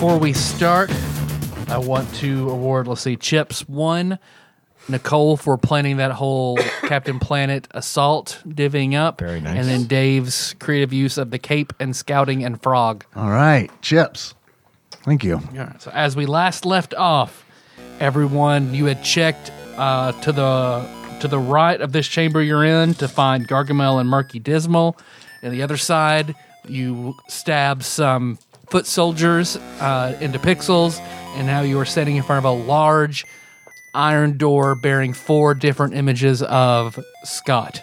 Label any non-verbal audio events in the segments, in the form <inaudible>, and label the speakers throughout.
Speaker 1: Before we start, I want to award, let's see, Chips one, Nicole for planning that whole <coughs> Captain Planet assault, divvying up.
Speaker 2: Very nice.
Speaker 1: And then Dave's creative use of the cape and scouting and frog.
Speaker 2: All right, chips. Thank you.
Speaker 1: All right, so as we last left off, everyone you had checked uh, to the to the right of this chamber you're in to find Gargamel and Murky Dismal, and the other side you stabbed some foot soldiers uh, into pixels, and now you are standing in front of a large iron door bearing four different images of Scott.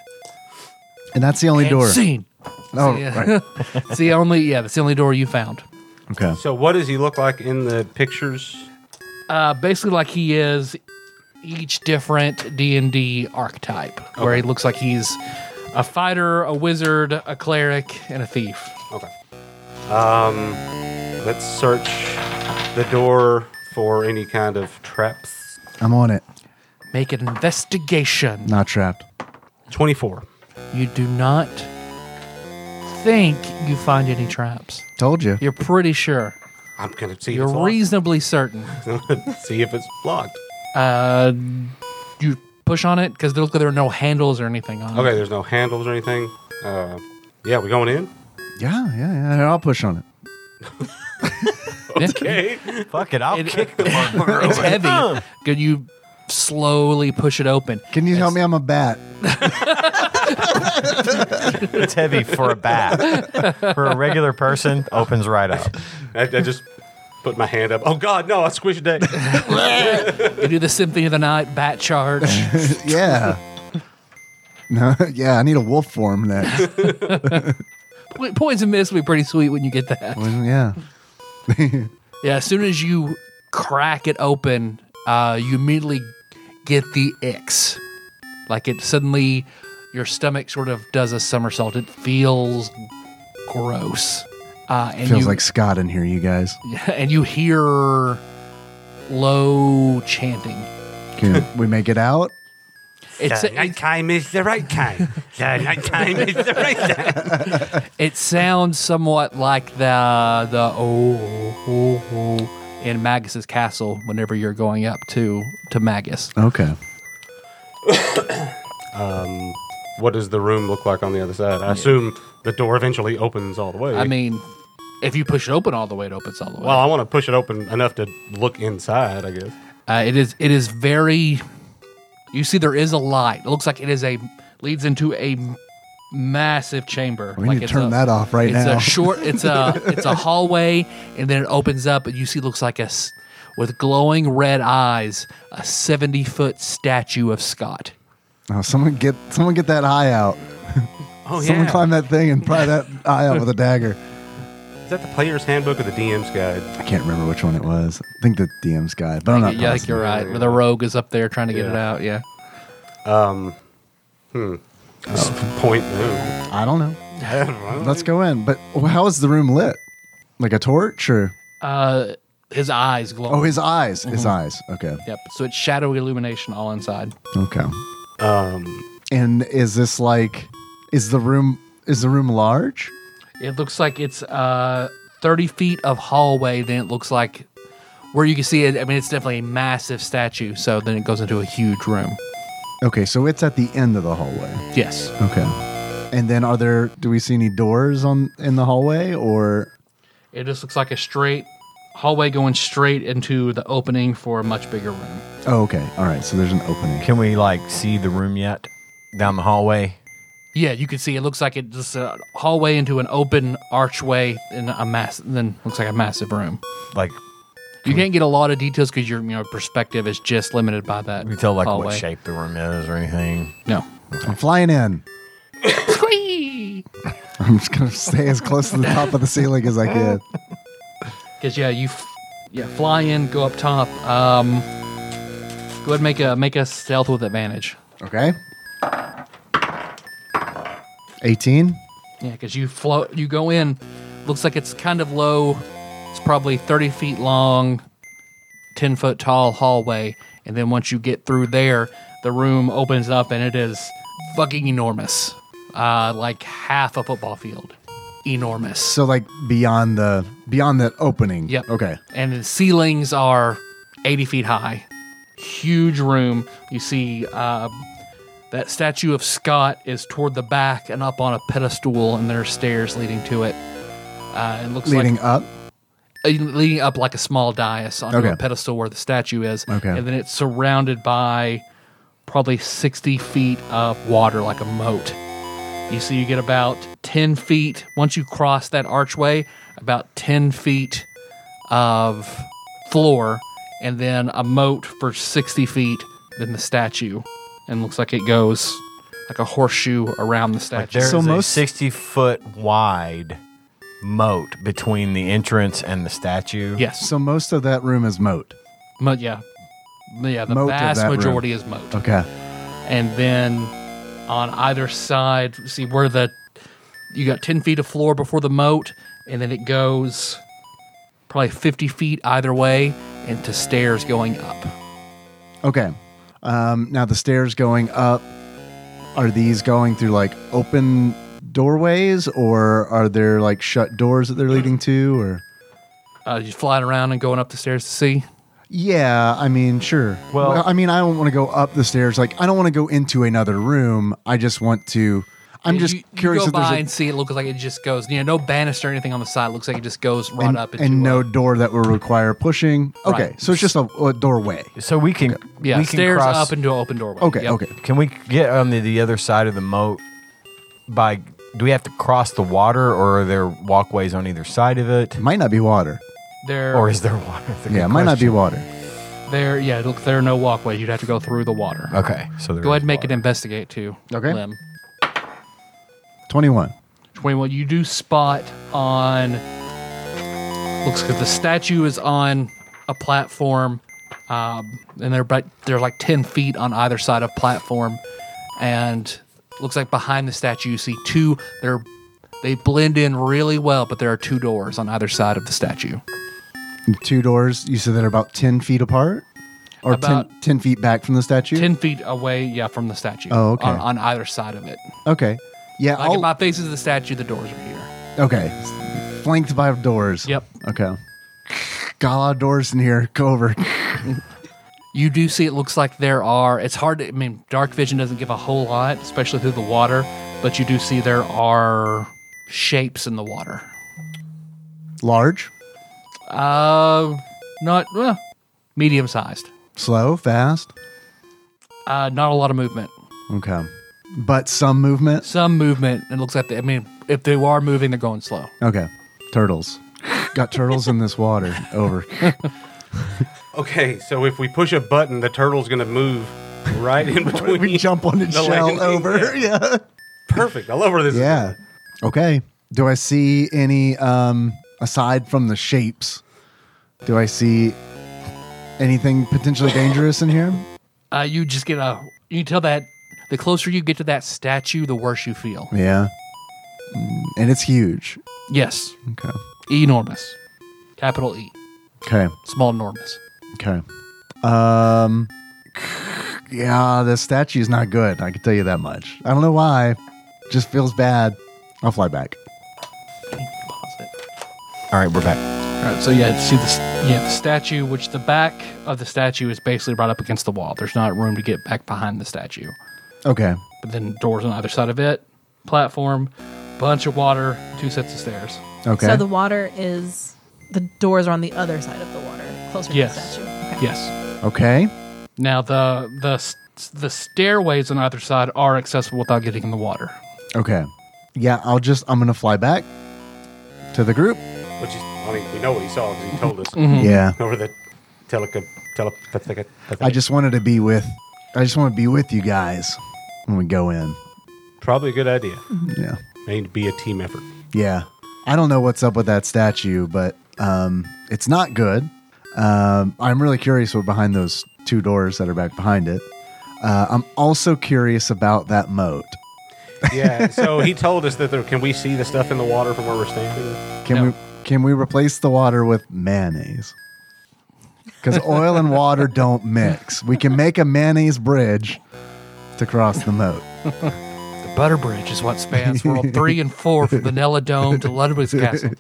Speaker 2: And that's the only
Speaker 1: And
Speaker 2: door.
Speaker 1: scene. <laughs>
Speaker 2: Oh, right.
Speaker 1: it's the only yeah, that's the only door you found.
Speaker 2: <laughs> Okay.
Speaker 3: So what does he look like in the pictures?
Speaker 1: uh, basically like he is each different D&D archetype where he looks like he's a fighter, a wizard, a cleric, and a thief.
Speaker 3: Okay. Um, let's search the door for any kind of traps.
Speaker 2: I'm on it.
Speaker 1: Make an investigation.
Speaker 2: Not trapped.
Speaker 3: Twenty-four.
Speaker 1: You do not think you find any traps.
Speaker 2: Told you.
Speaker 1: You're pretty sure.
Speaker 3: I'm gonna see.
Speaker 1: You're
Speaker 3: if
Speaker 1: reasonably certain.
Speaker 3: it's locked. see if it's locked.
Speaker 1: Uh, you push on it because look like there are no handles or anything on <laughs>
Speaker 3: Okay.
Speaker 1: it.
Speaker 3: There's no handles or anything. Uh, yeah, we going in.
Speaker 2: Yeah, yeah, yeah. Here, I'll push on it.
Speaker 3: Okay.
Speaker 4: Fuck it, I'll
Speaker 1: It-
Speaker 4: kick the motherfucker
Speaker 1: It's
Speaker 4: away.
Speaker 1: heavy. Could you slowly push it open?
Speaker 2: Can you help me? I'm a bat. <laughs>
Speaker 4: It's heavy for a bat. For a regular person, opens right up.
Speaker 3: I, I just put my hand up. Oh God, no! I squished it.
Speaker 1: You do the Symphony of the Night, Bat Charge.
Speaker 2: yeah. <laughs> No, yeah, I need a wolf
Speaker 1: <laughs>
Speaker 2: form next.
Speaker 1: Po- Points and miss would be pretty sweet when you get that.
Speaker 2: Well, yeah.
Speaker 1: Yeah, as soon as you crack it open, uh, you immediately get the icks. Like it suddenly, your stomach sort of does a somersault. It feels gross. Uh, and
Speaker 2: Feels
Speaker 1: you,
Speaker 2: like Scott in here, you guys.
Speaker 1: <laughs> and you hear low chanting.
Speaker 2: Can we make it out?
Speaker 1: <laughs> It's, it,
Speaker 3: nighttime is the right time. The nighttime is the right
Speaker 1: <laughs>
Speaker 3: time.
Speaker 1: it sounds somewhat like the the oh, oh, oh in Magus's castle whenever you're going up to to Magus.
Speaker 2: Okay.
Speaker 3: What does the room look like on the other side? I assume the door eventually opens all the way.
Speaker 1: I mean, if you push it open all the way, it opens all the way.
Speaker 3: Well, I want to push it open enough to look inside, I guess.
Speaker 1: uh, it is. It is very. You see, there is a light. It looks like it is a leads into a massive chamber.
Speaker 2: We
Speaker 1: like
Speaker 2: need to
Speaker 1: it's
Speaker 2: turn
Speaker 1: a-
Speaker 2: that off right
Speaker 1: it's
Speaker 2: now.
Speaker 1: a short. It's
Speaker 2: <laughs>
Speaker 1: a it's a hallway, and then it opens up, and you see looks like a s- with glowing red eyes, a seventy foot statue of Scott.
Speaker 2: Oh, someone get someone get that eye out.
Speaker 3: Oh,
Speaker 2: someone climb that thing
Speaker 1: <laughs>
Speaker 2: and pry that eye out with a dagger.
Speaker 3: Is that the player's handbook or the DM's guide?
Speaker 2: I can't remember which one it was. I think the DM's guy, but I'm not
Speaker 1: yeah, I think
Speaker 2: positive.
Speaker 1: you're right. The rogue is up there trying to get it out. Yeah.
Speaker 2: Oh.
Speaker 3: Point. no.
Speaker 2: I don't know.
Speaker 3: <laughs> I don't know.
Speaker 2: Let's go in. But how is the room lit? Like a torch or?
Speaker 1: Uh, his eyes glow.
Speaker 2: Oh, his eyes. His
Speaker 3: Mm-hmm.
Speaker 2: eyes. Okay.
Speaker 1: Yep. So it's shadow illumination all inside.
Speaker 2: Okay.
Speaker 3: Um,
Speaker 2: And is this like? Is the room? Is the room large?
Speaker 1: It looks like it's uh, 30 feet of hallway. Then it looks like where you can see it. I mean, it's definitely a massive statue. So then it goes into a huge room.
Speaker 2: Okay, so it's at the end of the hallway.
Speaker 1: Yes.
Speaker 2: Okay. And then are there? Do we see any doors on in the hallway or?
Speaker 1: It just looks like a straight hallway going straight into the opening for a much bigger room.
Speaker 2: Oh, okay. All right. So there's an opening.
Speaker 4: Can we like see the room yet? Down the hallway?
Speaker 1: Yeah, you can see it looks like it just a hallway into an open archway and a mass. Then looks like a massive room.
Speaker 4: Like
Speaker 1: You can't get a lot of details because your you know perspective is just limited by that.
Speaker 4: we tell like
Speaker 1: hallway.
Speaker 4: what
Speaker 1: <laughs>
Speaker 4: shape the room is or anything.
Speaker 1: No.
Speaker 2: I'm flying in. <laughs> I'm just gonna stay as close to the top of the ceiling as I can.
Speaker 1: Because yeah, you f- yeah fly in, go up top. Um, go ahead and make a make a stealth with advantage.
Speaker 2: Okay. 18.
Speaker 1: Yeah, because you float, you go in. Looks like it's kind of low. It's probably thirty feet long, ten foot tall hallway, and then once you get through there, the room opens up and it is fucking enormous, uh, like half a football field, enormous.
Speaker 2: So like beyond the beyond that opening.
Speaker 1: Yep.
Speaker 2: Okay.
Speaker 1: And the ceilings are 80 feet high. Huge room. You see uh, that statue of Scott is toward the back and up on a pedestal, and there are stairs leading to it. Uh, it looks
Speaker 2: Leading
Speaker 1: like
Speaker 2: up.
Speaker 1: uh, leading up like a small dais onto
Speaker 2: Okay.
Speaker 1: a pedestal where the statue is.
Speaker 2: Okay.
Speaker 1: And then it's surrounded by probably 60 feet of water, like a moat. You see, you get about 10 feet. Once you cross that archway, about 10 feet of floor, and then a moat for 60 feet, then the statue. And looks like it goes like a horseshoe around the
Speaker 4: Like
Speaker 1: statue.
Speaker 4: there's
Speaker 2: So
Speaker 4: a
Speaker 2: most-
Speaker 4: 60 foot wide moat between the entrance and the statue.
Speaker 1: yes.
Speaker 2: So most of that room is moat.
Speaker 1: Mo- yeah. Yeah, the
Speaker 2: Moat of
Speaker 1: vast
Speaker 2: that room.
Speaker 1: majority is moat.
Speaker 2: Okay.
Speaker 1: and then on either side see where the you got 10 feet of floor before the moat and then it goes probably 50 feet either way into stairs going up
Speaker 2: Okay. Um, now the stairs going up. Are these going through like open doorways, or are there like shut doors that they're leading to, or?
Speaker 1: uh, you flying around and going up the stairs to see
Speaker 2: Yeah, I mean, sure.
Speaker 4: Well-
Speaker 2: I mean, I don't want to go up the stairs. Like, I don't want to go into another room. I just want to. I'm
Speaker 1: You-
Speaker 2: just
Speaker 1: you,
Speaker 2: curious
Speaker 1: go
Speaker 2: if there's
Speaker 1: by
Speaker 2: a,
Speaker 1: and see it looks like it just goes you know no banister or anything on the side looks like it just goes right
Speaker 2: and,
Speaker 1: up into
Speaker 2: and
Speaker 1: a-
Speaker 2: no door that will require pushing. Okay,
Speaker 1: Right.
Speaker 2: so it's just a, a doorway.
Speaker 4: So we can
Speaker 1: yeah
Speaker 4: we can
Speaker 1: stairs
Speaker 4: cross,
Speaker 1: up into an open doorway
Speaker 2: Okay,
Speaker 1: Yep.
Speaker 2: okay.
Speaker 4: Can we get on the, the other side of the moat by do we have to cross the water or are there walkways on either side of it?
Speaker 2: It might not be water.
Speaker 1: there
Speaker 4: Or is there water? That's a
Speaker 2: Yeah, it
Speaker 4: good
Speaker 2: might not be
Speaker 4: question.
Speaker 2: water.
Speaker 1: there yeah look there are no walkways you'd have to go through the water
Speaker 4: Okay. So there
Speaker 1: go ahead
Speaker 4: is
Speaker 1: and make
Speaker 4: water.
Speaker 1: an investigate too
Speaker 2: Okay.
Speaker 1: Lim.
Speaker 2: 21.
Speaker 1: 21 you do spot on looks good the statue is on a platform um, and they're but they're like 10 feet on either side of platform and looks like behind the statue you see two they're they blend in really well but there are two doors on either side of the statue
Speaker 2: Two doors, you said that are about 10 feet apart? Or
Speaker 1: About-
Speaker 2: 10, 10 feet back from the statue?
Speaker 1: 10 feet away yeah from the statue
Speaker 2: Oh, okay.
Speaker 1: on, on either side of it
Speaker 2: Okay. Yeah,
Speaker 1: like if
Speaker 2: I'll,
Speaker 1: my face is the statue the doors are here
Speaker 2: okay. Flanked by doors.
Speaker 1: Yep.
Speaker 2: Okay. Got a lot of doors in here. Go over.
Speaker 1: you do see it looks like there are it's hard to, i mean dark vision doesn't give a whole lot especially through the water but you do see there are shapes in the water
Speaker 2: Large,
Speaker 1: uh not well, medium sized
Speaker 2: slow, fast.
Speaker 1: uh not a lot of movement
Speaker 2: Okay. But some movement.
Speaker 1: some movement and it looks like they, i mean if they are moving they're going slow
Speaker 2: Okay. Turtles. Got turtles in this water.
Speaker 1: <laughs>
Speaker 2: Over.
Speaker 3: Okay, so if we push a button, the turtle's gonna move right in between.
Speaker 2: <laughs> we jump on its
Speaker 3: The
Speaker 2: shell
Speaker 3: landing,
Speaker 2: over. <laughs> Yeah.
Speaker 3: Perfect. I love where this is
Speaker 2: Yeah. Okay. Do I see any um aside from the shapes? Do I see anything potentially dangerous in here?
Speaker 1: uh you just get a you can tell that the closer you get to that statue the worse you feel
Speaker 2: Yeah. Mm, And it's huge.
Speaker 1: yes
Speaker 2: Okay.
Speaker 1: enormous capital e
Speaker 2: Okay.
Speaker 1: small enormous
Speaker 2: Okay. Um yeah, the statue's not good. I can tell you that much. I don't know why. Just feels bad. I'll fly back.
Speaker 1: Pause it.
Speaker 4: All right, we're back.
Speaker 1: All right, so yeah, see this yeah the statue, which the back of the statue is basically right up against the wall. There's not room to get back behind the statue.
Speaker 2: Okay.
Speaker 1: But then doors on either side of it, platform, bunch of water, two sets of stairs.
Speaker 2: Okay.
Speaker 5: So the water is the doors are on the other side of the water, closer
Speaker 1: Yes.
Speaker 5: to the statue. Okay.
Speaker 1: Yes.
Speaker 2: okay.
Speaker 1: Now the the s- the stairways on either side are accessible without getting in the water.
Speaker 2: Okay. Yeah, I'll just I'm gonna fly back to the group.
Speaker 3: Which is, I mean, we know what he saw because
Speaker 2: Mm-hmm.
Speaker 3: he told us
Speaker 2: Hmm. Yeah.
Speaker 3: over the teleco telepathic.
Speaker 2: I just wanted to be with I just want to be with you guys when we go in.
Speaker 3: probably a good idea.
Speaker 2: Yeah.
Speaker 3: They need to be a
Speaker 2: <laughs>
Speaker 3: team effort.
Speaker 2: Yeah. I don't know what's up with that statue, but um, it's not good. Um, I'm really curious what behind those two doors that are back behind it. Uh, I'm also curious about that moat.
Speaker 3: Yeah. so he told us that there, can we see the stuff in the water from where we're standing?
Speaker 2: Can
Speaker 1: No.
Speaker 2: we can we replace the water with mayonnaise? Because oil and water don't mix. We can make a mayonnaise bridge to cross the moat.
Speaker 1: The Butter Bridge is what spans <laughs> World 3 and 4 from the Nella Dome to Ludwig's Castle.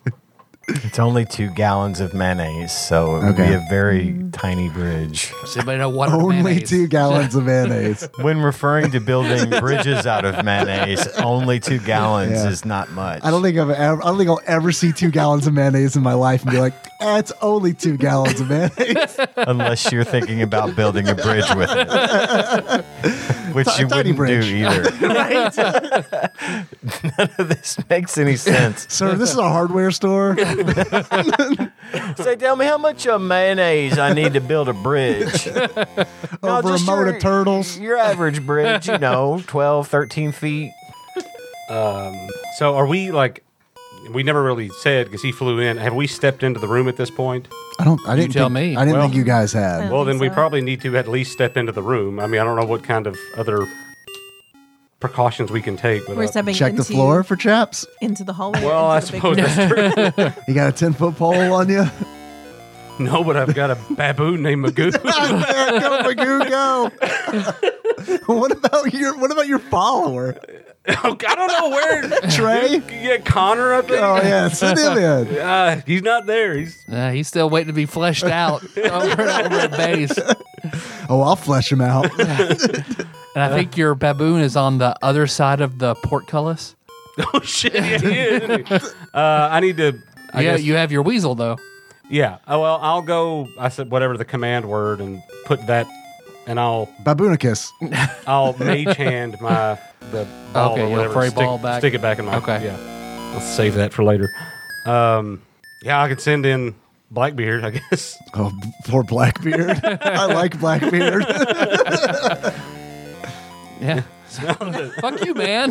Speaker 4: It's only two gallons of mayonnaise, so it would
Speaker 2: Okay.
Speaker 4: be a very tiny bridge.
Speaker 1: Does anybody know what
Speaker 2: Only
Speaker 1: mayonnaise?
Speaker 2: two gallons of mayonnaise.
Speaker 4: When referring
Speaker 2: <laughs>
Speaker 4: to building bridges out of mayonnaise, only two gallons
Speaker 2: Yeah.
Speaker 4: is not much.
Speaker 2: I don't think I've ever. I don't think I'll ever see two gallons of mayonnaise in my life and be like, eh, "It's only two gallons of mayonnaise."
Speaker 4: unless you're thinking about building a bridge with it,
Speaker 2: <laughs>
Speaker 4: which you
Speaker 2: tiny
Speaker 4: wouldn't
Speaker 2: bridge. <laughs>
Speaker 4: do either. <laughs> None of this makes any sense.
Speaker 2: Sir, this is a hardware store.
Speaker 4: Say, tell me how much of mayonnaise I need to build a bridge. No,
Speaker 2: Over a
Speaker 4: just
Speaker 2: moat
Speaker 4: your-
Speaker 2: of turtles.
Speaker 4: Your average bridge, you know, 12, 13 feet.
Speaker 3: So are we like? We never really said because he flew in. Have we stepped into the room at this point?
Speaker 2: I don't. I didn't
Speaker 1: tell
Speaker 2: think-
Speaker 1: me.
Speaker 2: I didn't
Speaker 3: Well-
Speaker 2: think you guys had.
Speaker 5: don't
Speaker 3: Well, then
Speaker 5: think
Speaker 3: we
Speaker 5: so.
Speaker 3: probably need to at least step into the room. I mean, I don't know what kind of other precautions we can take.
Speaker 5: We're
Speaker 3: without-
Speaker 5: stepping
Speaker 2: Check the
Speaker 5: into,
Speaker 2: floor for chaps.
Speaker 5: into the hallway.
Speaker 3: Well, I
Speaker 5: into the big
Speaker 3: suppose that's true.
Speaker 5: <laughs>
Speaker 2: You got a ten foot pole on you.
Speaker 3: No, but I've got a baboon named
Speaker 5: <laughs>
Speaker 3: Magoo. <laughs>
Speaker 2: Yeah, go Magoo, go. <laughs> what about your What about your follower,
Speaker 3: I don't know where.
Speaker 5: <laughs>
Speaker 2: Trey?
Speaker 3: Yeah, Connor, I think.
Speaker 2: Oh yeah, send him in.
Speaker 3: Uh, he's not there. He's <laughs>
Speaker 1: Nah, he's still waiting to be fleshed <laughs> out over, over at base.
Speaker 2: Oh, I'll flesh
Speaker 1: <laughs>
Speaker 2: him out.
Speaker 1: And I think your baboon is on the other side of the portcullis.
Speaker 3: oh shit. Yeah, he is.
Speaker 5: <laughs>
Speaker 3: isn't he? Uh, I need to. I
Speaker 1: yeah,
Speaker 3: guess-
Speaker 1: you have your weasel though.
Speaker 3: Yeah. Oh well, I'll go. I said whatever the command word and put that, and I'll
Speaker 2: Baboonicus.
Speaker 3: I'll mage hand my the ball
Speaker 1: Okay,
Speaker 3: or
Speaker 1: you'll
Speaker 3: whatever.
Speaker 1: throw your
Speaker 3: stick,
Speaker 1: ball back.
Speaker 3: stick it back in my.
Speaker 1: Okay.
Speaker 3: Yeah. I'll save that for later. Um, yeah, I could send in Blackbeard. I <laughs> guess.
Speaker 2: Oh, b- poor Blackbeard. I like Blackbeard. <laughs>
Speaker 1: Yeah. So- <laughs> fuck you, man.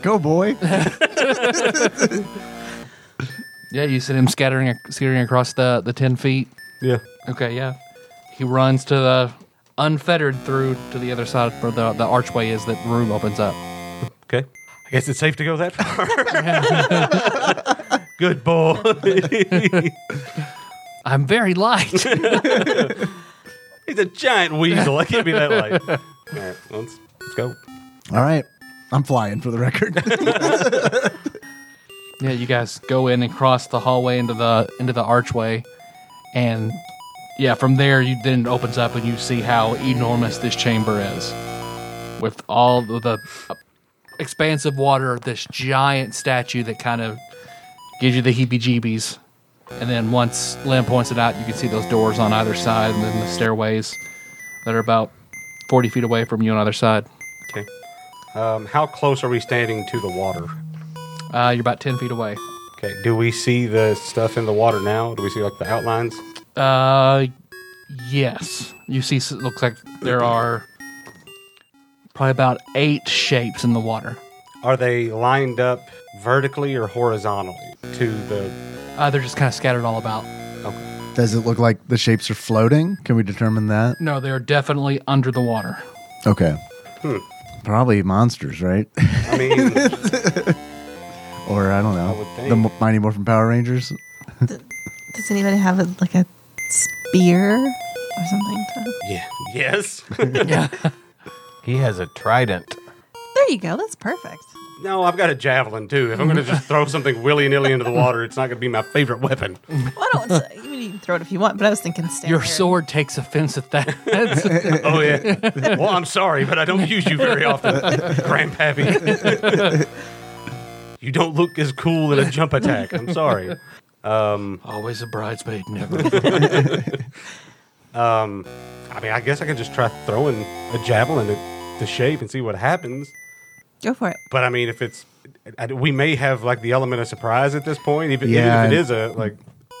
Speaker 2: go boy.
Speaker 1: yeah, you see him scattering scattering across the the ten feet.
Speaker 3: Yeah.
Speaker 1: Okay, yeah. He runs to the unfettered through to the other side where the, the archway is that room opens up.
Speaker 3: Okay. I guess it's safe to go that far. <laughs> Good boy. <laughs>
Speaker 1: I'm very light. <laughs>
Speaker 3: He's a giant weasel. I can't be
Speaker 1: <laughs>
Speaker 3: that light. All right, let's let's go.
Speaker 2: All right, I'm flying for the record.
Speaker 1: Yeah, you guys go in and cross the hallway into the into the archway, and yeah, from there you then it opens up and you see how enormous this chamber is, with all of the uh, expanse of water, this giant statue that kind of gives you the heebie-jeebies, and then once Lynn points it out, you can see those doors on either side, and then the stairways that are about forty feet away from you on either side.
Speaker 3: Okay. Um, how close are we standing to the water?
Speaker 1: Uh, you're about ten feet away.
Speaker 3: Okay. Do we see the stuff in the water now? Do we see like the outlines?
Speaker 1: Uh, yes. You see, s- it looks like there are probably about eight shapes in the water.
Speaker 3: Are they lined up vertically or horizontally to the?
Speaker 1: Uh, they're just kind of scattered all about.
Speaker 3: Okay.
Speaker 2: Does it look like the shapes are floating? Can we determine that?
Speaker 1: No, they are definitely under the water.
Speaker 2: Okay.
Speaker 3: Hmm.
Speaker 2: Probably monsters, right? <laughs>
Speaker 3: I mean,
Speaker 2: or I don't know.
Speaker 3: would
Speaker 2: The
Speaker 3: think.
Speaker 2: M- Mighty Morphin Power Rangers.
Speaker 5: Does anybody have a, like a spear or something? to-
Speaker 3: yeah. Yes.
Speaker 1: Yeah.
Speaker 4: He has a trident.
Speaker 5: There you go. That's perfect.
Speaker 3: <laughs> no, I've got a javelin too. If I'm gonna just throw something willy nilly into the water, it's not gonna be my favorite weapon.
Speaker 5: Well, I <laughs> don't. I mean, you can throw it if you want, but I was thinking stand
Speaker 1: Your
Speaker 5: there.
Speaker 1: sword takes offense at that. That's-
Speaker 3: <laughs> Oh yeah. Well, I'm sorry, but I don't use you very often, Grandpappy. you don't look as cool in a jump attack. I'm sorry.
Speaker 1: Always a bridesmaid, never.
Speaker 3: I mean, I guess I could just try throwing a javelin at the shape and see what happens.
Speaker 5: Go for it.
Speaker 3: But I mean, if it's, I- we may have like the element of surprise at this point. Even,
Speaker 2: Yeah.
Speaker 3: even if it is a like,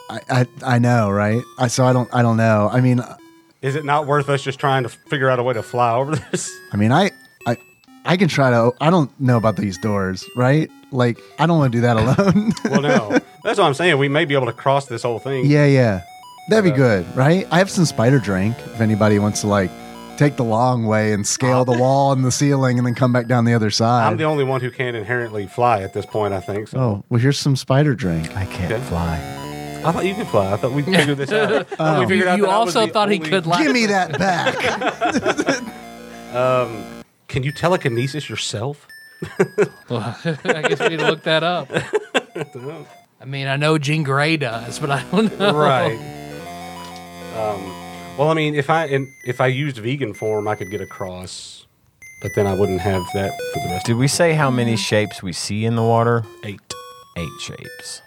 Speaker 2: I, I I know, right? I so I don't I don't know. I mean,
Speaker 3: is it not worth us just trying to figure out a way to fly over <laughs> this?
Speaker 2: I mean, I, I, I can try to. I don't know about these doors, right? Like, I don't want to do that alone. <laughs>
Speaker 3: Well, no, that's what I'm saying. We may be able to cross this whole thing.
Speaker 2: yeah, yeah, that'd be good, right? I have some spider drink. If anybody wants to, like, take the long way and scale
Speaker 3: <laughs>
Speaker 2: the wall and the ceiling, and then come back down the other side.
Speaker 3: I'm the only one who can inherently fly at this point. I think. So
Speaker 2: oh, well, here's some spider drink.
Speaker 4: I can't
Speaker 3: Okay.
Speaker 4: fly.
Speaker 3: I thought you could fly. I thought we figured this out. I
Speaker 2: Um,
Speaker 3: thought we
Speaker 1: You,
Speaker 3: figured out
Speaker 1: you
Speaker 3: that I was
Speaker 1: also
Speaker 3: the
Speaker 1: thought he
Speaker 3: only-
Speaker 1: could laugh.
Speaker 2: Give me that
Speaker 5: <laughs>
Speaker 2: back.
Speaker 3: Can you telekinesis yourself?
Speaker 1: <laughs> I guess we need to look that up.
Speaker 3: <laughs>
Speaker 1: I mean, I know Jean Grey does, but I don't know.
Speaker 3: <laughs> Right. Um, well, I mean, if I and if I used vegan form, I could get across, but then I wouldn't have that for the rest
Speaker 4: Did we say how many shapes we see in the water?
Speaker 3: of eight.
Speaker 4: Eight shapes.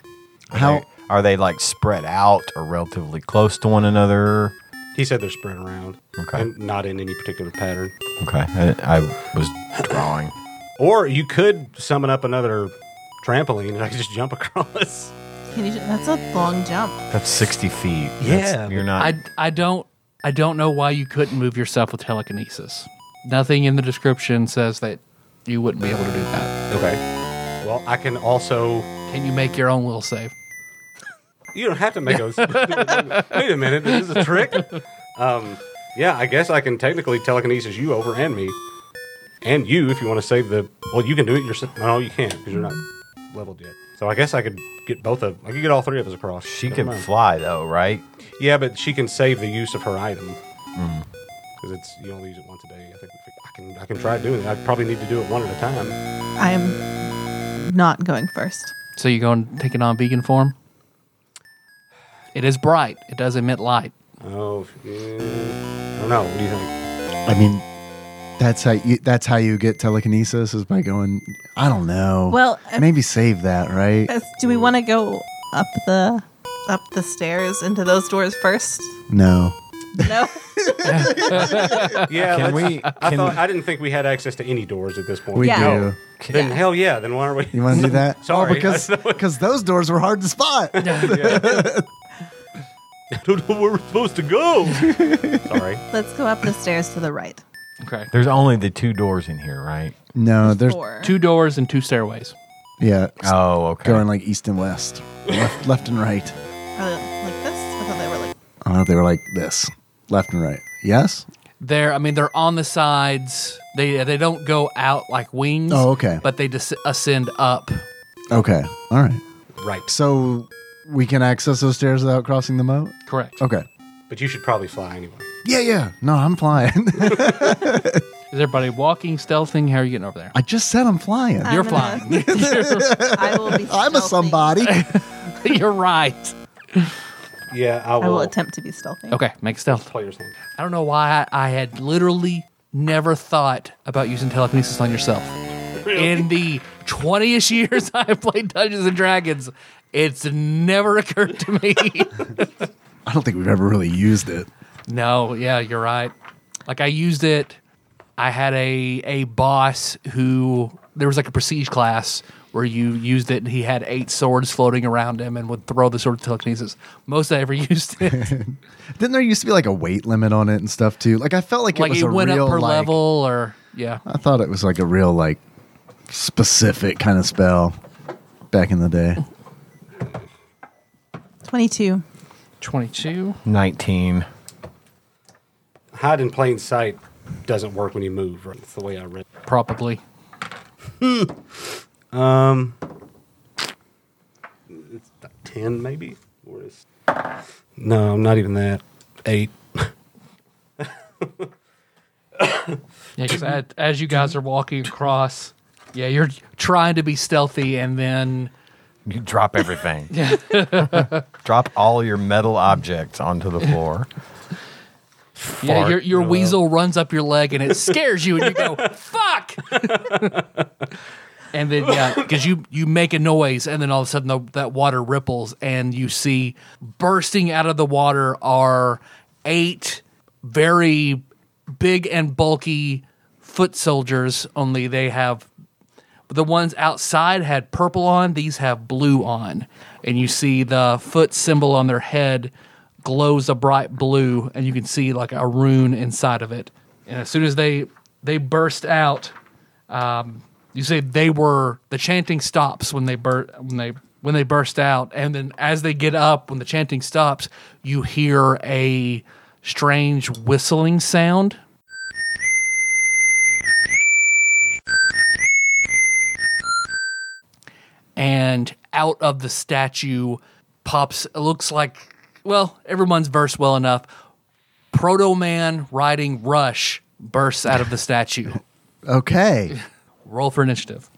Speaker 4: Are
Speaker 2: How?
Speaker 4: they- are they like spread out or relatively close to one another?
Speaker 3: He said they're spread around,
Speaker 4: Okay.
Speaker 3: and not in any particular pattern.
Speaker 4: Okay, I, I was drawing.
Speaker 3: Or you could summon up another trampoline, and I could just jump <laughs> across.
Speaker 5: Can you, ju- that's a long jump.
Speaker 4: That's sixty feet.
Speaker 3: Yeah.
Speaker 4: That's, you're not.
Speaker 1: I, I don't I don't know why you couldn't move yourself with telekinesis. Nothing in the description says that you wouldn't be able to do that.
Speaker 3: Okay. Well, I can also.
Speaker 1: Can you make your own will save?
Speaker 3: You don't have to make those.
Speaker 4: <laughs>
Speaker 3: Wait a <laughs> minute, this is a trick. Um, yeah, I guess I can technically telekinesis you over and me, and you if you want to save the. Well, you can do it yourself. No, you can't because you're not leveled yet. So I guess I could get both of. I could get all three of us across.
Speaker 4: she
Speaker 3: Never
Speaker 4: can
Speaker 3: mind.
Speaker 4: fly though, right?
Speaker 3: Yeah, but she can save the use of her item because it's you only use it once a day. I think we fig- I can I can try doing it. I probably need to do it one at a time.
Speaker 5: I'm not going first.
Speaker 1: So you're going to take it on vegan form? It is bright. It does emit light.
Speaker 3: Oh, yeah. I don't know. What do you think?
Speaker 2: I mean, that's how you. That's how you get telekinesis is by going. I don't know.
Speaker 5: Well, uh,
Speaker 2: maybe save that, right?
Speaker 5: As- Do we want to go up the up the stairs into those doors first? <laughs>
Speaker 2: No.
Speaker 5: No.
Speaker 3: Yeah,
Speaker 4: Can
Speaker 3: let's-
Speaker 4: we?
Speaker 3: I
Speaker 4: can-
Speaker 3: thought I didn't think we had access to any doors at this point.
Speaker 2: We
Speaker 5: Yeah.
Speaker 2: do.
Speaker 3: Then hell yeah. Then why are we?
Speaker 2: You want to do that?
Speaker 3: Sorry.
Speaker 2: Oh, <laughs> because because those doors were hard to spot.
Speaker 3: <laughs>
Speaker 5: <laughs>
Speaker 3: I don't know where we're supposed to go. Sorry.
Speaker 5: Let's go up the stairs to the right.
Speaker 1: Okay.
Speaker 4: there's only the two doors in here, right?
Speaker 2: No, there's
Speaker 5: Or
Speaker 1: Two doors and two stairways.
Speaker 2: yeah,
Speaker 4: Oh, okay.
Speaker 2: going like east and west, left, left and right.
Speaker 5: Are they Uh, like this? I thought they were
Speaker 2: <laughs>
Speaker 5: like
Speaker 2: Oh, they were like this, left and right. Yes.
Speaker 1: They're I mean they're on the sides. They they don't go out like wings.
Speaker 2: Oh, okay.
Speaker 1: But they just ascend up.
Speaker 2: Okay. All right.
Speaker 3: Right.
Speaker 2: So we can access those stairs without crossing the moat.
Speaker 1: Correct.
Speaker 2: Okay.
Speaker 3: But you should probably fly anyway.
Speaker 2: Yeah, yeah. No, I'm flying. <laughs>
Speaker 1: Is everybody walking, stealthing? How are you getting over there?
Speaker 2: I just said I'm flying.
Speaker 5: I'm
Speaker 1: You're
Speaker 5: gonna-
Speaker 1: flying.
Speaker 5: I will be.
Speaker 2: I'm a
Speaker 5: stealthy.
Speaker 2: somebody.
Speaker 1: <laughs> You're right.
Speaker 3: Yeah, I will.
Speaker 5: I will attempt to be stealthy.
Speaker 1: Okay, make stealth.
Speaker 3: Player's hand.
Speaker 1: I don't know why I, I had literally never thought about using telekinesis on yourself. In the 20ish years <laughs> I've played Dungeons and Dragons, it's never occurred to me. <laughs>
Speaker 2: I don't think we've ever really used it.
Speaker 1: no, yeah, you're right. Like I used it. I had a a boss who there was like a prestige class where you used it and he had eight swords floating around him and would throw the sword to telekinesis. Most I ever <laughs> used it.
Speaker 2: Didn't there used to be like a weight limit on it and stuff too? Like I felt like,
Speaker 1: like
Speaker 2: it was
Speaker 1: it
Speaker 2: a
Speaker 1: went
Speaker 2: real
Speaker 1: up per
Speaker 2: like,
Speaker 1: level or yeah.
Speaker 2: I thought it was like a real like specific kind of spell back in the day.
Speaker 5: Twenty-two.
Speaker 1: 22.
Speaker 4: Nineteen.
Speaker 3: Hide in plain sight doesn't work when you move. Right? That's the way I read. it.
Speaker 1: Probably.
Speaker 3: It's like ten maybe. Or is... No, I'm not even that. Eight.
Speaker 1: Yeah, 'cause as, as you guys are walking across, yeah, you're trying to be stealthy and then
Speaker 4: You
Speaker 1: <laughs>
Speaker 4: drop everything. <laughs> drop all your metal objects onto the floor.
Speaker 1: yeah,
Speaker 4: Fart.
Speaker 1: your, your weasel runs up your leg and it scares you and you go, fuck! and then, yeah, because you, you make a noise and then all of a sudden the, that water ripples and you see bursting out of the water are eight very big and bulky foot soldiers, only they have the ones outside had purple on these have blue on and you see the foot symbol on their head glows a bright blue and you can see like a rune inside of it and as soon as they they burst out um, you say they were the chanting stops when they bur- when they when they burst out and then as they get up when the chanting stops you hear a strange whistling sound and out of the statue pops it looks like well everyone's versed well enough proto man riding rush bursts out of the statue
Speaker 2: Okay.
Speaker 1: roll for initiative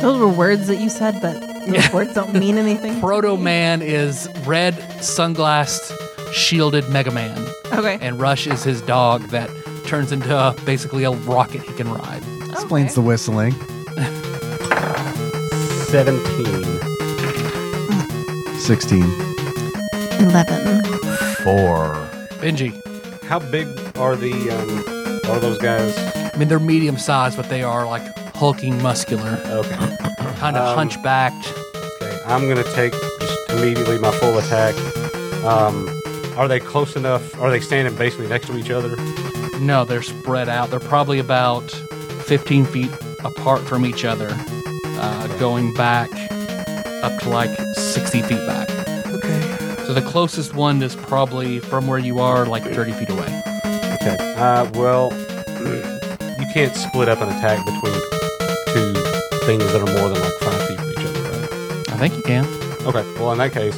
Speaker 5: Those were words that you said, but those words
Speaker 2: <laughs>
Speaker 5: don't mean anything.
Speaker 1: Proto Man is red, sunglassed, shielded Mega Man.
Speaker 5: Okay.
Speaker 1: And Rush is his dog that turns into uh, basically a rocket he can ride.
Speaker 2: Explains the whistling.
Speaker 3: 17.
Speaker 2: 16.
Speaker 5: 11.
Speaker 4: Four.
Speaker 1: Benji,
Speaker 3: How big are the um, are those guys?
Speaker 1: I mean, they're medium sized, but they are like hulking, muscular,
Speaker 3: Okay.
Speaker 1: kind of hunchbacked.
Speaker 3: Okay. I'm gonna take just immediately my full attack. Um, are they close enough? Are they standing basically next to each other?
Speaker 1: No, they're spread out. They're probably about 15 feet apart from each other, uh, going back up to like 60 feet back.
Speaker 3: Okay.
Speaker 1: So the closest one is probably from where you are, like 30 feet away.
Speaker 3: Okay. Uh, well, <clears throat> you can't split up an attack between two things that are more than like five feet from each other, right?
Speaker 1: I think you can.
Speaker 3: Okay. Well, in that case,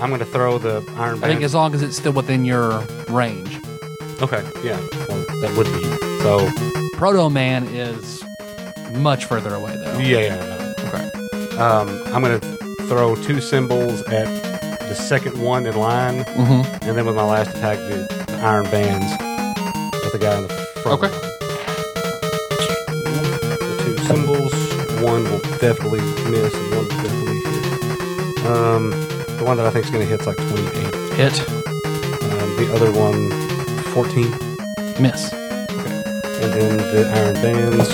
Speaker 3: I'm gonna throw the iron.
Speaker 1: I think
Speaker 3: band-
Speaker 1: as long as it's still within your range.
Speaker 3: okay. Yeah. Well, that would be. So
Speaker 1: Proto Man is much further away though.
Speaker 3: yeah. yeah no.
Speaker 1: Okay.
Speaker 3: Um, I'm gonna throw two symbols at the second one in line,
Speaker 1: Mm-hmm.
Speaker 3: and then with my last attack, the, the iron bands at the guy in the front.
Speaker 1: Okay.
Speaker 3: The two symbols. One will definitely miss, and one will definitely hit. Um, the one that I think is gonna hit's like 28.
Speaker 1: Hit,
Speaker 3: Um, the other one, 14,
Speaker 1: miss,
Speaker 3: and then the iron bands,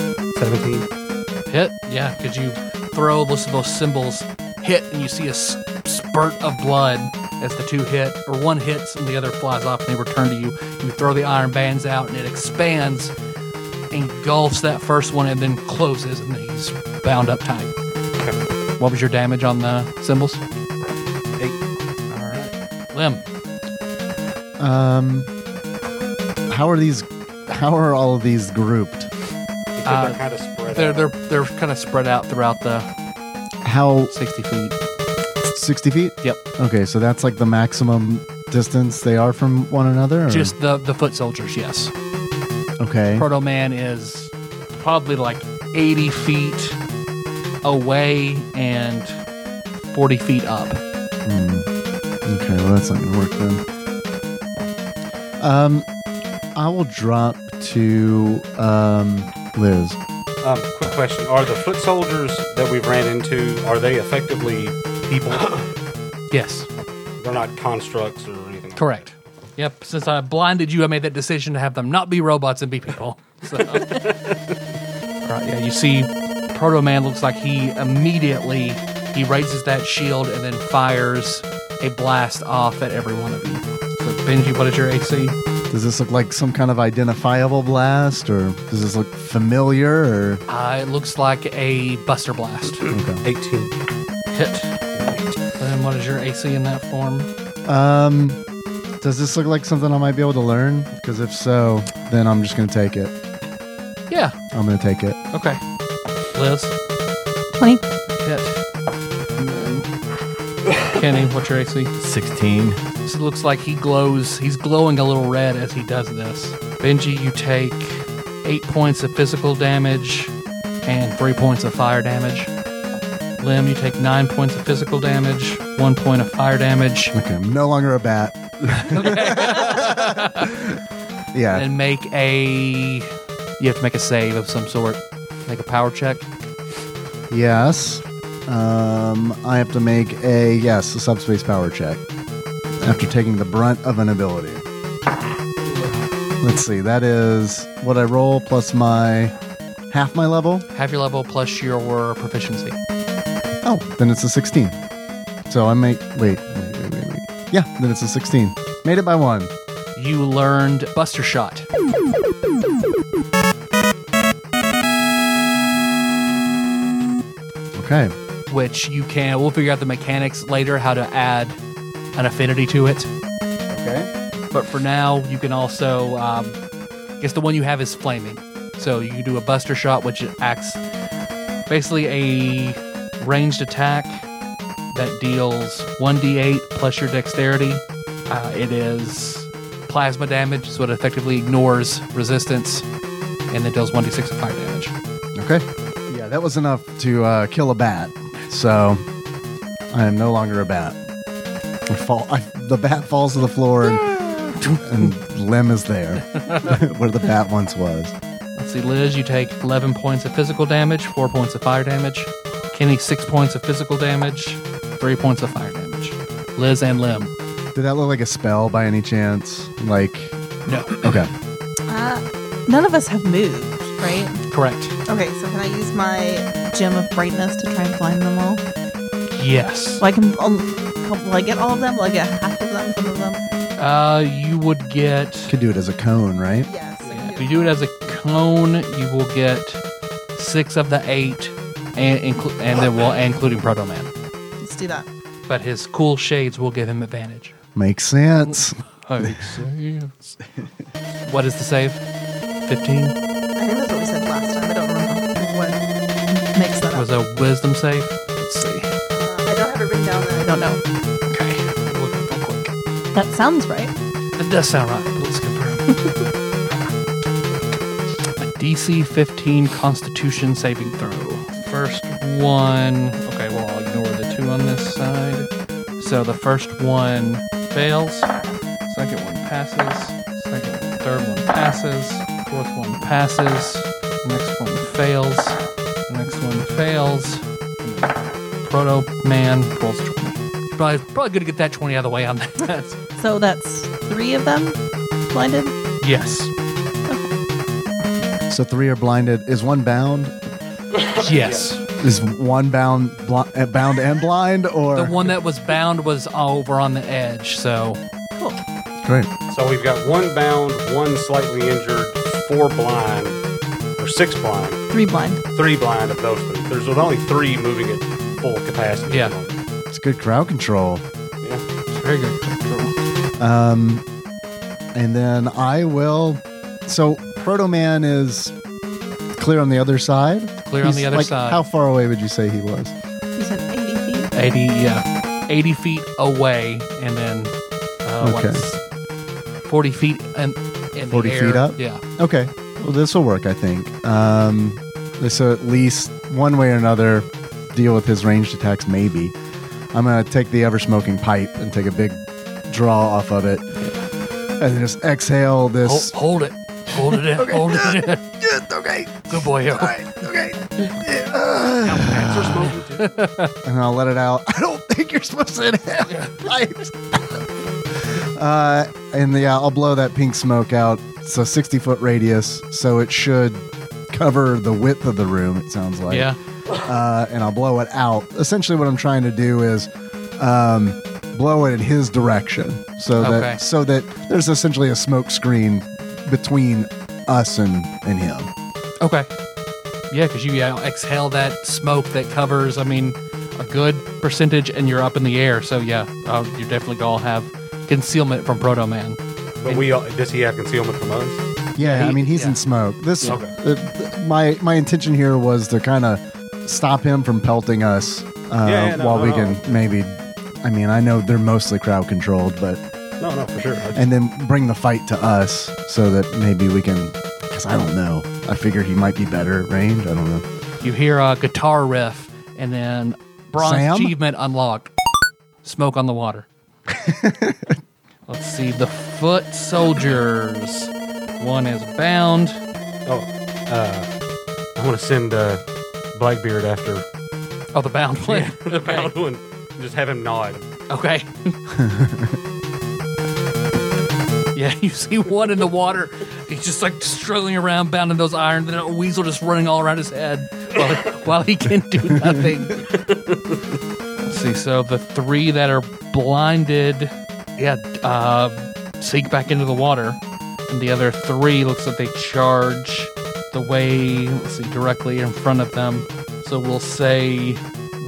Speaker 3: it's 17.
Speaker 1: hit. Yeah, because you throw most of those symbols, hit, and you see a s- spurt of blood as the two hit, or one hits and the other flies off, and they return to you. You throw the iron bands out, and it expands, engulfs that first one, and then closes, and he's bound up tight. What was your damage on the symbols?
Speaker 3: Eight.
Speaker 1: All right, Lim.
Speaker 2: Um, how are these? How are all of these grouped?
Speaker 3: Because
Speaker 1: Uh,
Speaker 3: they're kind of spread
Speaker 1: They're
Speaker 3: out.
Speaker 1: they're they're kind of spread out throughout the
Speaker 2: How
Speaker 1: sixty feet.
Speaker 2: 60 feet?
Speaker 1: Yep.
Speaker 2: Okay, so that's like the maximum distance they are from one another. or-
Speaker 1: Just the the foot soldiers. Yes.
Speaker 2: okay.
Speaker 1: Proto Man is probably like eighty feet away and forty feet up.
Speaker 2: Okay, well that's not gonna work then. Um, I will drop to um Liz.
Speaker 3: Um, quick question: Are the foot soldiers that we've ran into are they effectively
Speaker 1: <coughs>
Speaker 3: people?
Speaker 1: Yes.
Speaker 3: They're not constructs or anything. like
Speaker 1: Correct. Yep. Since I blinded you, I made that decision to have them not be robots and be people. <laughs> So. All right. Yeah. You see, Proto Man looks like he immediately he raises that shield and then fires a blast off at every one of you. So Benji, what is your AC?
Speaker 2: Does this look like some kind of identifiable blast, or does this look familiar? Or
Speaker 1: Uh, it looks like a Buster Blast
Speaker 3: that. Eighteen.
Speaker 1: hit. And what is your AC in that form?
Speaker 2: um, does this look like something I might be able to learn? Because if so, then I'm just gonna take it.
Speaker 1: Yeah.
Speaker 2: I'm gonna take it.
Speaker 1: Okay. Liz,
Speaker 5: 20.
Speaker 1: hit. And then- Kenny, what's your AC?
Speaker 4: 16.
Speaker 1: So it looks like he glows. He's glowing a little red as he does this. Benji, you take eight points of physical damage and three points of fire damage. Lim, you take nine points of physical damage, one point of fire damage,
Speaker 2: Okay, I'm no longer a bat. <laughs> yeah.
Speaker 1: and make a. You have to make a save of some sort. Make a power check.
Speaker 2: Yes. Um, I have to make a yes, a subspace power check after taking the brunt of an ability. Let's see. That is what I roll plus my half my level.
Speaker 1: Have your level plus your proficiency.
Speaker 2: Oh, then it's a 16. So I make wait, wait, wait, wait, wait. Yeah, then it's a 16. Made it by one.
Speaker 1: You learned Buster Shot.
Speaker 2: Okay.
Speaker 1: which you can. We'll figure out the mechanics later how to add an affinity to it.
Speaker 2: Okay.
Speaker 1: But for now, you can also. Um, I guess the one you have is flaming. So you can do a buster shot, which acts basically a ranged attack that deals 1d8 plus your dexterity. Uh, it is plasma damage, so it effectively ignores resistance, and it deals 1d6 of fire damage.
Speaker 2: Okay. Yeah, that was enough to uh, kill a bat. So I am no longer a bat. I fall. I, the bat falls to the floor, and,
Speaker 1: Ah!
Speaker 2: and Lim is there, <laughs> where the bat once was.
Speaker 1: Let's see, Liz, you take 11 points of physical damage, 4 points of fire damage. Kenny, 6 points of physical damage, 3 points of fire damage. Liz and Lim.
Speaker 2: Did that look like a spell by any chance? Like,
Speaker 1: No.
Speaker 2: okay.
Speaker 5: Uh, None of us have moved, right?
Speaker 1: Correct.
Speaker 5: Okay, so can I use my gem of brightness to try and blind them all?
Speaker 1: Yes.
Speaker 5: So I can, um, will I get all of them? Will I get half of them? Some of them?
Speaker 1: Uh, you would get.
Speaker 2: Could do it as a cone, right?
Speaker 5: Yes. I
Speaker 1: If
Speaker 5: can
Speaker 1: you
Speaker 5: do
Speaker 1: do it as a cone, you will get 6 of the 8, and, inclu- and then we'll, including Proto Man.
Speaker 5: that. Let's do that.
Speaker 1: But his cool shades will give him advantage.
Speaker 2: Makes sense.
Speaker 1: Oh, <laughs> what is the save? 15?
Speaker 5: I think that's what we said last time. I don't remember what makes
Speaker 1: It
Speaker 5: that up.
Speaker 1: was a wisdom save? Let's see.
Speaker 5: Uh, I don't have it written down and I don't know.
Speaker 1: Okay. Look real quick.
Speaker 6: That sounds right.
Speaker 1: That does sound right. Let's confirm. a DC 15 Constitution saving throw. First one. Okay, well, I'll ignore the two on this side. So the first one fails. Second one passes. Second, third one passes. Fourth one passes. Next one fails. Next one fails. And then Proto Man rolls 20. Probably, probably good to get that 20 out of the way on that. <laughs>
Speaker 5: So that's three of them blinded?
Speaker 1: Yes.
Speaker 2: So three are blinded. Is one bound?
Speaker 1: Yes.
Speaker 2: Is one bound, bl- bound and blind, or
Speaker 1: The one that was bound was over on the edge, so
Speaker 5: Cool.
Speaker 2: Great.
Speaker 3: So we've got one bound, one slightly injured, four blind, or six blind,
Speaker 5: Three blind.
Speaker 3: three blind of those three. There's only three moving at full capacity.
Speaker 1: Yeah.
Speaker 2: It's good crowd control.
Speaker 3: Yeah.
Speaker 1: it's very good.
Speaker 2: Um, and then I will. So Proto Man is clear on the other side.
Speaker 1: Clear on the other
Speaker 2: like,
Speaker 1: side.
Speaker 2: How far away would you say he was?
Speaker 5: You said 80 feet.
Speaker 1: 80, yeah, 80 feet away, and then uh,
Speaker 2: Okay.
Speaker 1: what's 40 feet and in
Speaker 2: 40
Speaker 1: the
Speaker 2: feet
Speaker 1: air.
Speaker 2: up?
Speaker 1: Yeah.
Speaker 2: Okay. Well, this will work, I think. Um, so at least one way or another, deal with his ranged attacks. Maybe I'm gonna take the ever smoking pipe and take a big draw off of it, and then just exhale
Speaker 1: Hold,
Speaker 2: this.
Speaker 1: hold it. Hold it in. Hold it in.
Speaker 2: Oh. okay.
Speaker 1: Good boy. Hero.
Speaker 2: Okay.
Speaker 1: <laughs>
Speaker 2: and I'll let it out. <laughs> I don't think you're supposed to inhale pipes. uh, and yeah, I'll blow that pink smoke out. It's a 60 foot radius, so it should cover the width of the room, it sounds like.
Speaker 1: Yeah.
Speaker 2: Uh, and I'll blow it out. Essentially, what I'm trying to do is. Um, blow it in his direction so
Speaker 1: Okay.
Speaker 2: that so that there's essentially a smoke screen between us and, and him
Speaker 1: Okay. Yeah, because you yeah, exhale that smoke that covers, I mean, a good percentage, and you're up in the air. So, yeah, uh, you're definitely going to have concealment from Proto Man.
Speaker 3: But we all, does he have concealment from us?
Speaker 2: Yeah,
Speaker 1: Yeah,
Speaker 2: I
Speaker 1: he-
Speaker 2: mean he's
Speaker 1: yeah.
Speaker 2: in smoke. This
Speaker 3: Okay.
Speaker 2: uh, th- my my intention here was to kind of stop him from pelting us uh,
Speaker 3: Yeah, yeah, no,
Speaker 2: while
Speaker 3: no,
Speaker 2: we
Speaker 3: no.
Speaker 2: can maybe. I mean, I know they're mostly crowd controlled, but
Speaker 3: No, no, for sure. I-
Speaker 2: and then bring the fight to us so that maybe we can. Because I don't know. I figure he might be better at range. I don't know.
Speaker 1: You hear a guitar riff and then bronze
Speaker 2: Sam?
Speaker 1: achievement unlocked. Smoke on the water. Let's see the foot soldiers. One is bound.
Speaker 3: Oh, uh, I want to send uh, Blackbeard after
Speaker 1: Oh, the bound one.
Speaker 3: <laughs> the bound one. Just have him nod.
Speaker 1: <laughs> Okay. yeah, you see one in the water. He's just like struggling around, bounding those irons. Then a weasel just running all around his head while, while he can do nothing. Let's see. So the three that are blinded, yeah, uh, sink back into the water, and the other three looks like they charge the way. Let's see, directly in front of them. So we'll say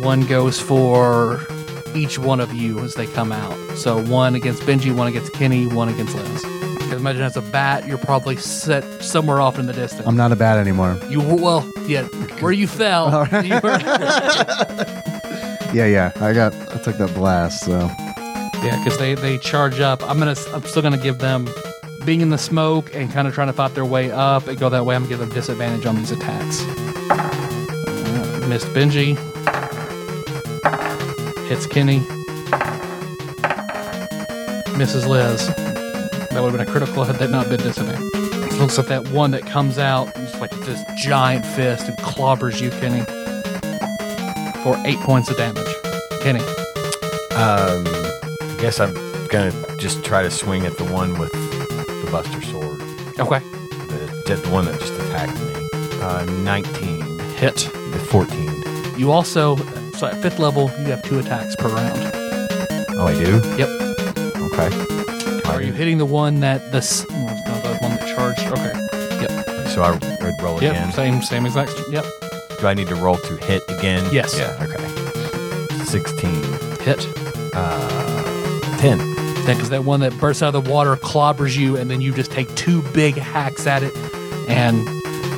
Speaker 1: One goes for each one of you as they come out. So one against Benji, one against Kenny, one against Liz. 'Cause Imagine as a bat, you're probably set somewhere off in the distance.
Speaker 2: I'm not a bat anymore.
Speaker 1: You well, yeah. Where you fell, you were-
Speaker 2: Yeah, yeah. I got. I took that blast. So
Speaker 1: yeah, because they they charge up. I'm gonna, I'm still gonna give them being in the smoke and kind of trying to fight their way up and go that way. I'm gonna give them disadvantage on these attacks. Uh, missed Benji. Hits Kenny. Misses Liz. That would have been a critical had that not been disadvantage. Looks like that one that comes out, just like this giant fist and clobbers you, Kenny, for eight points of damage. Kenny.
Speaker 4: Um, I guess I'm gonna just try to swing at the one with the Buster Sword,
Speaker 1: Okay.
Speaker 4: the, the one that just attacked me. Uh, 19,
Speaker 1: Hit.
Speaker 4: the 14.
Speaker 1: You also, so at fifth level, you have two attacks per round.
Speaker 4: Oh, I do.
Speaker 1: Yep.
Speaker 4: Okay.
Speaker 1: Are you hitting the one that the s- no, the one that charged? Okay. Yep.
Speaker 4: So I would roll
Speaker 1: Yep.
Speaker 4: again.
Speaker 1: Same. Same exact. Yep.
Speaker 4: Do I need to roll to hit again?
Speaker 1: Yes.
Speaker 4: Yeah. Okay. 16,
Speaker 1: Hit.
Speaker 4: 10.
Speaker 1: Because that one that bursts out of the water clobbers you, and then you just take two big hacks at it. And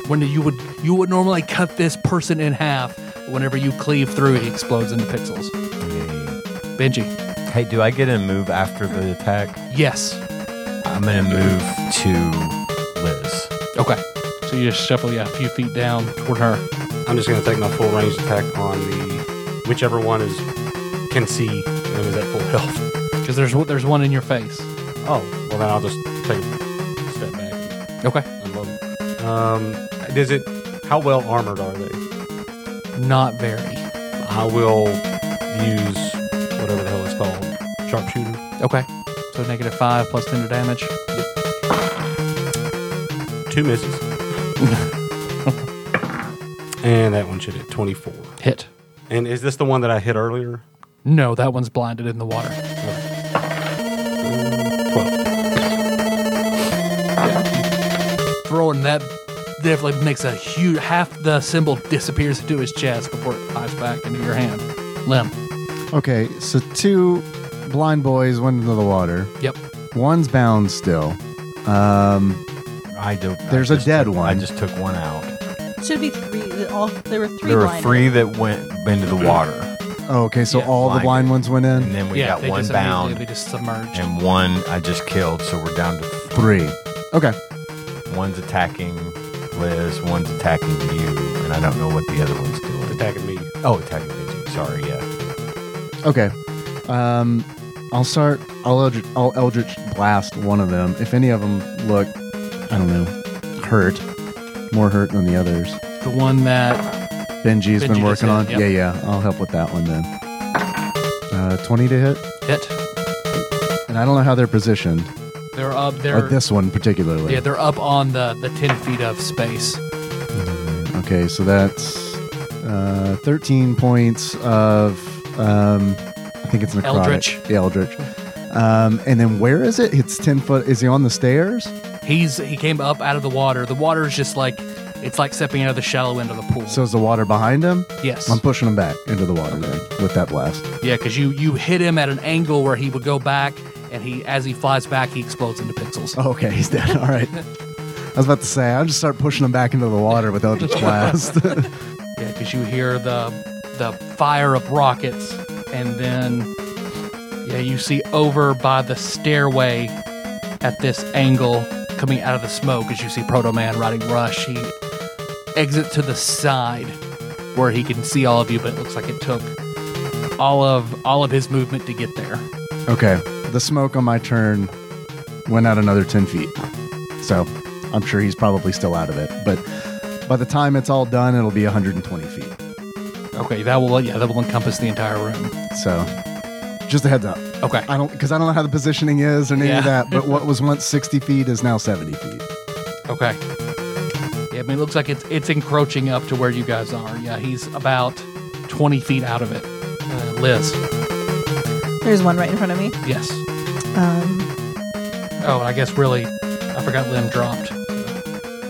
Speaker 1: when you would you would normally cut this person in half, but whenever you cleave through, he explodes into pixels. Benji.
Speaker 4: Hey, do I get a move after the attack?
Speaker 1: Yes.
Speaker 4: I'm gonna move to Liz.
Speaker 1: Okay. So you just shuffle yeah, a few feet down toward her.
Speaker 3: I'm just going to take my full range attack on the whichever one is can see and is at full <laughs> health.
Speaker 1: Because there's there's one in your face.
Speaker 3: Oh, well then I'll just take a step back
Speaker 1: Okay.
Speaker 3: and unload. Um, does it? How well armored are they?
Speaker 1: Not very.
Speaker 3: I will use whatever the hell it's called, sharpshooter.
Speaker 1: Okay. So negative five plus ten to damage.
Speaker 3: Two misses, and that one should hit 24.
Speaker 1: Hit.
Speaker 3: And is this the one that I hit earlier?
Speaker 1: No, that one's blinded in the water.
Speaker 3: 12.
Speaker 1: Throwing that definitely makes a huge half the symbol disappears into his chest before it flies back into your hand. Limb.
Speaker 2: okay. So two blind boys went into the water.
Speaker 1: Yep.
Speaker 2: One's bound still. Um,
Speaker 4: I don't. I
Speaker 2: There's a
Speaker 4: just
Speaker 2: dead
Speaker 4: took- I
Speaker 2: one.
Speaker 4: just took one out.
Speaker 5: Should be three. the- All there were three.
Speaker 4: there were
Speaker 5: blind
Speaker 4: three that went into the water,
Speaker 2: oh, okay. So
Speaker 1: Yeah,
Speaker 2: all the
Speaker 4: blind.
Speaker 2: blind ones went
Speaker 4: and
Speaker 2: in.
Speaker 4: then we
Speaker 1: yeah,
Speaker 4: got
Speaker 1: they
Speaker 4: one
Speaker 1: just
Speaker 4: bound
Speaker 1: immediately just submerged.
Speaker 4: and one I just killed. So we're down to th-
Speaker 2: Three. Okay.
Speaker 4: one's attacking Liz, one's attacking you, and I don't know what the other one's doing.
Speaker 3: Attacking me.
Speaker 4: Oh, attacking Benji. Sorry, yeah.
Speaker 2: Okay. Um, I'll start. I'll eldritch, I'll eldritch blast one of them. If any of them look, I don't know, hurt, more hurt than the others.
Speaker 1: the one that
Speaker 2: Benji's
Speaker 1: Benji
Speaker 2: been
Speaker 1: just
Speaker 2: working
Speaker 1: hit,
Speaker 2: on.
Speaker 1: yep.
Speaker 2: Yeah, yeah. I'll help with that one then. Uh, Twenty to hit,
Speaker 1: hit.
Speaker 2: and I don't know how they're positioned.
Speaker 1: They're up
Speaker 2: Or
Speaker 1: they're
Speaker 2: this one particularly.
Speaker 1: Yeah, they're up on the, the ten feet of space.
Speaker 2: Okay, so that's uh, 13 points of, um, I think it's necrotic.
Speaker 1: Eldritch.
Speaker 2: Yeah, Eldritch. Um, and then where is it? It's 10 foot. Is he on the stairs?
Speaker 1: He's he came up out of the water. The water is just like it's like stepping out of the shallow end of the pool.
Speaker 2: So is the water behind him?
Speaker 1: yes.
Speaker 2: I'm pushing him back into the water then with that blast.
Speaker 1: Yeah, because you you hit him at an angle where he would go back, and he as he flies back, he explodes into pixels.
Speaker 2: Oh, okay, he's dead. All right. <laughs> I was about to say, I'll just start pushing him back into the water with Eldritch Blast. <laughs>
Speaker 1: Yeah, because you hear the the fire of rockets, and then yeah, you see over by the stairway at this angle coming out of the smoke as you see Proto Man riding Rush. He exits to the side where he can see all of you, but it looks like it took all of all of his movement to get there.
Speaker 2: okay, the smoke on my turn went out another 10 feet. So I'm sure he's probably still out of it. But by the time it's all done, it'll be 120 feet.
Speaker 1: Okay, that will yeah, that will encompass the entire room.
Speaker 2: So, just a heads up.
Speaker 1: Okay.
Speaker 2: I don't because I don't know how the positioning is or any
Speaker 1: Yeah.
Speaker 2: of that. But what was once sixty feet is now seventy feet.
Speaker 1: Okay. Yeah, I mean, it looks like it's it's encroaching up to where you guys are. Yeah, he's about twenty feet out of it. Uh, Liz,
Speaker 5: one. There's one right in front of me.
Speaker 1: yes.
Speaker 5: Um,
Speaker 1: Oh, and I guess really, I forgot Lim dropped.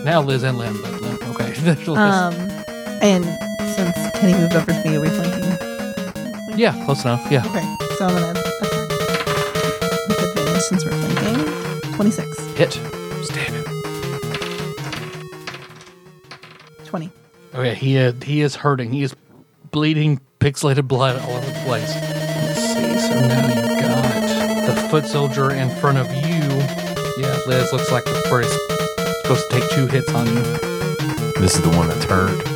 Speaker 1: Now Liz and
Speaker 5: Oh.
Speaker 1: Lim, but Lim. Okay. <laughs> There's Liz.
Speaker 5: um, and since Kenny moved over to me, are we flanking?
Speaker 1: Yeah, close enough. Yeah.
Speaker 5: Okay, so I'm gonna attack with advantage since we're flanking. 26.
Speaker 1: Hit. Stab him.
Speaker 5: 20.
Speaker 1: Okay, Oh, he is, he is hurting. He is bleeding pixelated blood all over the place. Let's see. So now you've got the foot soldier in front of you. Yeah, Liz looks like the first supposed to take two hits on you.
Speaker 4: This is the one that's hurt.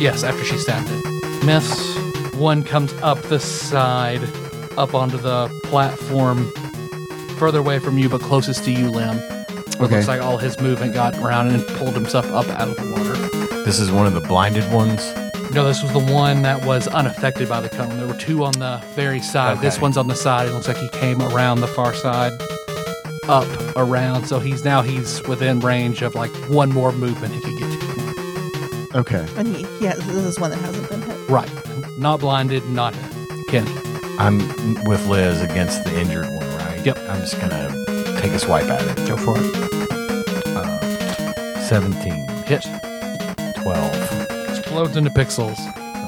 Speaker 1: Yes, after she stabbed it. Miss. One comes up the side, up onto the platform, further away from you, but closest to you, Lim. It
Speaker 2: Okay.
Speaker 1: Looks like all his movement got around and pulled himself up out of the water.
Speaker 4: This is one of the blinded ones.
Speaker 1: No, this was the one that was unaffected by the cone. There were two on the very side. This
Speaker 4: Okay.
Speaker 1: one's on the side. It looks like he came around the far side, up, around. So he's now he's within range of like one more movement he could get to.
Speaker 2: Okay.
Speaker 5: And he, yeah, this is one that hasn't been hit.
Speaker 1: Right. Not blinded, not Kenny.
Speaker 4: I'm with Liz against the injured one, right?
Speaker 1: Yep.
Speaker 4: I'm just gonna take a swipe at it.
Speaker 1: Go for it.
Speaker 4: Uh, 17,
Speaker 1: Hit.
Speaker 4: 12.
Speaker 1: Explodes into pixels.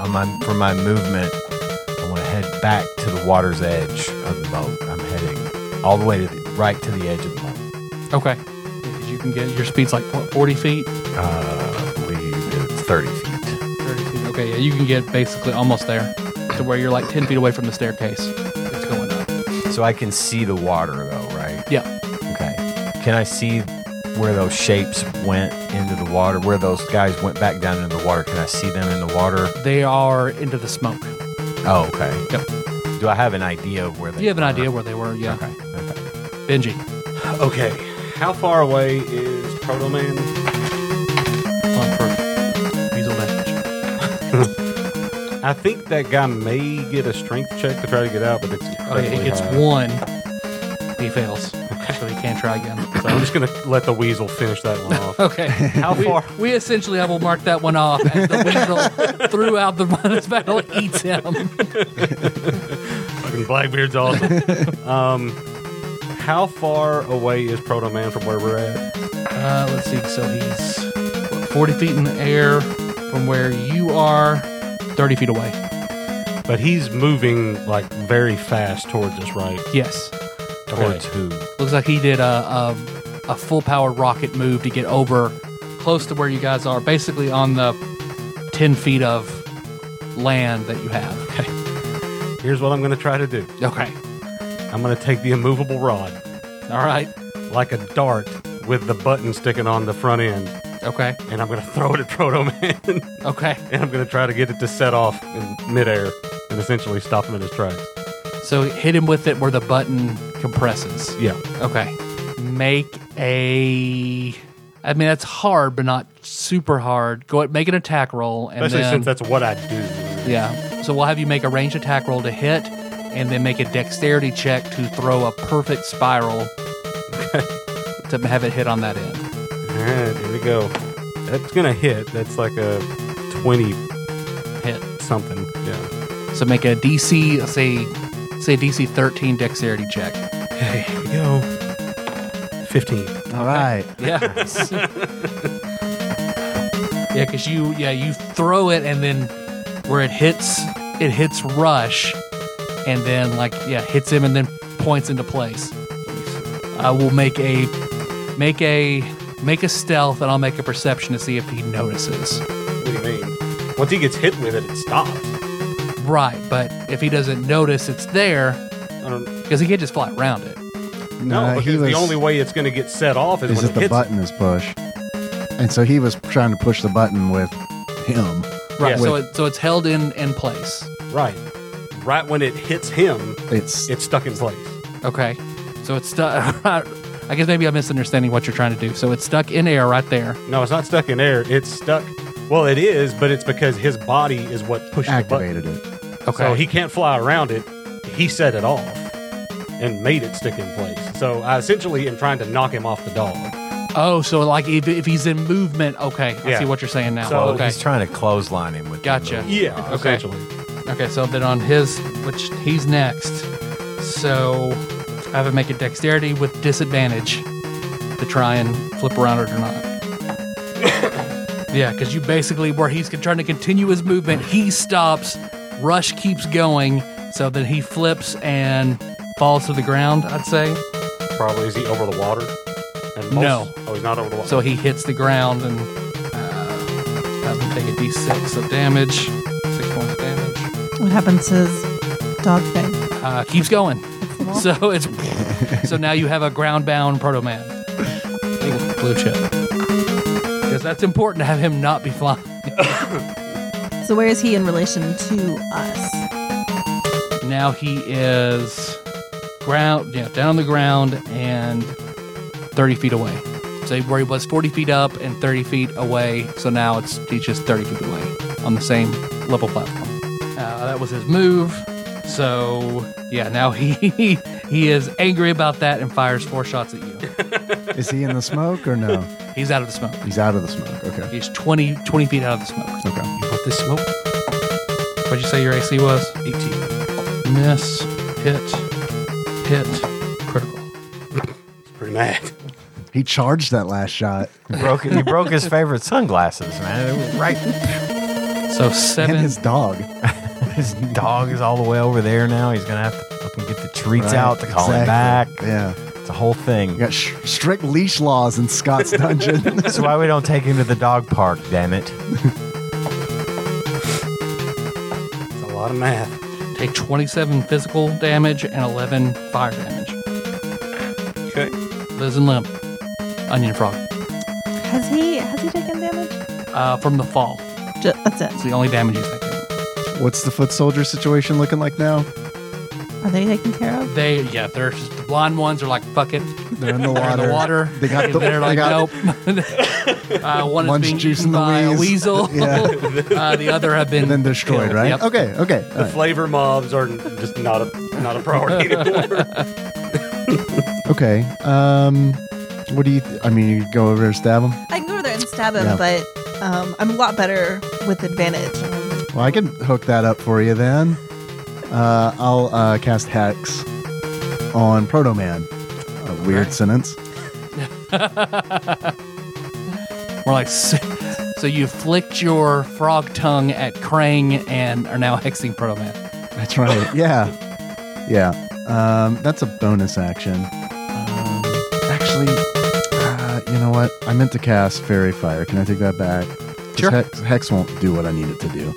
Speaker 4: On my, for my movement, I want to head back to the water's edge of the moat. I'm heading all the way to the right to the edge of the moat.
Speaker 1: Okay. Because you can get your speed's like what, 40 feet?
Speaker 4: Uh, I believe it's 30 feet.
Speaker 1: 30 feet. Okay, yeah, you can get basically almost there to where you're like 10 feet away from the staircase. It's going up.
Speaker 4: So I can see the water though, right?
Speaker 1: Yeah.
Speaker 4: Okay. Can I see where those shapes went into the water? Where those guys went back down into the water? Can I see them in the water?
Speaker 1: They are into the smoke.
Speaker 4: Oh, okay.
Speaker 1: Yep.
Speaker 4: Do I have an idea of where they?
Speaker 1: You have an
Speaker 4: were?
Speaker 1: idea where they were, yeah.
Speaker 4: Okay. okay.
Speaker 1: Benji.
Speaker 3: Okay. How far away is Proto Man?
Speaker 1: On for diesel damage.
Speaker 3: I think that guy may get a strength check to try to get out, but it's
Speaker 1: Oh, yeah, he
Speaker 3: incredibly
Speaker 1: gets
Speaker 3: high.
Speaker 1: one. He fails. So he can't try <laughs> again.
Speaker 3: So I'm just gonna let the weasel finish that one <laughs> off.
Speaker 1: Okay. How we,
Speaker 3: far?
Speaker 1: We essentially, I will mark that one off as the <laughs> weasel throughout the bonus battle eats him.
Speaker 3: Fucking Blackbeard's awesome. um, <laughs> how far away is Proto Man from where we're at?
Speaker 1: Uh, let's see. So he's what, 40 feet in the air from where you are, 30 feet away.
Speaker 3: But he's moving like very fast towards us, right?
Speaker 1: Yes.
Speaker 4: Towards who?
Speaker 1: Looks like he did a, a, a full power rocket move to get over close to where you guys are, basically on the 10 feet of land that you have. Okay.
Speaker 3: Here's what I'm gonna try to do.
Speaker 1: Okay.
Speaker 3: I'm gonna take the immovable rod,
Speaker 1: All right.
Speaker 3: like a dart, with the button sticking on the front end,
Speaker 1: Okay.
Speaker 3: and I'm gonna throw it at Proto Man. <laughs>
Speaker 1: Okay.
Speaker 3: and I'm gonna try to get it to set off in midair and essentially stop him in his tracks.
Speaker 1: So hit him with it where the button compresses.
Speaker 3: Yeah.
Speaker 1: Okay. Make a. I mean, that's hard, but not super hard. Go ahead, make an attack roll, and
Speaker 3: Especially
Speaker 1: then
Speaker 3: since that's what I do.
Speaker 1: yeah. So we'll have you make a range attack roll to hit, and then make a dexterity check to throw a perfect
Speaker 3: <laughs>
Speaker 1: spiral to have it hit on that end.
Speaker 3: Alright, here we go. That's gonna hit. That's like a twenty
Speaker 1: Hit.
Speaker 3: something. Yeah.
Speaker 1: So make a DC, say, say DC 13 dexterity check.
Speaker 3: Okay, here we go. Fifteen.
Speaker 2: All right.
Speaker 1: Yeah. <laughs> yeah, because you yeah you throw it and then where it hits it hits rush, and then like yeah hits him and then points into place. I will make a make a make a stealth and I'll make a perception to see if he notices.
Speaker 3: What do you mean? Once he gets hit with it, it stops.
Speaker 1: Right, but if he doesn't notice it's there,
Speaker 3: I don't
Speaker 1: because he can't just fly around it.
Speaker 3: know.
Speaker 2: Nah,
Speaker 3: because the only way it's gonna get set off is,
Speaker 2: is
Speaker 3: when
Speaker 2: that
Speaker 3: it
Speaker 2: the
Speaker 3: hits.
Speaker 2: button is pushed. And so he was trying to push the button with him.
Speaker 1: Right,
Speaker 3: Yeah.
Speaker 1: so it, so it's held in in place.
Speaker 3: Right. Right when it hits him,
Speaker 2: It's
Speaker 3: it's stuck in place.
Speaker 1: Okay. So it's stuck. <laughs> I guess maybe I'm misunderstanding what you're trying to do. So it's stuck in air right there.
Speaker 3: No, it's not stuck in air. It's stuck. Well, it is, but it's because his body is what pushed
Speaker 2: activated
Speaker 3: the
Speaker 2: it.
Speaker 3: button. So he can't fly around it. He set it off and made it stick in place. So I essentially am trying to knock him off the dog.
Speaker 1: oh, so like if, if he's in movement, okay. I
Speaker 3: Yeah.
Speaker 1: see what you're saying now.
Speaker 3: So
Speaker 4: Oh,
Speaker 1: okay.
Speaker 4: he's trying to clothesline him with. the
Speaker 1: Gotcha.
Speaker 4: move.
Speaker 3: Yeah,
Speaker 1: Okay.
Speaker 3: essentially.
Speaker 1: okay. So then on his, which he's next. So I have to make a dexterity with disadvantage to try and flip around it or not. yeah, because you basically, where he's con- trying to continue his movement, he stops, Rush keeps going, So then he flips and falls to the ground, I'd say.
Speaker 3: Probably is he over the water? And
Speaker 1: No.
Speaker 3: most- Oh, he's not over the water.
Speaker 1: So he hits the ground and uh, I would take a d6 of damage. Six points of damage.
Speaker 5: What happens to his dog thing?
Speaker 1: Uh, keeps going. So it's so now you have a ground bound proto man. Blue chip. Because that's important to have him not be flying.
Speaker 5: So where is he in relation to us?
Speaker 1: Now he is ground yeah, down on the ground and thirty feet away. So where he was forty feet up and thirty feet away, so now it's he's just thirty feet away on the same level platform. Uh, that was his move. So yeah, now he <laughs> he is angry about that and fires four shots at you.
Speaker 2: Is he in the smoke or no?
Speaker 1: He's out of the smoke.
Speaker 2: He's out of the smoke. Okay.
Speaker 1: He's 20, 20 feet out of the smoke.
Speaker 2: Okay.
Speaker 4: You want this smoke?
Speaker 1: What'd you say your AC was? E
Speaker 4: 18.
Speaker 1: Miss, hit, hit, critical.
Speaker 3: He's pretty mad. <laughs>
Speaker 2: He charged that last shot
Speaker 4: Broke, he broke his favorite sunglasses, man. They were Right.
Speaker 1: So seven.
Speaker 2: and his dog.
Speaker 4: His dog is all the way over there now. He's going to have to fucking get the treats
Speaker 2: Right,
Speaker 4: out to call him back.
Speaker 2: exactly. Yeah.
Speaker 4: It's a whole thing.
Speaker 2: We got sh- strict leash laws in Scott's dungeon. <laughs>
Speaker 4: That's why we don't take him to the dog park, damn it.
Speaker 3: It's a lot of math.
Speaker 1: Take 27 physical damage and 11 fire damage.
Speaker 3: Okay.
Speaker 1: Losing limp. Onion frog.
Speaker 5: Has he has he taken damage?
Speaker 1: Uh, from the fall.
Speaker 5: Ju- that's it.
Speaker 1: It's the only damage he's taken.
Speaker 2: What's the foot soldier situation looking like now?
Speaker 5: Are they taken care of?
Speaker 1: They, yeah, they're just the blonde ones are like, fuck it.
Speaker 2: They're in the
Speaker 1: They're
Speaker 2: water.
Speaker 1: in the water.
Speaker 2: They got
Speaker 1: And
Speaker 2: the-
Speaker 1: they're like,
Speaker 2: they got-
Speaker 1: nope. <laughs> uh, one is
Speaker 2: One's
Speaker 1: being
Speaker 2: juicing
Speaker 1: eaten
Speaker 2: the
Speaker 1: by a
Speaker 2: wheeze.
Speaker 1: weasel. <laughs> uh, the other have been
Speaker 2: And then destroyed,
Speaker 1: killed.
Speaker 2: right?
Speaker 1: Yep.
Speaker 2: Okay. Okay. all
Speaker 3: The
Speaker 2: right.
Speaker 3: flavor mobs are just not a not a
Speaker 1: <laughs>
Speaker 3: priority anymore.
Speaker 2: Okay. Um, what do you? Th- I mean, you go over and stab him.
Speaker 5: I can go over there and stab him,
Speaker 2: Yeah.
Speaker 5: but um, I'm a lot better with advantage. Um,
Speaker 2: Well, I can hook that up for you then. Uh, I'll uh, cast hex on Proto Man. A weird sentence.
Speaker 1: We're like, so, so you flicked your frog tongue at Krang and are now hexing Proto Man.
Speaker 2: That's right. <laughs> yeah. Yeah. Um, that's a bonus action. Um, actually, uh, you know what? I meant to cast Fairy Fire. Can I take that back? 'Cause
Speaker 1: Sure.
Speaker 2: Hex, Hex won't do what I need it to do.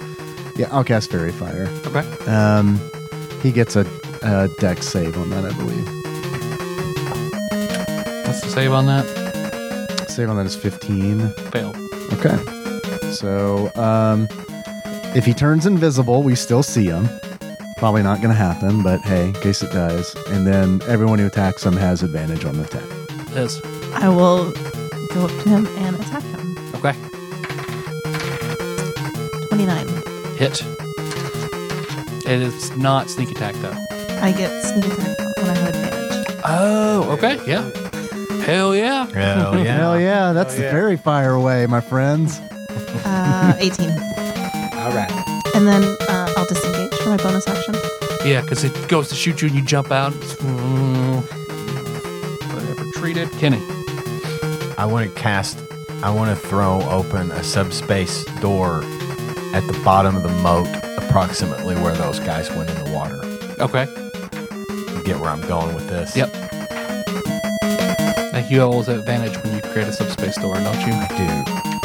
Speaker 2: Yeah, I'll cast Fairy Fire.
Speaker 1: Okay.
Speaker 2: Um, he gets a, a deck save on that, I believe.
Speaker 1: What's the save on that?
Speaker 2: Save on that is 15.
Speaker 1: Failed.
Speaker 2: Okay. So, um, if he turns invisible, we still see him. Probably not going to happen, but hey, in case it does. And then everyone who attacks him has advantage on the attack.
Speaker 1: Liz.
Speaker 5: I will go up to him and attack him.
Speaker 1: Okay.
Speaker 5: 29.
Speaker 1: Hit. It is not sneak attack though.
Speaker 5: I get sneak attack when I have advantage.
Speaker 1: Oh, okay, yeah. Hell yeah.
Speaker 4: Hell yeah.
Speaker 2: <laughs> Hell yeah, that's
Speaker 3: yeah.
Speaker 2: the very fire way, my friends.
Speaker 5: Uh,
Speaker 3: <laughs>
Speaker 5: 18.
Speaker 3: All right.
Speaker 5: And then uh, I'll disengage for my bonus action.
Speaker 1: Yeah, because it goes to shoot you and you jump out. It's- Whatever. Treat it. Kenny.
Speaker 4: I want to cast, I want to throw open a subspace door at the bottom of the moat, approximately where those guys went in the water.
Speaker 1: Okay.
Speaker 4: You get where I'm going with this?
Speaker 1: Yep. Like you always have advantage when you create a subspace door, don't you?
Speaker 4: Dude,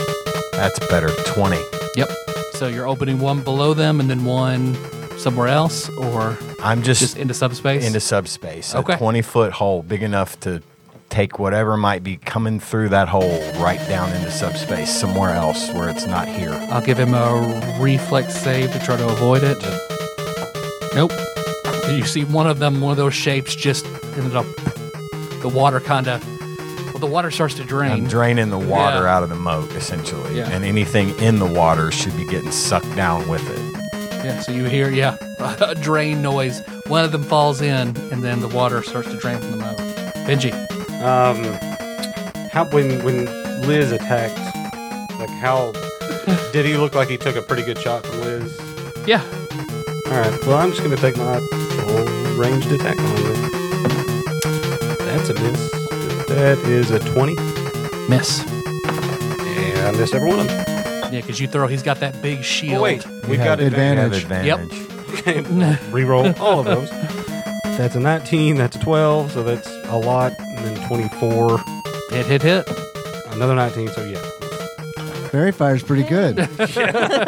Speaker 4: that's better. 20.
Speaker 1: Yep. So you're opening one below them and then one somewhere else or
Speaker 4: I'm just,
Speaker 1: just into subspace?
Speaker 4: into subspace.
Speaker 1: Okay.
Speaker 4: A 20 foot hole big enough to take whatever might be coming through that hole right down into subspace somewhere else where it's not here.
Speaker 1: I'll give him a reflex save to try to avoid it. Nope. You see one of them, one of those shapes just ended up the water kind of well the water starts to
Speaker 4: I'm
Speaker 1: drain.
Speaker 4: draining the water
Speaker 1: Yeah.
Speaker 4: out of the moat essentially,
Speaker 1: Yeah.
Speaker 4: and anything in the water should be getting sucked down with it.
Speaker 1: yeah, so you hear yeah, <laughs> a drain noise. One of them falls in and then the water starts to drain from the mouth. Benji.
Speaker 3: Um, how when when Liz attacked, like how did he look like he took a pretty good shot from Liz?
Speaker 1: Yeah.
Speaker 3: All right. Well, I'm just gonna take my full ranged attack on him. That's a miss. That is a twenty,
Speaker 1: Miss.
Speaker 3: and I missed every one of them.
Speaker 1: Yeah, because you throw he's got that big shield.
Speaker 3: Oh, wait,
Speaker 2: You
Speaker 3: we've
Speaker 2: have
Speaker 3: got
Speaker 4: I have
Speaker 3: advantage.
Speaker 4: advantage.
Speaker 3: Okay. Reroll all of those. That's a 19, that's a 12, so that's a lot. And then 24,
Speaker 1: Hit, hit, hit.
Speaker 3: another 19, so yeah.
Speaker 2: Fairy fire's pretty good. <laughs>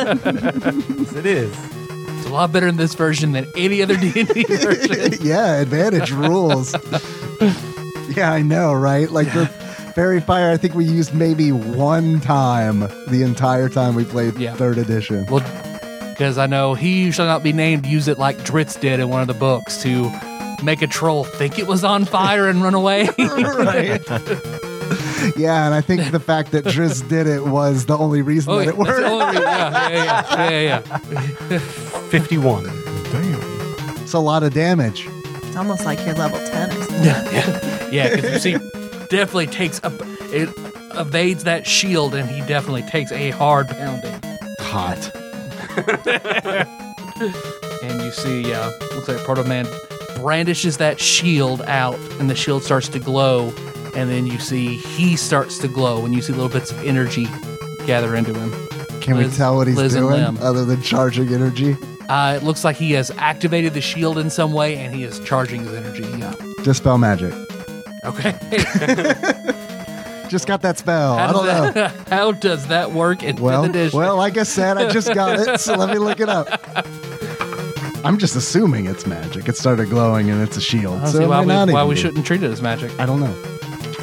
Speaker 3: Yes, it is.
Speaker 1: It's a lot better in this version than any other <laughs> D&D version.
Speaker 2: yeah, advantage rules. <laughs> yeah, I know, right? Like the fairy fire, I think we used maybe one time the entire time we played
Speaker 1: Yeah.
Speaker 2: third edition.
Speaker 1: Well, because I know he who shall not be named use it like Dritz did in one of the books to make a troll think it was on fire and run away. <laughs>
Speaker 2: right. Yeah, and I think the fact that Driz did it was the only reason that
Speaker 1: Oh, yeah,
Speaker 2: it worked.
Speaker 1: that's the only reason- yeah, yeah, yeah, yeah, yeah, yeah.
Speaker 3: 51.
Speaker 4: Damn.
Speaker 2: It's a lot of damage.
Speaker 5: It's almost like you're level 10 or
Speaker 3: <laughs>
Speaker 5: something.
Speaker 1: Yeah, because you see, definitely takes a it evades that shield, and he definitely takes a hard pounding.
Speaker 2: Hot.
Speaker 1: And you see, uh, looks like Proto Man brandishes that shield out, and the shield starts to glow. And then you see he starts to glow, and you see little bits of energy gather into him.
Speaker 2: Can we
Speaker 1: Liz-
Speaker 2: tell what he's
Speaker 1: Liz and
Speaker 2: doing
Speaker 1: Lim.
Speaker 2: other than charging energy?
Speaker 1: Uh, it looks like he has activated the shield in some way, and he is charging his energy. Yeah.
Speaker 2: Dispel magic. <laughs>
Speaker 1: Okay.
Speaker 2: Just got that spell. Oh, I
Speaker 1: How <laughs>
Speaker 2: don't
Speaker 1: does
Speaker 2: know.
Speaker 1: that- How does that work in
Speaker 2: Well,
Speaker 1: fifth edition?
Speaker 2: well, like I said, I just got it, so let me look it up. I'm just assuming it's magic. It started glowing and it's a shield.
Speaker 1: I don't
Speaker 2: so
Speaker 1: see
Speaker 2: it
Speaker 1: why we,
Speaker 2: may not
Speaker 1: why
Speaker 2: even
Speaker 1: we
Speaker 2: be.
Speaker 1: shouldn't treat it as magic.
Speaker 2: I don't know.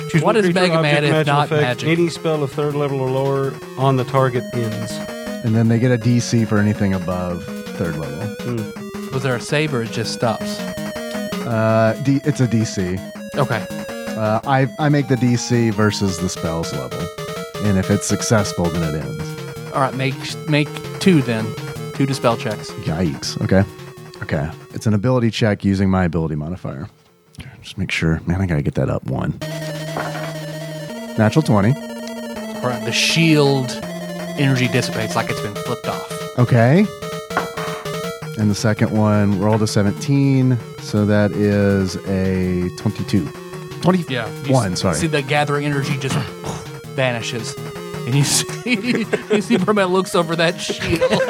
Speaker 3: Choose
Speaker 1: What
Speaker 3: one
Speaker 1: is
Speaker 3: creature,
Speaker 1: Mega Man
Speaker 3: object,
Speaker 1: if
Speaker 3: magical
Speaker 1: not
Speaker 3: effect.
Speaker 1: magic?
Speaker 3: Any spell of third level or lower on the target ends.
Speaker 2: And then they get a DC for anything above third level.
Speaker 1: Was there a save or it just stops?
Speaker 2: Uh, D- it's a DC.
Speaker 1: Okay.
Speaker 2: Uh, I, I make the DC versus the spells level. And if it's successful, then it ends.
Speaker 1: All right. Make make two then. Two dispel checks.
Speaker 2: Yikes. Okay. Okay. It's an ability check using my ability modifier. Okay, Just make sure. Man, I got to get that up one. Natural 20.
Speaker 1: All right. The shield energy dissipates like it's been flipped off.
Speaker 2: Okay. And the second one rolled a 17. So that is a 22. 21,
Speaker 1: Yeah. You s-
Speaker 2: sorry.
Speaker 1: See the gathering energy just <laughs> vanishes, and you <laughs> see you see Brumette looks over that shield.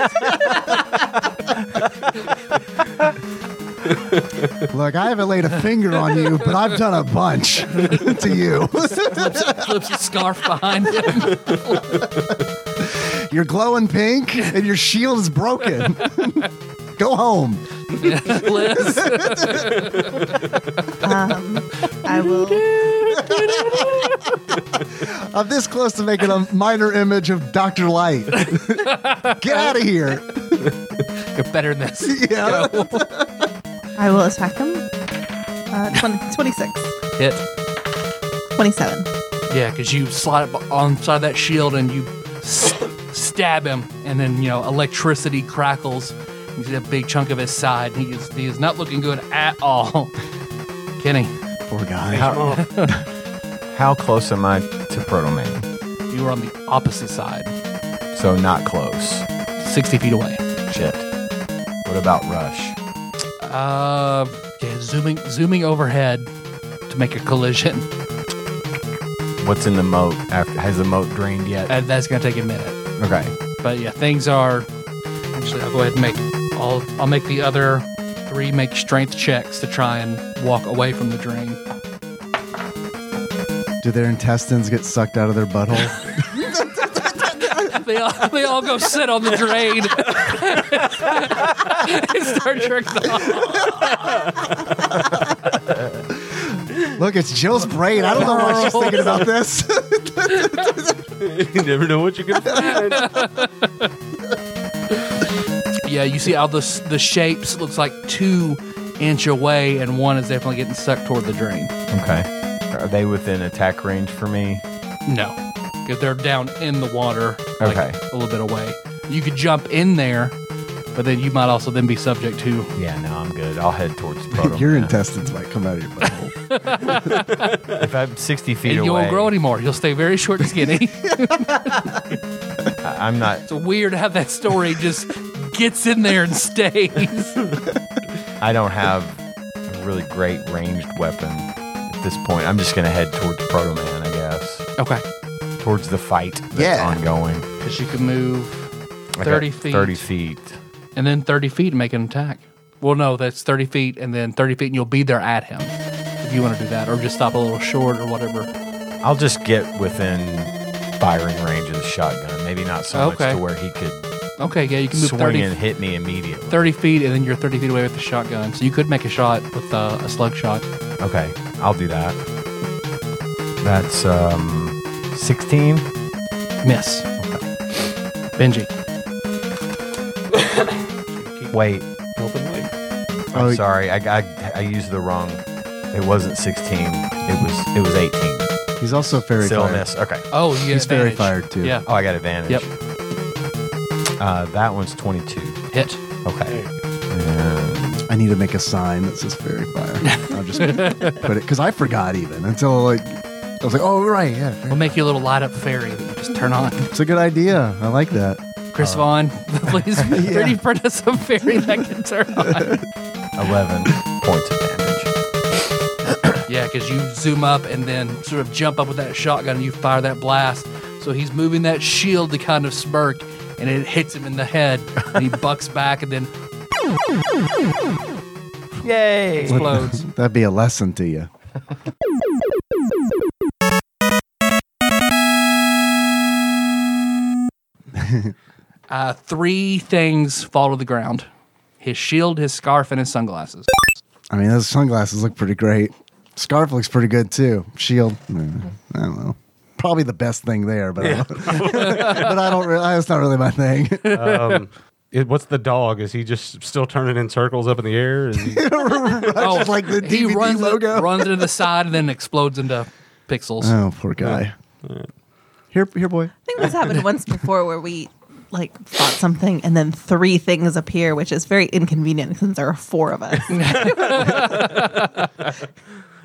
Speaker 1: <laughs>
Speaker 2: Look, I haven't laid a finger on you, but I've done a bunch <laughs> to
Speaker 1: <laughs>
Speaker 2: you.
Speaker 1: flips a scarf behind him.
Speaker 2: You're glowing pink and your shield is broken. Go home.
Speaker 1: <laughs> Liz.
Speaker 5: Um, I will.
Speaker 2: I'm this close to making a minor image of Dr. Light. Get out of here.
Speaker 1: You're better than this.
Speaker 2: Yeah.
Speaker 5: I will attack him. Uh, 20, 26.
Speaker 1: Hit.
Speaker 5: 27.
Speaker 1: Yeah, because you slide up on side of that shield and you s- stab him, and then you know electricity crackles. You see a big chunk of his side. And he is he is not looking good at all. <laughs> Kenny,
Speaker 2: Poor guy.
Speaker 4: How, how close am I to Proto Man?
Speaker 1: you were on the opposite side,
Speaker 4: So not close.
Speaker 1: sixty feet away.
Speaker 4: Shit. What about Rush?
Speaker 1: Uh, yeah, zooming zooming overhead to make a collision, <laughs>
Speaker 4: What's in the moat? After has the moat drained yet?
Speaker 1: and that's gonna take a minute.
Speaker 4: okay.
Speaker 1: But yeah, things are. Actually, I'll go ahead and make. I'll I'll make the other three make strength checks to try and walk away from the drain.
Speaker 2: Do their intestines get sucked out of their butthole?
Speaker 1: <laughs> They all, they all go sit on the drain <laughs> and start jerking off.
Speaker 2: Look, it's Jill's brain. I don't know why she's thinking about this. <laughs>
Speaker 3: <laughs> you never know what you <laughs> can find.
Speaker 1: Yeah, you see how the s- the shapes looks like two inch away, and one is definitely getting sucked toward the drain.
Speaker 4: Okay. Are they within attack range for me?
Speaker 1: No, because they're down in the water, like,
Speaker 4: Okay.
Speaker 1: a little bit away. You could jump in there, but then you might also then be subject to
Speaker 4: Yeah, no, I'm good. I'll head towards Proto.
Speaker 2: your
Speaker 4: Man.
Speaker 2: intestines might come out of your butthole.
Speaker 4: If I'm 60 feet
Speaker 1: and you
Speaker 4: away,
Speaker 1: won't grow anymore. You'll stay very short and <laughs> skinny.
Speaker 4: I- I'm not.
Speaker 1: it's weird how that story just gets in there and stays.
Speaker 4: I don't have a really great ranged weapon at this point. I'm just gonna head towards Proto Man, I guess,
Speaker 1: <laughs> Okay,
Speaker 4: towards the fight that's
Speaker 2: Yeah.
Speaker 4: ongoing.
Speaker 1: because you can move
Speaker 4: I got
Speaker 1: thirty feet.
Speaker 4: 30 feet.
Speaker 1: and then 30 feet and make an attack. Well, no, that's 30 feet and then 30 feet, and you'll be there at him if you want to do that, or just stop a little short or whatever.
Speaker 4: I'll just get within firing range of the shotgun. Maybe not so
Speaker 1: Okay.
Speaker 4: much to where he could
Speaker 1: Okay, yeah, you can move
Speaker 4: swing
Speaker 1: 30,
Speaker 4: and hit me immediately.
Speaker 1: 30 feet, and then you're 30 feet away with the shotgun. So you could make a shot with uh, a slug shot.
Speaker 4: Okay, I'll do that. That's um, 16.
Speaker 1: Miss. Benji.
Speaker 4: Wait,
Speaker 3: Openly.
Speaker 4: I'm
Speaker 2: Oh,
Speaker 4: sorry. I, I I used the wrong. It wasn't 16. It was it was 18.
Speaker 2: He's also fairy
Speaker 4: Still a
Speaker 2: fire.
Speaker 4: miss. Okay.
Speaker 1: Oh, you get
Speaker 2: He's fairy
Speaker 1: advantage.
Speaker 2: fired, too.
Speaker 1: Yeah,
Speaker 4: Oh, I got advantage.
Speaker 1: Yep.
Speaker 4: Uh, that one's 22.
Speaker 1: hit.
Speaker 4: Okay. And
Speaker 2: I need to make a sign that says fairy fire. I'll just put it because I forgot even until like I was like, oh right, yeah. fairy-
Speaker 1: We'll make you a little light up fairy that you just turn on.
Speaker 2: It's a good idea. I like that.
Speaker 1: Chris
Speaker 2: Uh.
Speaker 1: Vaughn, <laughs>
Speaker 2: <laughs>
Speaker 1: please pretty print us a fairy that can turn on.
Speaker 4: 11 points of
Speaker 1: <laughs>
Speaker 4: damage.
Speaker 1: yeah, because you zoom up and then sort of jump up with that shotgun and you fire that blast. So he's moving that shield to kind of smirk and it hits him in the head and he bucks back and then
Speaker 4: Yay!
Speaker 1: explodes.
Speaker 2: That'd be a lesson to you.
Speaker 1: Uh, three things fall to the ground his shield, his scarf, and his sunglasses.
Speaker 2: I mean, those sunglasses look pretty great. Scarf looks pretty good too. Shield, mm, I don't know. Probably the best thing there, but I don't, <laughs> but I don't. Really, that's not really my thing. <laughs>
Speaker 3: Um, it, what's the dog? Is he just still turning in circles up in the air? Is he,
Speaker 1: Oh,
Speaker 2: Just like the DVD
Speaker 1: runs,
Speaker 2: logo.
Speaker 1: runs into the side and then explodes into pixels.
Speaker 2: oh, poor guy. Here, here, boy.
Speaker 5: I think this happened once before where we like thought something and then three things appear, which is very inconvenient since there are four of
Speaker 3: <laughs>
Speaker 5: us.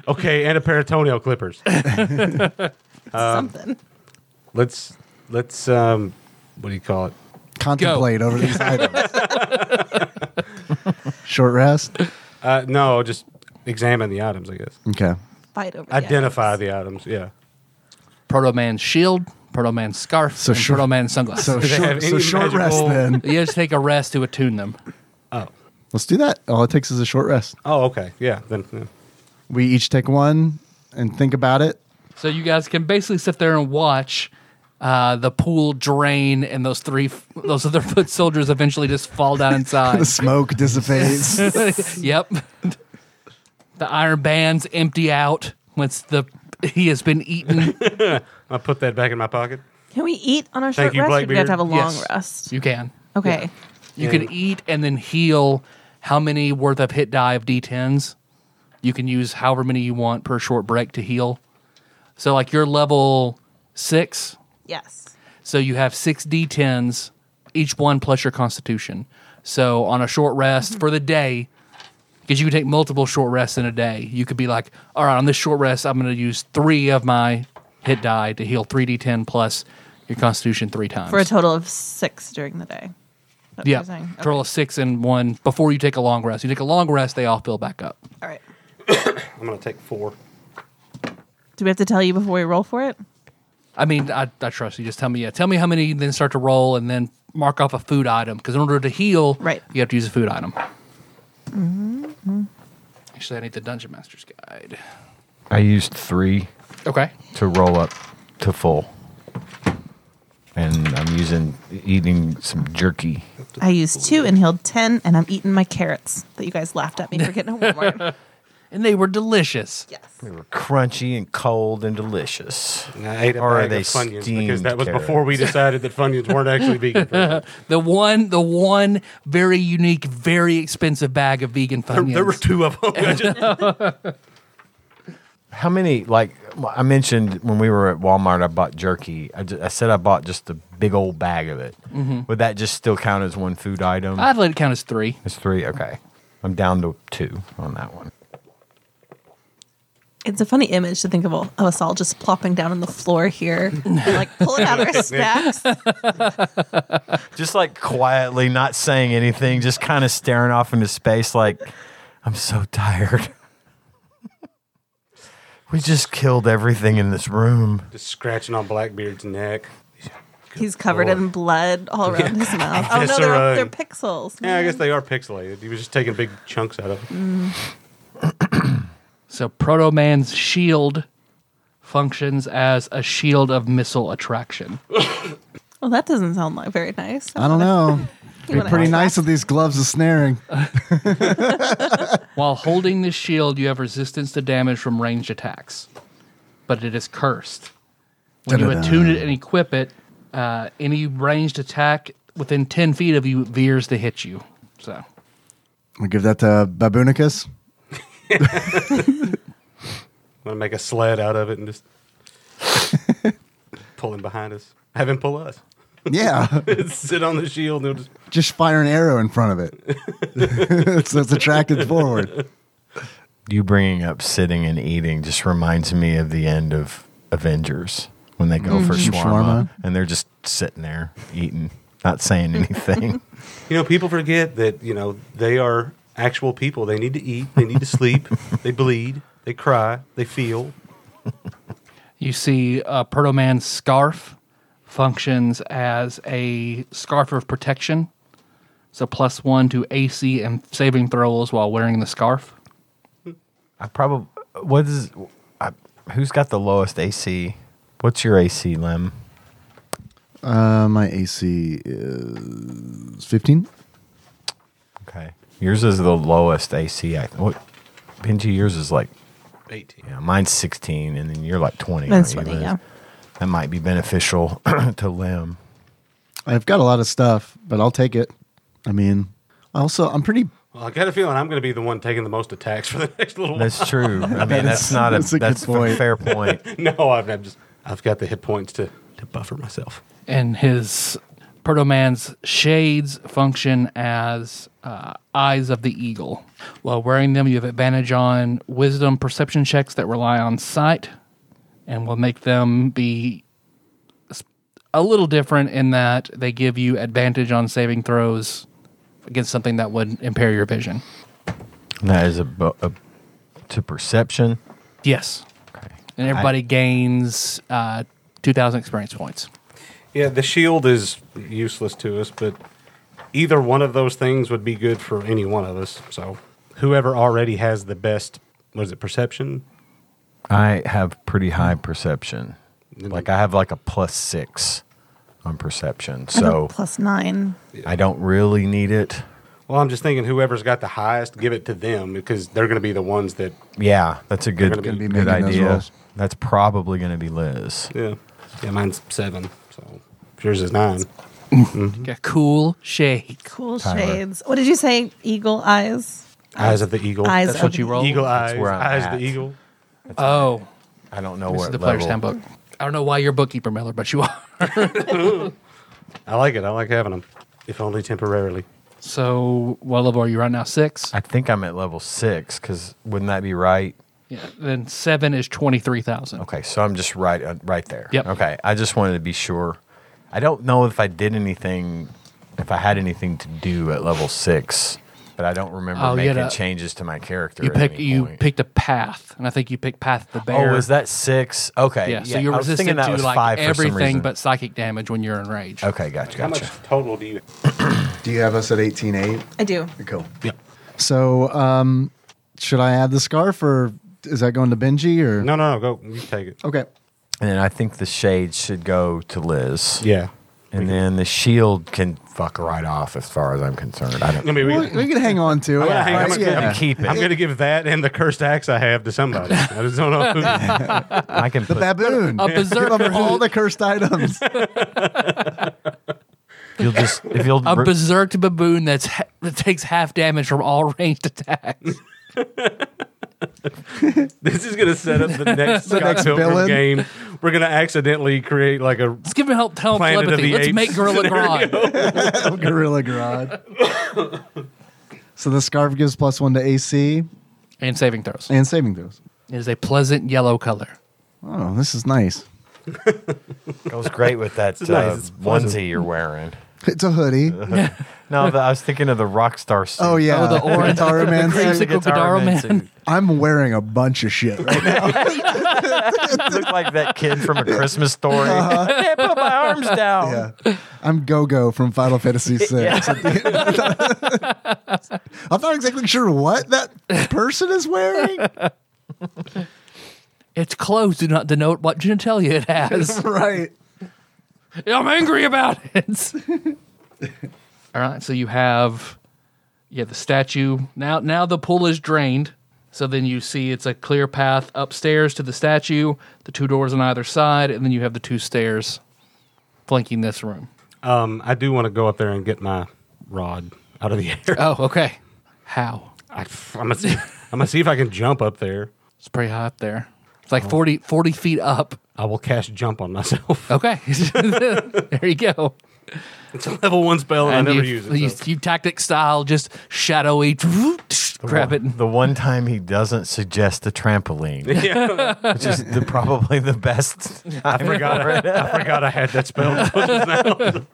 Speaker 3: okay, and a pair of toenail clippers. Uh,
Speaker 5: something.
Speaker 3: let's let's um, what do you call it?
Speaker 2: Contemplate over
Speaker 3: <laughs>
Speaker 2: these items. Short rest.
Speaker 3: Uh, no, just examine the items. I guess
Speaker 2: Okay.
Speaker 5: Fight over. the
Speaker 3: identify
Speaker 5: items.
Speaker 3: the items. Yeah.
Speaker 1: Proto Man's shield, Proto Man's scarf,
Speaker 2: So
Speaker 1: and
Speaker 2: sure-
Speaker 1: Proto Man's sunglasses.
Speaker 2: So
Speaker 3: <laughs> they have
Speaker 2: short, so
Speaker 3: any
Speaker 2: short rest
Speaker 3: magical-
Speaker 2: then.
Speaker 1: <laughs> you just take a rest to attune them.
Speaker 2: Let's do that. All it takes is a short rest.
Speaker 3: Oh, okay. Yeah. Then yeah.
Speaker 2: We each take one and think about it.
Speaker 1: So you guys can basically sit there and watch uh, the pool drain, and those three, those other <laughs> foot soldiers eventually just fall down inside. <laughs>
Speaker 2: <laughs> The smoke dissipates.
Speaker 1: yep. The iron bands empty out once the he has been eaten.
Speaker 3: I put that back in my pocket.
Speaker 5: Can we eat on our
Speaker 3: Thank
Speaker 5: short
Speaker 3: you,
Speaker 5: rest? Or do we have to have a long
Speaker 3: Blackbeard. Yes.
Speaker 5: rest.
Speaker 1: You can.
Speaker 5: Okay.
Speaker 1: You can eat and then heal how many worth of hit die of D10s? You can use however many you want per short break to heal. So, like, you're level six,
Speaker 5: Yes.
Speaker 1: so you have six D10s, each one plus your constitution. So, on a short
Speaker 5: Mm-hmm.
Speaker 1: rest for the day, because you can take multiple short rests in a day, you could be like, all right, on this short rest, I'm going to use three of my hit die to heal 3D10 plus your constitution three times.
Speaker 5: For a total of six during the day. Is that what
Speaker 1: Yeah,
Speaker 5: you're saying? Okay.
Speaker 1: total of six and one before you take a long rest. You take a long rest, they all fill back up.
Speaker 5: All right.
Speaker 3: I'm gonna take four.
Speaker 5: Do we have to tell you before we roll for it?
Speaker 1: I mean, I, I trust you. Just tell me, yeah, tell me how many, then start to roll, and then mark off a food item. Because in order to heal,
Speaker 5: Right. Mm-hmm.
Speaker 1: you have to use a food item. Actually, I need the dungeon master's guide.
Speaker 4: I used three
Speaker 1: Okay,
Speaker 4: to roll up to full. And I'm using eating some jerky.
Speaker 5: I used two and healed ten, and I'm eating my carrots that you guys laughed at me for getting
Speaker 3: <laughs>
Speaker 5: at Walmart.
Speaker 1: and they were delicious.
Speaker 5: yes.
Speaker 4: They were crunchy and cold and delicious.
Speaker 3: And I ate a
Speaker 4: Or are
Speaker 3: bag
Speaker 4: they
Speaker 3: of Funyuns because
Speaker 4: steamed
Speaker 3: that was before we decided that Funyuns weren't actually
Speaker 4: <laughs>
Speaker 3: vegan. For
Speaker 1: The one, the one very unique, very expensive bag of vegan
Speaker 3: there,
Speaker 1: funyuns.
Speaker 3: there were two of
Speaker 4: <laughs>
Speaker 3: them. I just-
Speaker 4: How many? Like I mentioned when we were at Walmart, I bought jerky. I, ju- I said I bought just a big old bag of it. Would that just still count as one food item?
Speaker 1: I'd let it count as three.
Speaker 4: it's three. Okay, I'm down to two on that one.
Speaker 5: It's a funny image to think of, all, of us all just plopping down on the floor here, and, like pulling out our snacks.
Speaker 4: Just like quietly, not saying anything, just kind of staring off into space. Like I'm so tired. <laughs> we just killed everything in this room.
Speaker 3: just scratching on Blackbeard's neck.
Speaker 5: He's covered
Speaker 3: Lord.
Speaker 5: in blood all around his mouth. Oh no,
Speaker 3: Viscera.
Speaker 5: they're, they're pixels.
Speaker 3: Yeah, I guess they are pixelated. He was just taking big chunks out of them.
Speaker 1: So Proto Man's shield functions as a shield of missile attraction.
Speaker 5: Well, that doesn't sound like very nice.
Speaker 2: I don't know.
Speaker 5: <laughs> You wanna-
Speaker 2: Pretty nice of these gloves of snaring.
Speaker 1: While holding this shield, you have resistance to damage from ranged attacks, but it is cursed. When you
Speaker 2: Da-da-da.
Speaker 1: attune it and equip it, uh, any ranged attack within 10 feet of you veers to hit you. So,
Speaker 2: We'll give that to Baboonicus.
Speaker 3: I'm gonna make a sled out of it and just pull him behind us. Have him pull us.
Speaker 2: <laughs> Yeah.
Speaker 3: Sit on the shield and he'll just
Speaker 2: Just fire an arrow in front of <laughs> it. so it's attracted forward.
Speaker 4: You bringing up sitting and eating just reminds me of the end of Avengers when they go for shawarma,
Speaker 2: Shawarma.
Speaker 4: and they're just sitting there eating, not saying anything.
Speaker 3: You know, people forget that, you know, they are actual people. They need to eat, they need to sleep, they bleed, they cry, they feel.
Speaker 1: you see uh, Proto Man's scarf functions as a scarf of protection. So, plus one to AC and saving throws while wearing the scarf.
Speaker 4: I probably what is I, who's got the lowest AC? What's your AC, Lim?
Speaker 2: Uh, my AC is 15.
Speaker 4: Okay, yours is the lowest AC. I what Benji, yours is like
Speaker 3: 18.
Speaker 4: yeah, mine's sixteen, and then you're like twenty.
Speaker 5: That's
Speaker 4: aren't you,
Speaker 5: funny,
Speaker 4: Liz? That might be beneficial <clears throat> to Lim.
Speaker 2: I've got a lot of stuff, but I'll take it. I mean, also, I'm pretty.
Speaker 3: Well, I got a feeling I'm going to be the one taking the most attacks for the <laughs> next little while.
Speaker 4: That's true. I mean, that's
Speaker 2: is-
Speaker 4: not a
Speaker 2: that's a good
Speaker 4: that's a
Speaker 2: point.
Speaker 4: fair point.
Speaker 3: No, I've, I'm just, I've got the hit points to, to buffer myself.
Speaker 1: and his Proto Man's shades function as uh, eyes of the eagle. While wearing them, you have advantage on wisdom perception checks that rely on sight and will make them be s- a little different in that they give you advantage on saving throws against something that would impair your vision.
Speaker 4: That is a, bo- a to perception.
Speaker 1: Yes. And everybody gains uh, 2,000 experience points.
Speaker 3: Yeah, the shield is useless to us, but either one of those things would be good for any one of us. So whoever already has the best, what is it, perception?
Speaker 4: I have pretty high perception. Like I have like a plus six on perception,
Speaker 5: I have a
Speaker 4: so
Speaker 5: plus nine.
Speaker 4: I don't really need it.
Speaker 3: Well, I'm just thinking whoever's got the highest, give it to them because they're going to be the ones that,
Speaker 4: Yeah, that's a good
Speaker 3: gonna be
Speaker 4: good
Speaker 2: making those
Speaker 4: idea.
Speaker 2: rolls.
Speaker 4: That's probably going to be Liz.
Speaker 3: yeah. Yeah, mine's seven. So if yours is nine.
Speaker 1: Okay, cool shade.
Speaker 5: Cool
Speaker 4: Tyler.
Speaker 5: shades. What did you say? Eagle eyes.
Speaker 3: Eyes of the eagle.
Speaker 5: Eyes.
Speaker 1: That's what you roll.
Speaker 3: Eagle eyes.
Speaker 4: That's where I'm
Speaker 3: eyes
Speaker 4: at.
Speaker 3: of the eagle.
Speaker 1: Oh.
Speaker 4: I don't know
Speaker 1: This
Speaker 4: what
Speaker 1: is the
Speaker 4: level.
Speaker 1: player's handbook. I don't know why you're bookkeeper, Miller, but you
Speaker 4: <laughs>
Speaker 1: are.
Speaker 3: I like it. I like having them, if only temporarily.
Speaker 1: So, what level are you right now? Six?
Speaker 4: I think I'm at level six because wouldn't that be right?
Speaker 1: Yeah. Then seven is 23,000.
Speaker 4: Okay, so I'm just right uh, right there.
Speaker 1: Yep.
Speaker 4: Okay, I just wanted to be sure. I don't know if I did anything, if I had anything to do at level six, but I don't remember
Speaker 1: Oh, you had
Speaker 4: making
Speaker 1: a-
Speaker 4: changes to my character.
Speaker 1: You
Speaker 4: at
Speaker 1: pick
Speaker 4: any
Speaker 1: you
Speaker 4: point.
Speaker 1: picked a path, and I think you picked path the bear.
Speaker 4: Oh, is that six? Okay.
Speaker 1: Yeah, so you're
Speaker 4: I was thinking
Speaker 1: resistant
Speaker 4: that
Speaker 1: to
Speaker 4: was
Speaker 1: like
Speaker 4: five for some
Speaker 1: everything
Speaker 4: reason.
Speaker 1: but psychic damage when you're enraged.
Speaker 4: Okay, gotcha, gotcha.
Speaker 3: total do you?
Speaker 2: Do you have us at 18.8?
Speaker 5: I do.
Speaker 2: Cool.
Speaker 3: Yeah.
Speaker 2: So, um, should I add the scarf or is that going to Benji or?
Speaker 3: No, no, no. Go. You take it.
Speaker 2: Okay.
Speaker 4: And then I think the shade should go to Liz.
Speaker 3: Yeah.
Speaker 4: And then the shield can fuck right off, as far as I'm concerned. I don't.
Speaker 3: I mean, we,
Speaker 2: We, we can hang on to it.
Speaker 3: gonna hang- I'm
Speaker 2: Right,
Speaker 3: gonna-
Speaker 4: I keep
Speaker 3: I'm
Speaker 4: it.
Speaker 3: going to give that and the cursed axe I have to somebody. I just don't know. Who.
Speaker 4: I can.
Speaker 2: The
Speaker 4: put-
Speaker 2: baboon.
Speaker 1: A
Speaker 2: Give
Speaker 1: berserker,
Speaker 2: him all
Speaker 1: who,
Speaker 2: the cursed items.
Speaker 1: <laughs>
Speaker 4: You'll just if you'll.
Speaker 1: <laughs> a berserked baboon that's ha- that takes half damage from all <laughs> ranged attacks.
Speaker 3: this is going to set up the next Scott
Speaker 2: next
Speaker 3: Pilgrim
Speaker 2: villain.
Speaker 3: game. We're going to accidentally create like a.
Speaker 1: Let's give him help. Tell him
Speaker 3: Planet of
Speaker 1: telepathy.
Speaker 3: the
Speaker 1: Let's
Speaker 3: Apes
Speaker 1: make
Speaker 3: <laughs>
Speaker 1: Gorilla Grodd.
Speaker 2: Gorilla Grodd. so the scarf gives plus one to AC
Speaker 1: And saving throws. It
Speaker 2: and saving throws.
Speaker 1: is a pleasant yellow color.
Speaker 2: Oh, this is nice.
Speaker 4: goes great with that
Speaker 3: is
Speaker 4: uh,
Speaker 3: nice. It's pleasant.
Speaker 4: onesie you're wearing.
Speaker 2: It's a hoodie.
Speaker 4: No, the, I was thinking of the rock star suit.
Speaker 2: Oh yeah,
Speaker 1: Oh, <laughs> the orange-
Speaker 2: Guitar Man
Speaker 1: cream
Speaker 2: suit.
Speaker 4: The
Speaker 1: Creamsicle
Speaker 4: guitar
Speaker 1: Godara
Speaker 4: man
Speaker 1: Man. <laughs>
Speaker 4: suit.
Speaker 2: I'm wearing a bunch of shit right now.
Speaker 4: Look like that kid from a Christmas story. <laughs> Can't put my arms down.
Speaker 2: Uh-huh.
Speaker 1: <laughs>
Speaker 2: Yeah. I'm Go Go from Final Fantasy VI. <laughs> I'm not exactly sure what that person is
Speaker 1: <laughs>
Speaker 2: wearing.
Speaker 1: Its clothes do not denote what genitalia it has.
Speaker 2: Right.
Speaker 1: I'm angry about it. <laughs> All right, so you have yeah the statue. Now now the pool is drained. So then you see it's a clear path upstairs to the statue, the two doors on either side, and then you have the two stairs flanking this room.
Speaker 3: Um, I do want to go up there and get my rod out of the air. <laughs>
Speaker 1: Oh, okay. How?
Speaker 3: I, am gonna see, I'm gonna see if I can jump up there.
Speaker 1: It's pretty high up there. It's
Speaker 3: Oh.
Speaker 1: like 40, 40 feet up.
Speaker 3: I will cast jump on myself. <laughs>
Speaker 1: Okay. <laughs> there you go.
Speaker 3: It's a level one spell, and, I never
Speaker 1: you,
Speaker 3: use it.
Speaker 1: you,
Speaker 3: so. <laughs>
Speaker 1: you tactic style, just shadowy, <laughs> grab it.
Speaker 4: The one time he doesn't suggest the trampoline, which is the, probably the best. <laughs> I
Speaker 3: forgot I forgot I had that spell. <laughs>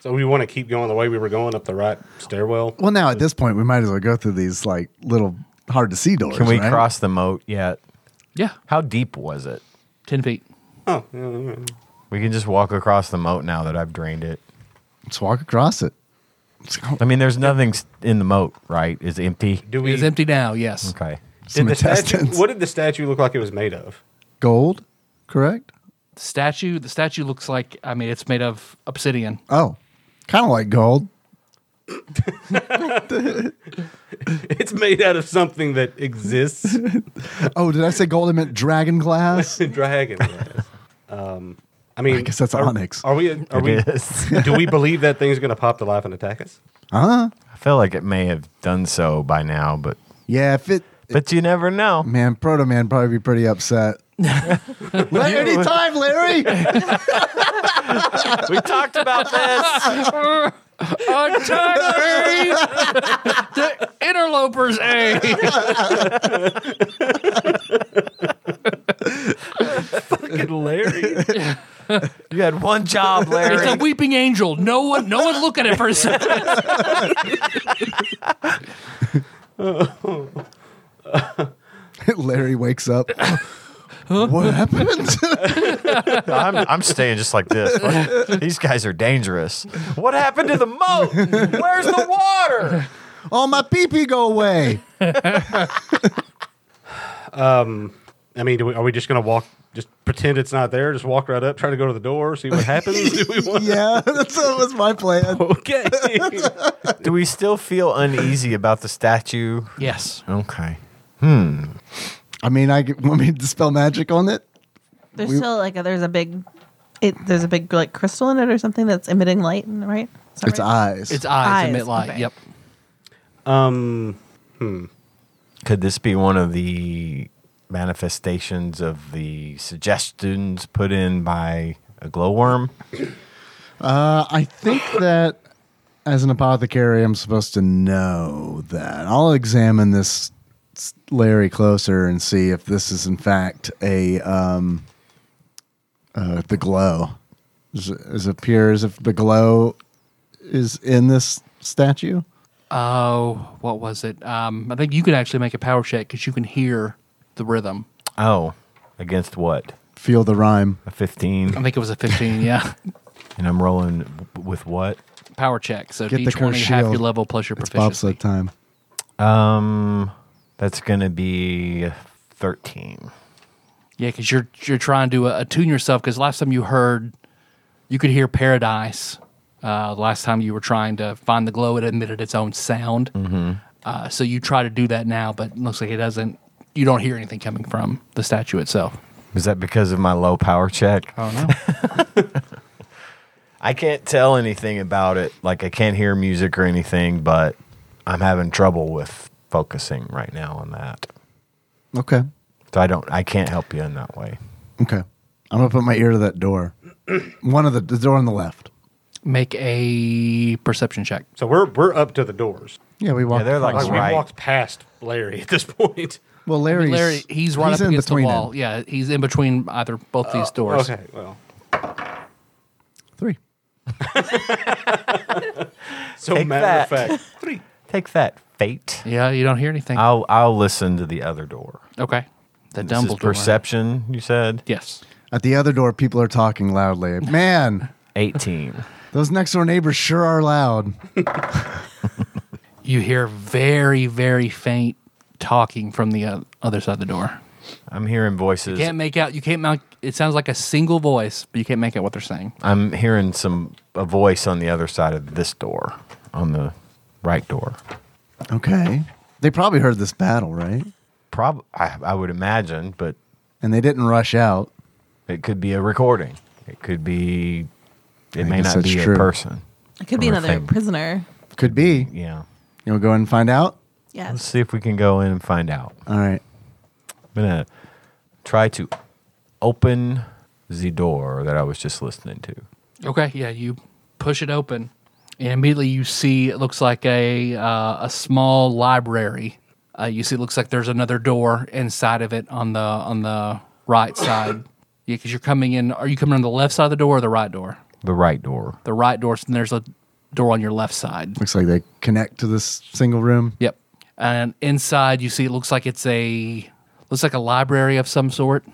Speaker 3: so we want to keep going the way we were going up the right stairwell.
Speaker 2: Well, now at this point, we might as well go through these like little hard to see doors.
Speaker 4: Can we
Speaker 2: right?
Speaker 4: cross the moat yet?
Speaker 1: Yeah,
Speaker 4: How deep was it?
Speaker 1: 10 feet.
Speaker 3: Oh, yeah, yeah, yeah.
Speaker 4: We can just walk across the moat now that I've drained it.
Speaker 2: Let's walk across it. Let's go.
Speaker 4: I mean, there's nothing s- in the moat, right? It's empty.
Speaker 3: do we?
Speaker 1: It is empty now, yes.
Speaker 4: Okay.
Speaker 2: Some
Speaker 3: the statue,
Speaker 2: intestines.
Speaker 3: what did the statue look like? It was made of. <laughs>
Speaker 2: Gold, correct?
Speaker 1: The statue, the statue looks like, I mean, it's made of <laughs> obsidian.
Speaker 2: Oh, kind of like gold.
Speaker 3: It's made out of something that exists.
Speaker 2: Oh, did I say gold? I meant dragon glass.
Speaker 3: Dragon. glass. Um, I mean,
Speaker 2: I guess that's
Speaker 3: are,
Speaker 2: onyx.
Speaker 3: Are we? Are we?
Speaker 4: <laughs> It is.
Speaker 3: do we believe that thing's going to pop to life and attack us?
Speaker 2: Huh?
Speaker 4: I feel like it may have done so by now, but
Speaker 2: Yeah, if it.
Speaker 4: but you never know.
Speaker 2: Man, Proto Man probably be pretty
Speaker 3: <laughs>
Speaker 2: upset. Larry, anytime, Larry.
Speaker 4: We talked about this.
Speaker 1: Attack me! the interloper's eh? <laughs> A!
Speaker 3: Larry.
Speaker 4: You had one job,
Speaker 1: It's a
Speaker 4: Larry.
Speaker 1: weeping angel. No one, no one look at it for a
Speaker 2: <laughs>
Speaker 1: second.
Speaker 2: <laughs> Larry wakes up. What happened?
Speaker 4: <laughs> I'm, I'm staying just like this. <laughs> Like, these guys are dangerous. What happened to the moat? Where's the water?
Speaker 2: All my pee pee go away.
Speaker 3: I mean, do we, are we just going to walk? Just pretend it's not there. Just walk right up. Try to go to the door. <laughs> See what happens. do we want?
Speaker 2: Yeah, <laughs> that's, that was my plan.
Speaker 3: Okay.
Speaker 4: Do we still feel uneasy about the statue?
Speaker 1: Yes.
Speaker 4: Okay.
Speaker 2: I mean, I get- want me to dispel magic on it.
Speaker 5: There's
Speaker 2: We-
Speaker 5: still like a, there's a big, it there's a big like crystal in it or something that's emitting light, right? Is that
Speaker 2: It's
Speaker 5: right?
Speaker 2: eyes.
Speaker 1: Its eyes,
Speaker 5: Eyes,
Speaker 1: emit light.
Speaker 5: okay.
Speaker 1: Yep.
Speaker 3: Um.
Speaker 4: Could this be one of the manifestations of the suggestions put in by a glowworm?
Speaker 2: Uh, I
Speaker 4: <laughs>
Speaker 2: think that as an apothecary, I'm supposed to know that. I'll examine this s- Larry closer and see if this is in fact a um, uh, the glow. Does it, does it appear as if the glow is in this statue?
Speaker 1: Oh, what was it? Um, I think you could actually make a power check because you can hear the rhythm.
Speaker 4: Oh, against what?
Speaker 2: Feel the rhyme.
Speaker 4: A
Speaker 1: I
Speaker 4: 15?
Speaker 1: think it was a 15,
Speaker 2: <laughs>
Speaker 1: yeah.
Speaker 4: And I'm rolling w- with what?
Speaker 1: Power check. So
Speaker 2: Get the
Speaker 1: D20,
Speaker 2: cursed
Speaker 1: half your
Speaker 2: shield.
Speaker 1: level plus your
Speaker 2: It's Bob's
Speaker 1: proficiency.
Speaker 2: said time.
Speaker 4: Um, that's going to be 13.
Speaker 1: Yeah, because you're you're trying to uh, attune yourself. Because last time you heard, you could hear paradise. Uh, last time you were trying to find the glow, it emitted its own sound.
Speaker 4: Mm-hmm.
Speaker 1: Uh, so you try to do that now, but it looks like it doesn't. You don't hear anything coming from the statue itself.
Speaker 4: Was that because of my low power check?
Speaker 1: Oh no!
Speaker 4: <laughs> I can't tell anything about it. Like, I can't hear music or anything, but I'm having trouble with focusing right now on that.
Speaker 2: Okay.
Speaker 4: So I don't, I can't help you in that way.
Speaker 2: Okay. I'm going to put my ear to that door. One of the, the door on the left.
Speaker 1: Make a perception check.
Speaker 3: So we're we're up to the doors.
Speaker 2: Yeah, we walked.
Speaker 4: Yeah, they're like
Speaker 3: Like
Speaker 2: across.
Speaker 4: right-
Speaker 3: we walked past Larry at this point.
Speaker 2: well, Larry's,
Speaker 1: Larry, he's right up
Speaker 2: in
Speaker 1: against the
Speaker 2: between
Speaker 1: wall.
Speaker 2: them.
Speaker 4: Oh,
Speaker 1: Yeah, he's in between either both these doors.
Speaker 3: Okay. Well,
Speaker 2: Three.
Speaker 3: So
Speaker 4: Take
Speaker 3: matter of
Speaker 4: that.
Speaker 3: fact, three.
Speaker 4: Take that, fate.
Speaker 1: Yeah, you don't hear anything.
Speaker 4: I'll I'll listen to the other door.
Speaker 1: okay. The
Speaker 4: This is
Speaker 1: Dumbledore.
Speaker 4: perception. You said
Speaker 1: Yes.
Speaker 2: At the other door, people are talking loudly. Man,
Speaker 4: eighteen.
Speaker 2: those next door neighbors sure are loud.
Speaker 1: You hear very, very faint talking from the uh, other side of the door.
Speaker 4: I'm hearing voices.
Speaker 1: Can't make out. You can't mount. It sounds like a single voice, but you can't make out what they're saying.
Speaker 4: I'm hearing some a voice on the other side of this door, on the right door.
Speaker 2: Okay. They probably heard this battle, right?
Speaker 4: Prob I, I would imagine, but
Speaker 2: And they didn't rush out.
Speaker 4: it could be a recording. It could be. It may
Speaker 2: guess
Speaker 4: not
Speaker 2: that's
Speaker 4: be
Speaker 2: true.
Speaker 4: a person.
Speaker 5: It could be
Speaker 4: Or a
Speaker 5: another
Speaker 4: thing.
Speaker 5: prisoner.
Speaker 2: Could be. You
Speaker 4: Yeah.
Speaker 2: want to go in and find out?
Speaker 4: Let's
Speaker 5: Yes.
Speaker 4: see if we can go in and find out.
Speaker 2: All right.
Speaker 4: I'm gonna try to open the door that I was just listening to.
Speaker 1: Okay. Yeah. You push it open, and immediately you see it looks like a uh, a small library. Uh, you see, it looks like there's another door inside of it on the on the right <coughs> side. Yeah, because you're coming in. Are you coming on the left side of the door or the right door?
Speaker 4: The right door.
Speaker 1: The right door. And there's a door on your left side.
Speaker 2: Looks like they connect to this single room.
Speaker 1: Yep. And inside, you see it looks like it's a looks like a library of some sort.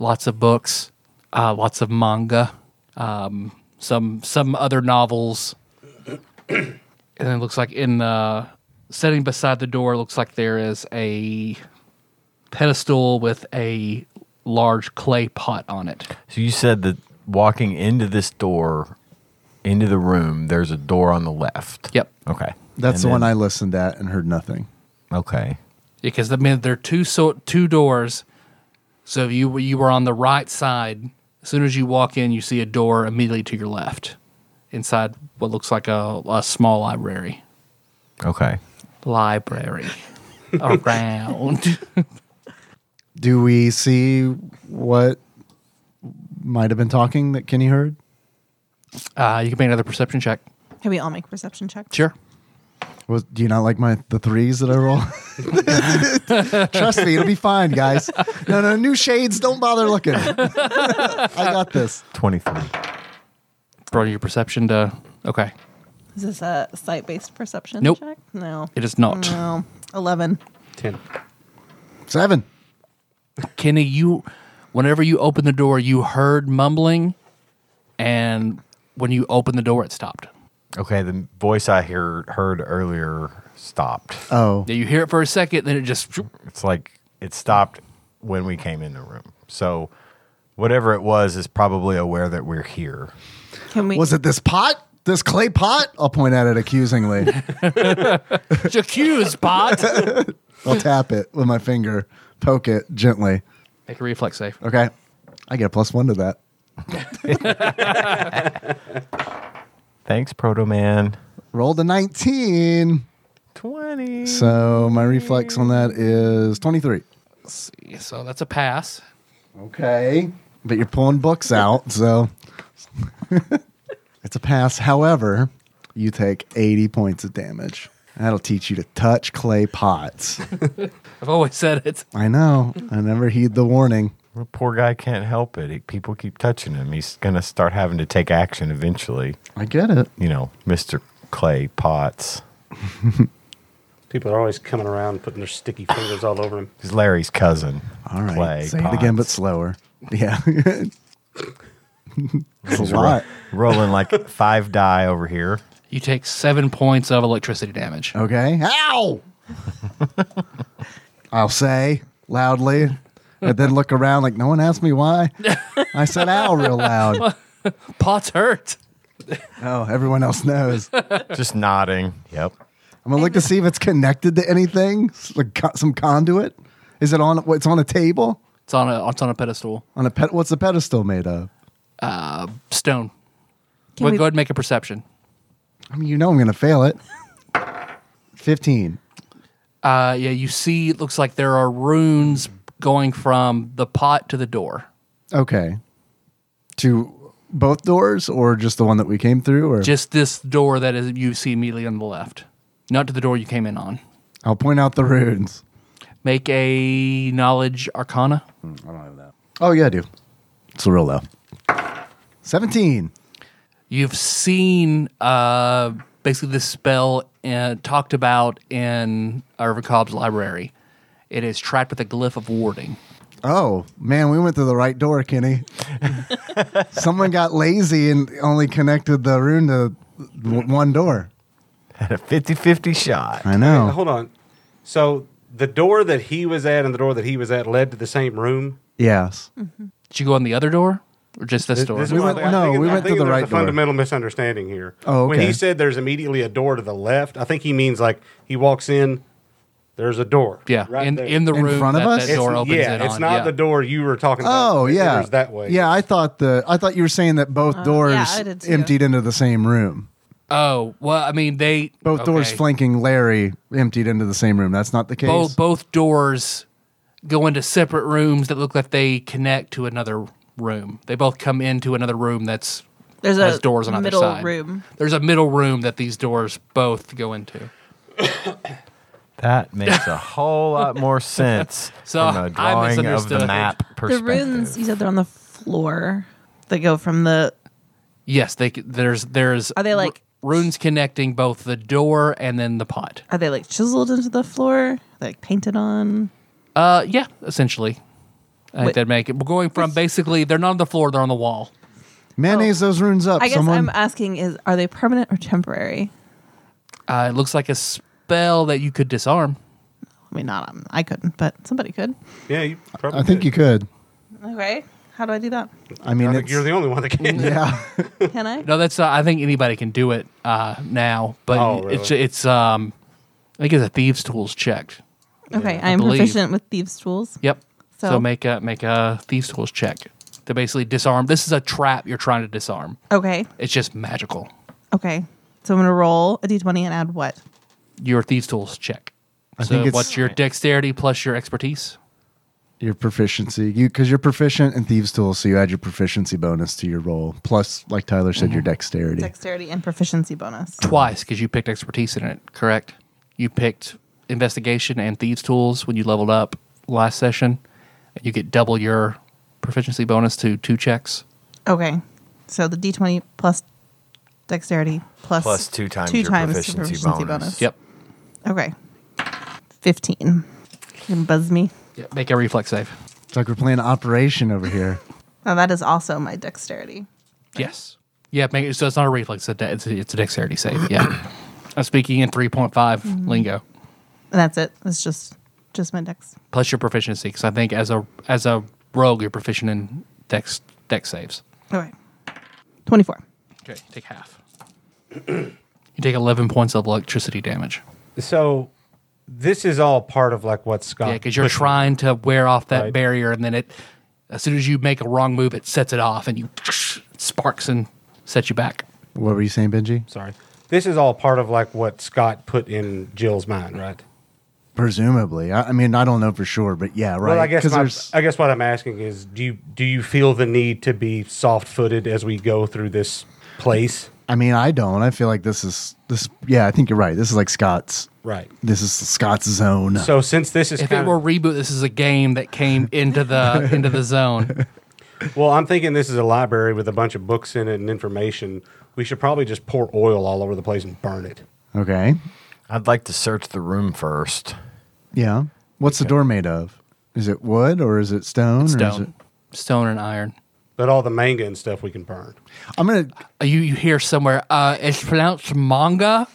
Speaker 1: Lots of books, uh, lots of manga, um, some some other novels. <coughs> and it looks like in the setting beside the door looks like there is a pedestal with a large clay pot on it.
Speaker 4: So you said that walking into this door, into the room, there's a door on the left.
Speaker 1: Yep.
Speaker 4: Okay.
Speaker 2: That's the
Speaker 4: And
Speaker 2: one I
Speaker 4: then-
Speaker 2: listened at and heard nothing.
Speaker 4: Okay.
Speaker 1: because I mean there are two so, two doors. So if you you were on the right side. As soon as you walk in, you see a door immediately to your left, inside what looks like a, a small library.
Speaker 4: Okay.
Speaker 1: Library <laughs> around. <laughs>
Speaker 2: Do we see what might have been talking that Kenny heard?
Speaker 1: Uh, you can make another perception check.
Speaker 5: Can we all make perception checks?
Speaker 1: Sure.
Speaker 2: Was, do you not like my the threes that I roll? <laughs> Trust me, it'll be fine, guys. No, no, new shades. Don't bother looking. I got this.
Speaker 4: 23.
Speaker 1: Throw your perception to okay.
Speaker 5: Is this a sight based perception
Speaker 1: Nope.
Speaker 5: check? No.
Speaker 1: It is not.
Speaker 5: No. 11.
Speaker 3: Ten.
Speaker 2: Seven.
Speaker 1: Kenny, you, whenever you open the door, you heard mumbling, and when you opened the door, it stopped.
Speaker 4: Okay. The voice I hear, heard earlier stopped.
Speaker 2: Oh,
Speaker 1: Yeah, you hear it for a second, then it just <laughs>
Speaker 4: It's like it stopped when we came in the room. So whatever it was is probably aware that we're here.
Speaker 5: Can we?
Speaker 2: was it this pot? This clay pot? I'll point at it accusingly.
Speaker 1: Jacuse bot.
Speaker 2: I'll tap it with my finger, poke it gently.
Speaker 1: Make a reflex save.
Speaker 2: Okay. I get a plus one to that.
Speaker 4: Thanks, Proto Man.
Speaker 2: Rolled a 19.
Speaker 4: 20.
Speaker 2: So my reflex on that is 23.
Speaker 1: Let's see. So that's a pass.
Speaker 2: Okay. But you're pulling books out, so <laughs> it's a pass. However, you take 80 points of damage. That'll teach you to touch clay <laughs> pots.
Speaker 1: I've always <laughs> said it.
Speaker 2: I know. I never heed the warning.
Speaker 4: The poor guy can't help it. He, people keep touching him. He's going to start having to take action eventually.
Speaker 2: I get it.
Speaker 4: You know, Mr. Clay Potts.
Speaker 3: People are always coming around, putting their sticky fingers all over him.
Speaker 4: He's Larry's cousin.
Speaker 2: All right.
Speaker 4: Clay
Speaker 2: Say it again, but <laughs>
Speaker 4: Potts.
Speaker 2: slower. Yeah. it's a lot.
Speaker 4: Rolling like <laughs> five die over here.
Speaker 1: You take seven points of electricity damage.
Speaker 2: Okay. <laughs> Ow! I'll say loudly and then look around like no one asked me <laughs> why. I said ow real loud.
Speaker 1: Pots hurt.
Speaker 2: Oh, everyone else knows. I'm
Speaker 4: Just nodding. Yep. <laughs>
Speaker 2: gonna look to see if it's connected to anything, s- like co- some conduit. Is it on? It's on a table
Speaker 1: It's on a it's on a pedestal.
Speaker 2: on a pet. What's the pedestal made of?
Speaker 1: Stone.
Speaker 5: Can
Speaker 1: Well,
Speaker 5: we-
Speaker 1: Go ahead and make a perception.
Speaker 2: I mean, you know I'm gonna fail it. Fifteen.
Speaker 1: Uh, yeah, you see. It looks like there are runes going from the pot to the door.
Speaker 2: Okay. To both doors or just the one that we came through? Or
Speaker 1: Just this door that is you see immediately on the left, not to the door you came in on.
Speaker 2: I'll point out the runes.
Speaker 1: Make a knowledge arcana.
Speaker 2: Oh yeah, I do. It's real low. Seventeen.
Speaker 1: You've seen uh, basically this spell uh, talked about in Irvin Cobb's library. It is trapped with a glyph of warding.
Speaker 2: Oh man, we went to the right door, Kenny.
Speaker 3: <laughs>
Speaker 2: Someone got lazy and only connected the rune to w- one door.
Speaker 4: Had a 50 50 shot.
Speaker 2: I know.
Speaker 3: Hold on. So the door that he was at and the door that he was at led to the same room.
Speaker 2: Yes.
Speaker 1: Did you go in the other door or just this, door?
Speaker 3: This is
Speaker 2: We
Speaker 3: why
Speaker 2: went-
Speaker 3: I think-
Speaker 2: no,
Speaker 3: I think-
Speaker 2: we
Speaker 3: I
Speaker 2: went
Speaker 3: think
Speaker 2: to the
Speaker 3: there's
Speaker 2: right
Speaker 3: a
Speaker 2: door.
Speaker 3: Fundamental misunderstanding here.
Speaker 2: Oh,
Speaker 3: When
Speaker 2: okay.
Speaker 3: he said there's immediately a door to the left, I think he means like he walks in. There's a door.
Speaker 1: yeah,
Speaker 3: right
Speaker 1: in,
Speaker 3: there.
Speaker 1: in the
Speaker 2: In
Speaker 1: room
Speaker 2: front of
Speaker 1: that,
Speaker 2: us?
Speaker 1: that door
Speaker 3: it's,
Speaker 1: opens
Speaker 3: yeah,
Speaker 1: in
Speaker 3: it's
Speaker 1: on.
Speaker 3: not
Speaker 1: yeah.
Speaker 3: the door you were talking about.
Speaker 2: Oh
Speaker 3: It
Speaker 2: yeah.
Speaker 3: enters that way.
Speaker 2: Yeah, I thought the I thought you were saying that both doors
Speaker 5: Oh, yeah, I did too.
Speaker 2: emptied into the same room.
Speaker 1: Oh well, I mean they
Speaker 2: Both doors
Speaker 1: okay.
Speaker 2: flanking Larry emptied into the same room. That's not the case.
Speaker 1: Both both doors go into separate rooms that look like they connect to another room. They both come into another room that's
Speaker 5: There's
Speaker 1: has
Speaker 5: a
Speaker 1: doors on
Speaker 5: middle
Speaker 1: either side.
Speaker 5: room.
Speaker 1: There's a middle room that these doors both go into.
Speaker 4: That makes a whole
Speaker 1: <laughs>
Speaker 4: lot more sense
Speaker 1: So,
Speaker 4: from
Speaker 1: I
Speaker 4: a drawing of
Speaker 1: misunderstood.
Speaker 4: the map
Speaker 5: The
Speaker 4: perspective.
Speaker 5: runes you said they're on the floor. They go from the
Speaker 1: Yes, they c- there's there's
Speaker 5: Are they, like-
Speaker 1: ru- runes connecting both the door and then the pot?
Speaker 5: are they like chiseled into the floor? Like painted on?
Speaker 1: Uh, yeah, essentially. I think
Speaker 5: Wait.
Speaker 1: that'd make it. We're going from basically they're not on the floor, they're on the wall.
Speaker 2: Mayonnaise those runes up.
Speaker 5: Oh. I guess
Speaker 2: Someone
Speaker 5: I'm asking is are they permanent or temporary?
Speaker 1: Uh, it looks like a spell that you could disarm.
Speaker 5: I mean, not um, I couldn't, but somebody could.
Speaker 3: yeah. You probably
Speaker 2: I think you could.
Speaker 5: Okay, how do I do that?
Speaker 2: I mean
Speaker 3: I think
Speaker 2: it's
Speaker 3: you're the only one that
Speaker 2: <laughs>
Speaker 3: can.
Speaker 2: yeah.
Speaker 5: Can I?
Speaker 1: No, that's uh, I think anybody can do it uh, now, but
Speaker 3: Oh, really?
Speaker 1: it's it's um I think it's a thieves tools check.
Speaker 5: okay, I am
Speaker 1: believe.
Speaker 5: proficient with thieves' tools.
Speaker 1: Yep. So,
Speaker 5: So-
Speaker 1: make a make a thieves tools check to basically disarm. This is a trap you're trying to disarm.
Speaker 5: Okay,
Speaker 1: It's just magical.
Speaker 5: okay. So I'm gonna roll a d20 and add what?
Speaker 1: Your thieves tools check.
Speaker 2: I
Speaker 1: so
Speaker 2: think it's-
Speaker 1: what's your dexterity plus your expertise?
Speaker 2: Your proficiency, you because you're proficient in thieves' tools, so you add your proficiency bonus to your roll. Plus, like Tyler said,
Speaker 3: Mm-hmm.
Speaker 2: your dexterity.
Speaker 5: Dexterity and proficiency bonus.
Speaker 1: Twice because you picked expertise in it. Correct. You picked investigation and thieves tools when you leveled up last session. You get double your proficiency bonus to two checks.
Speaker 5: Okay, so the d20 plus dexterity plus
Speaker 4: Plus two times your
Speaker 5: the
Speaker 4: proficiency bonus.
Speaker 1: Yep.
Speaker 5: Okay, 15. You can buzz me.
Speaker 1: yep. Make a reflex save.
Speaker 2: It's like we're playing Operation over
Speaker 3: <laughs>
Speaker 2: here.
Speaker 5: Now that is also my dexterity.
Speaker 1: Yes. Yeah, make it, so it's not a reflex. It's a, de- it's a, it's a dexterity save.
Speaker 2: <coughs>
Speaker 1: Yeah. I'm speaking in 3.5
Speaker 2: Mm-hmm.
Speaker 1: lingo
Speaker 5: And that's it. It's just just my dex.
Speaker 1: plus your proficiency because I think as a as a rogue you're proficient in dex dex saves.
Speaker 5: Okay, 24.
Speaker 1: Okay, take half. <clears throat> you take 11 points of electricity damage.
Speaker 3: So this is all part of like what Scott.
Speaker 2: Ah,
Speaker 1: Yeah, because you're
Speaker 3: pushed-
Speaker 1: trying to wear off that
Speaker 3: Right.
Speaker 1: barrier, and then it as soon as you make a wrong move, it sets it off, and you sparks and sets you back.
Speaker 2: What were you saying, Benji?
Speaker 3: Sorry. This is all part of like what Scott put in Jill's mind, right?
Speaker 2: Presumably, I, I mean, I don't know for sure, but yeah, right.
Speaker 3: Well, I guess
Speaker 2: 'Cause
Speaker 3: my,
Speaker 2: there's-
Speaker 3: I guess what I'm asking is, do you do you feel the need to be soft footed as we go through this place?
Speaker 2: I mean, I don't. I feel like this is this. Yeah, I think you're right. This is like Scott's.
Speaker 3: Right.
Speaker 2: This is Scott's zone.
Speaker 3: So since this is
Speaker 1: If it
Speaker 3: kind
Speaker 1: were reboot, this is a game that
Speaker 2: <laughs>
Speaker 1: came into the into the zone.
Speaker 3: well, I'm thinking this is a library with a bunch of books in it and information. We should probably just pour oil all over the place and burn it.
Speaker 2: okay.
Speaker 4: I'd like to search the room first.
Speaker 2: Yeah. What's the door made of? Is it wood or is it stone? or is it-
Speaker 1: Stone, stone, and iron.
Speaker 3: But all the manga and stuff we can burn.
Speaker 2: I'm gonna.
Speaker 1: Uh, You you hear somewhere? Uh, it's pronounced manga.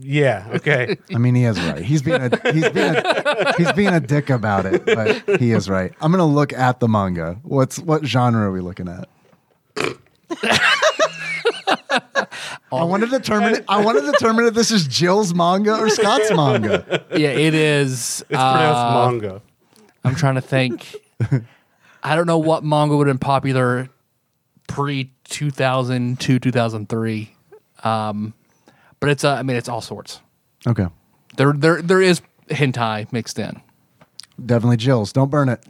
Speaker 3: Yeah.
Speaker 1: <laughs>
Speaker 3: Okay.
Speaker 2: I mean, he is right. He's being a he's being a, he's being a dick about it, but he is right. I'm gonna look at the manga. What's what genre are we looking at? I want to determine. I want to determine if this is Jill's manga or Scott's manga.
Speaker 1: Yeah, it is.
Speaker 3: It's
Speaker 1: uh,
Speaker 3: pronounced manga.
Speaker 1: I'm trying to think. I don't know what manga would have been popular pre 2002 2003, um, but it's uh, I mean it's all sorts.
Speaker 2: Okay,
Speaker 1: There there there is hentai mixed in.
Speaker 2: definitely Jill's. Don't burn it.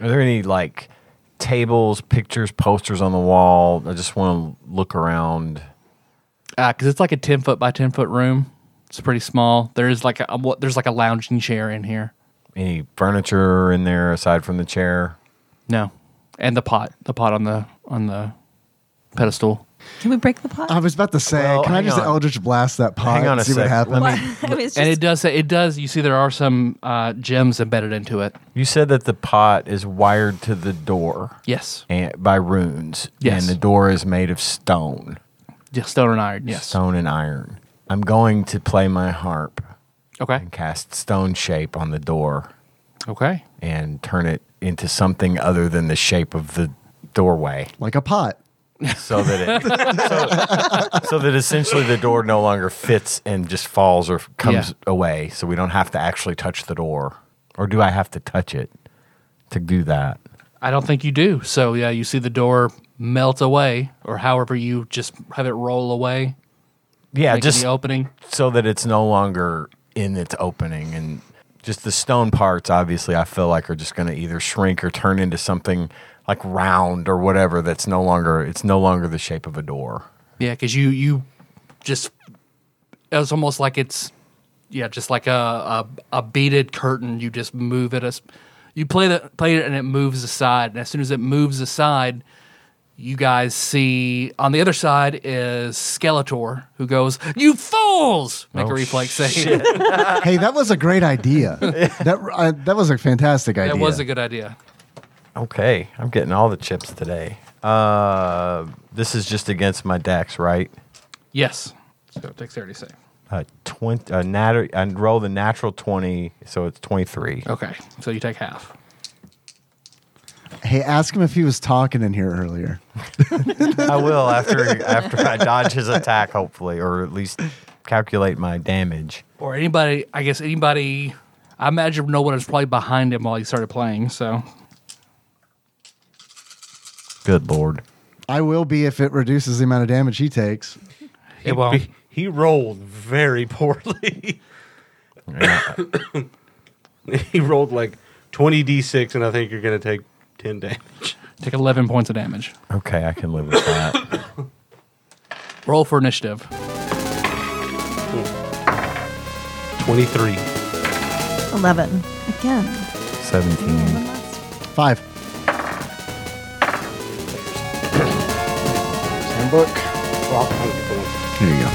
Speaker 4: Are there any like tables, pictures, posters on the wall? I just want to look around.
Speaker 1: because Uh, it's like a ten foot by ten foot room. It's pretty small. There is like a um, what there's like a lounging chair in here.
Speaker 4: Any furniture in there aside from the chair?
Speaker 1: No, and the pot, the pot on the on the pedestal.
Speaker 5: Can we break the pot?
Speaker 1: Um,
Speaker 2: I was about to say,
Speaker 4: Well,
Speaker 2: can I
Speaker 4: hang
Speaker 2: just
Speaker 4: on.
Speaker 2: Eldritch blast that pot
Speaker 4: Hang on
Speaker 2: and
Speaker 4: a
Speaker 2: see what
Speaker 4: sec.
Speaker 2: happens?
Speaker 4: Let
Speaker 5: <laughs>
Speaker 4: me.
Speaker 5: I mean, it's
Speaker 1: and
Speaker 5: just-
Speaker 1: it does say it does. You see, there are some uh, gems embedded into it.
Speaker 4: You said that the pot is wired to the door
Speaker 1: Yes,
Speaker 4: and, by runes,
Speaker 1: Yes.
Speaker 4: and the door is made of stone,
Speaker 1: yeah, stone and iron. Yes.
Speaker 4: stone and iron. I'm going to play my harp
Speaker 1: Okay.
Speaker 4: and cast stone shape on the door
Speaker 1: Okay.
Speaker 4: and turn it into something other than the shape of the doorway,
Speaker 2: Like a pot.
Speaker 4: so that it so, so that essentially the door no longer fits and just falls or comes
Speaker 1: Yeah.
Speaker 4: away. So we don't have to actually touch the door, or do I have to touch it to do that?
Speaker 1: I don't think you do. So yeah, you see the door melt away, or however you just have it roll away,
Speaker 4: Yeah,
Speaker 1: making
Speaker 4: just
Speaker 1: the opening.
Speaker 4: so that it's no longer in its opening and just the stone parts obviously i feel like are just going to either shrink or turn into something like round or whatever that's no longer it's no longer the shape of a door
Speaker 1: Yeah, because you you just it was almost like it's yeah, just like a, a a beaded curtain. You just move it as you play the play it, and it moves aside. And as soon as it moves aside, you guys see on the other side is Skeletor who goes, "You fools!" Make a reflex save.
Speaker 2: hey, that was a great
Speaker 4: <laughs>
Speaker 2: idea. that I, that was a fantastic
Speaker 1: <laughs>
Speaker 2: idea.
Speaker 1: That was a good idea.
Speaker 4: okay i'm getting all the chips today uh this is just against my dex right
Speaker 1: Yes. So dexterity save.
Speaker 4: uh 20 uh, nat- i roll the natural 20 so it's 23
Speaker 1: Okay, so you take half.
Speaker 2: Hey, ask him if he was talking in here earlier.
Speaker 4: i will after after i dodge his attack hopefully or at least calculate my damage
Speaker 1: Or anybody, I guess anybody. I imagine no one was probably behind him while he started playing. So
Speaker 4: good lord
Speaker 2: I will be if it reduces the amount of damage he takes.
Speaker 1: it won't.
Speaker 3: He, he rolled very <laughs> poorly. he rolled like 20 d6, and I think you're going to take 10 damage.
Speaker 1: Take 11 points of damage.
Speaker 4: Okay, I can live with that. <coughs>
Speaker 1: Roll for initiative.
Speaker 3: 23.
Speaker 5: 11. Again.
Speaker 4: 17.
Speaker 2: Five. Handbook. Here you go.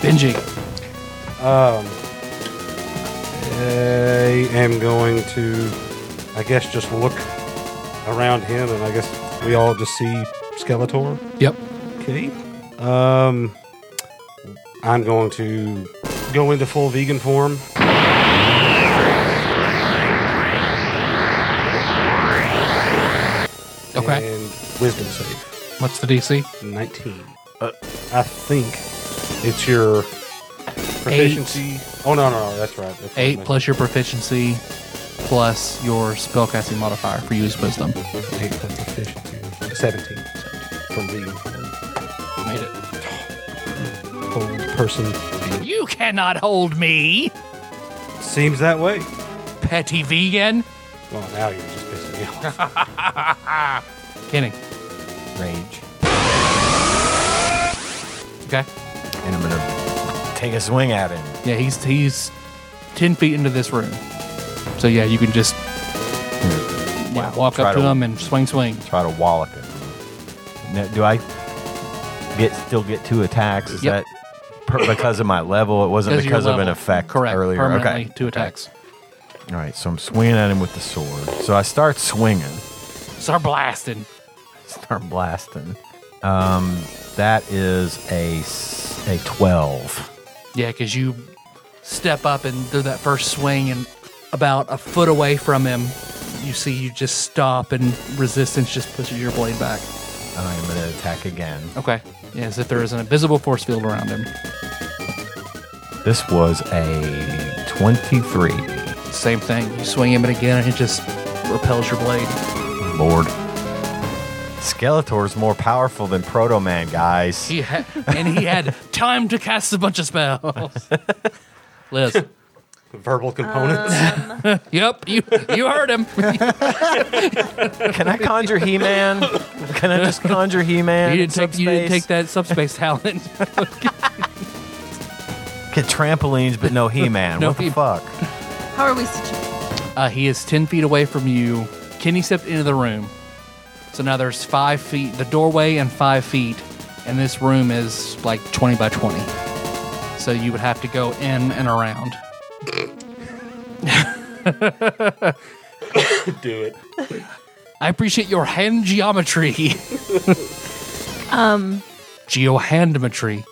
Speaker 1: Benji.
Speaker 3: I am going to, I guess, just look around him, and I guess we all just see Skeletor.
Speaker 1: Yep.
Speaker 3: Okay. Um, I'm going to go into full vegan form.
Speaker 1: Okay.
Speaker 3: And wisdom save.
Speaker 1: What's the DC?
Speaker 3: 19. Uh, I think it's your proficiency. Oh, no, no, no. That's right. That's
Speaker 1: 8
Speaker 3: right.
Speaker 1: plus your proficiency plus your spellcasting modifier for use wisdom.
Speaker 3: Eight plus proficiency. 17. From vegan form.
Speaker 1: Made it.
Speaker 3: Whole person. vegan.
Speaker 1: You cannot hold me,
Speaker 3: Seems that way.
Speaker 1: petty vegan.
Speaker 3: Well, now you're just pissing me off. <laughs>
Speaker 1: Kidding.
Speaker 4: Rage.
Speaker 1: Okay.
Speaker 4: And I'm going to take a swing at him.
Speaker 1: Yeah, he's he's 10 feet into this room. So yeah, you can just yeah, walk
Speaker 4: Try
Speaker 1: up to,
Speaker 4: to-
Speaker 1: him and swing, swing.
Speaker 4: Try to wallop him. Now, do I get still get two attacks? Is
Speaker 1: Yep.
Speaker 4: that per, because of my level? It wasn't
Speaker 1: Because
Speaker 4: because
Speaker 1: your
Speaker 4: of an
Speaker 1: level.
Speaker 4: effect
Speaker 1: Correct.
Speaker 4: earlier.
Speaker 1: Permanently,
Speaker 4: Okay.
Speaker 1: two
Speaker 4: Okay.
Speaker 1: attacks.
Speaker 4: All right, so I'm swinging at him with the sword. So I start swinging, <laughs>
Speaker 1: Start blasting.
Speaker 4: start blasting. Um, that is a s- a 12.
Speaker 1: Yeah, because you step up and do that first swing, and about a foot away from him, you see you just stop, and resistance just pushes your blade back.
Speaker 4: I'm going to attack again.
Speaker 1: Okay. Yeah, as if there is an invisible force field around him.
Speaker 4: This was a 23.
Speaker 1: Same thing. You swing him and again, and it just repels your blade.
Speaker 4: Lord. Skeletor's more powerful than Proto Man, guys.
Speaker 1: He ha- and he had time to cast a bunch of spells. <laughs> Liz.
Speaker 3: Verbal components.
Speaker 1: Yep, you you heard him. he
Speaker 4: Can I conjure He Man? Can I just conjure He Man?
Speaker 1: didn't take you didn't take that subspace talent.
Speaker 4: Get trampolines, but no He Man.
Speaker 1: <laughs> No
Speaker 4: what the
Speaker 1: He-
Speaker 4: fuck?
Speaker 5: How are we situated?
Speaker 1: Uh, he is 10 feet away from you. Kenny stepped into the room. So now there's five feet, the doorway and five feet, and this room is like 20 by 20. So you would have to go in and around.
Speaker 3: Do it.
Speaker 1: I appreciate your hand geometry. <laughs> Geohandmetry.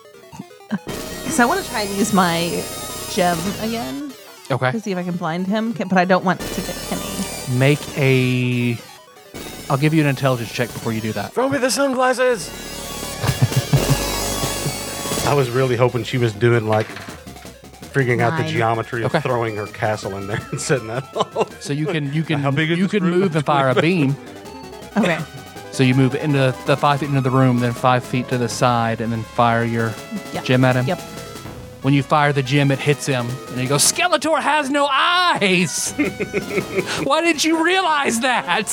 Speaker 5: So I want to try and use my gem again
Speaker 1: Okay.
Speaker 5: to see if I can blind him, ca- but I don't want to get Kenny.
Speaker 1: Make a. I'll give you an intelligence check before you do that.
Speaker 4: Throw me the sunglasses.
Speaker 3: I was really hoping she was doing like figuring out the
Speaker 5: Nine.
Speaker 3: geometry of
Speaker 1: Okay.
Speaker 3: throwing her castle in there <laughs> and setting that up.
Speaker 1: So you can you can
Speaker 3: How big is
Speaker 1: you
Speaker 3: this
Speaker 1: can
Speaker 3: room?
Speaker 1: move and fire a beam.
Speaker 5: <laughs> Okay.
Speaker 1: So you move into the five feet into the room, then five feet to the side, and then fire your
Speaker 5: Yep.
Speaker 1: gem at him.
Speaker 5: Yep.
Speaker 1: When you fire the gem, it hits him, and he goes, "Skeletor has no
Speaker 5: <laughs>
Speaker 1: eyes." Why didn't you realize
Speaker 5: <laughs>
Speaker 1: that?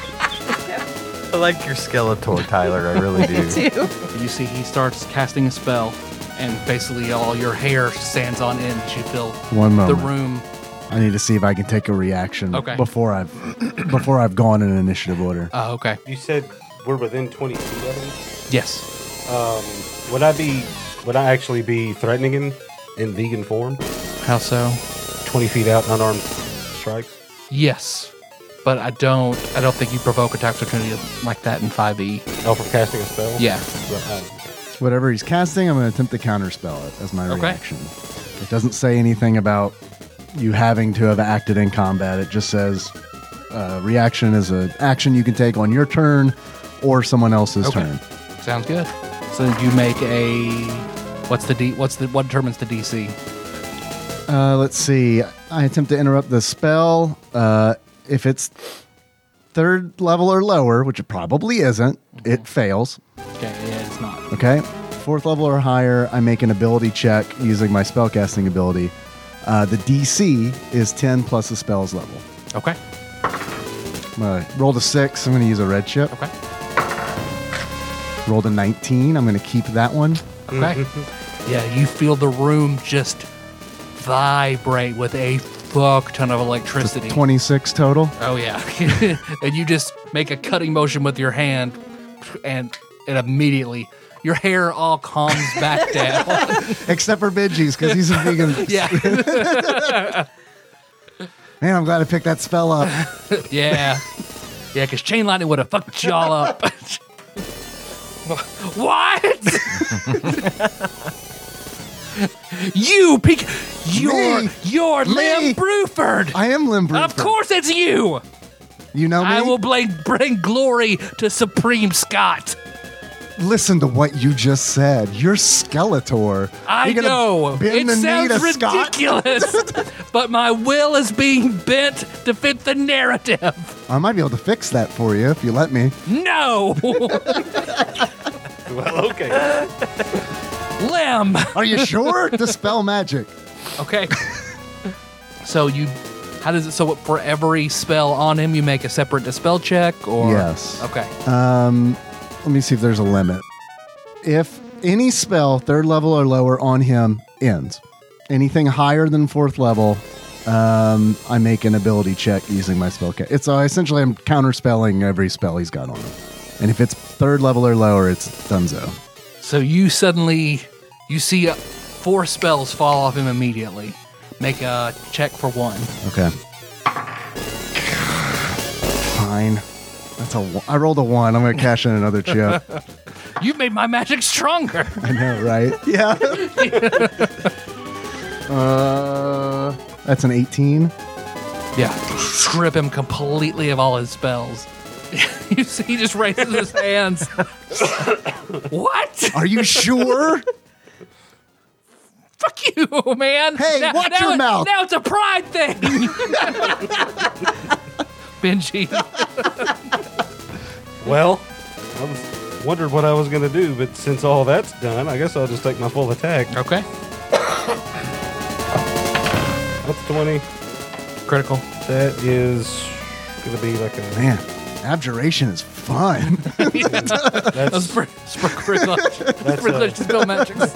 Speaker 4: I like your Skeletor, Tyler. I really
Speaker 5: <laughs>
Speaker 4: do.
Speaker 5: Two.
Speaker 1: You see, he starts casting a spell, and basically all your hair stands on end. as You feel
Speaker 2: One
Speaker 1: the
Speaker 2: moment.
Speaker 1: room.
Speaker 2: I need to see if I can take a reaction
Speaker 1: Okay.
Speaker 2: before I've <coughs> before I've gone in initiative order.
Speaker 1: Oh, okay.
Speaker 3: You said we're within 20 feet of
Speaker 1: Yes.
Speaker 3: him. Would I be, would I actually be threatening him in vegan form?
Speaker 1: How so?
Speaker 3: 20 feet out, unarmed strikes?
Speaker 1: Yes, but I don't. I don't think you provoke attack opportunity like that in Five E.
Speaker 3: Oh, from casting a spell?
Speaker 1: Yeah.
Speaker 3: But, uh,
Speaker 2: Whatever he's casting, I'm going to attempt to counterspell it as my
Speaker 1: Okay.
Speaker 2: reaction. It doesn't say anything about you having to have acted in combat. It just says uh, reaction is an action you can take on your turn or someone else's
Speaker 1: Okay.
Speaker 2: turn.
Speaker 1: Sounds good. So you make a. What's the D? What's the what determines the DC?
Speaker 2: Uh, let's see. I attempt to interrupt the spell. Uh, if it's third level or lower, which it probably isn't,
Speaker 1: Mm-hmm.
Speaker 2: it fails.
Speaker 1: Okay, yeah, it's not.
Speaker 2: Okay. Fourth level or higher, I make an ability check using my spellcasting ability. Uh, the DC is 10 plus the spell's level.
Speaker 1: Okay.
Speaker 2: I'm gonna roll a six. I'm going to use a red chip.
Speaker 1: Okay.
Speaker 2: Rolled a 19. I'm going to keep that one.
Speaker 1: Okay. yeah, you feel the room just vibrate with a fuck ton of electricity.
Speaker 2: 26 total.
Speaker 1: Oh yeah, <laughs> and you just make a cutting motion with your hand, and and immediately your hair all calms <laughs> back down.
Speaker 2: Except for Benji's because he's a vegan.
Speaker 1: <laughs> yeah,
Speaker 2: Man, I'm glad I picked that spell up.
Speaker 1: yeah, yeah. Because chain lightning would have fucked y'all
Speaker 2: <laughs>
Speaker 1: up. what? you pick your
Speaker 2: Me.
Speaker 1: your Lim
Speaker 2: Me.
Speaker 1: Bruford.
Speaker 2: I am Limber.
Speaker 1: of course, it's you.
Speaker 2: You know me?
Speaker 1: I will bring, bring glory to Supreme Scott.
Speaker 2: Listen to what you just said. You're Skeletor.
Speaker 1: I
Speaker 2: You're gonna
Speaker 1: know.
Speaker 2: Bend
Speaker 1: it
Speaker 2: the knee
Speaker 1: sounds
Speaker 2: to Scott. <laughs>
Speaker 1: ridiculous, but my will is being bent to fit the narrative.
Speaker 2: I might be able to fix that for you if you let me. <laughs>
Speaker 1: No,
Speaker 3: <laughs> well, okay.
Speaker 1: Lim.
Speaker 2: Are you
Speaker 1: <laughs>
Speaker 2: sure? Dispel magic.
Speaker 1: Okay. so you, how does it? So what- for every spell on him, you make a separate dispel check, or
Speaker 2: Yes.
Speaker 1: Okay.
Speaker 2: Let me see if there's a limit. If any spell third level or lower on him ends, anything higher than fourth level, um, I make an ability check using my spell. Ca- it's uh, essentially I'm counterspelling every spell he's got on him. And if it's third level or lower, it's Dunzo.
Speaker 1: So you suddenly you see uh, four spells fall off him immediately. Make a check for one.
Speaker 2: Okay. Fine. That's a. one- I rolled a one. I'm gonna cash in another chip. <laughs>
Speaker 1: You've made my magic stronger.
Speaker 2: I know, right? <laughs> Yeah. uh, that's an 18.
Speaker 1: Yeah. Strip him completely of all his spells. <laughs> you see, he just raises his hands. what?
Speaker 2: Are you sure?
Speaker 1: Fuck you, man.
Speaker 2: Hey, watch your
Speaker 1: it-
Speaker 2: mouth.
Speaker 1: Now it's a pride
Speaker 2: <laughs>
Speaker 1: thing. Benji.
Speaker 3: Well, I was wondered what I was going to do, but since all that's done, I guess I'll just take my full attack.
Speaker 1: Okay.
Speaker 3: That's 20.
Speaker 1: <laughs> Critical.
Speaker 3: That is going to be like
Speaker 1: <laughs>
Speaker 3: a.
Speaker 2: <laughs> Man, abjuration is fun.
Speaker 3: That's,
Speaker 1: That's for, that's for critical.
Speaker 3: That's
Speaker 1: for
Speaker 3: a-
Speaker 1: the spell metrics.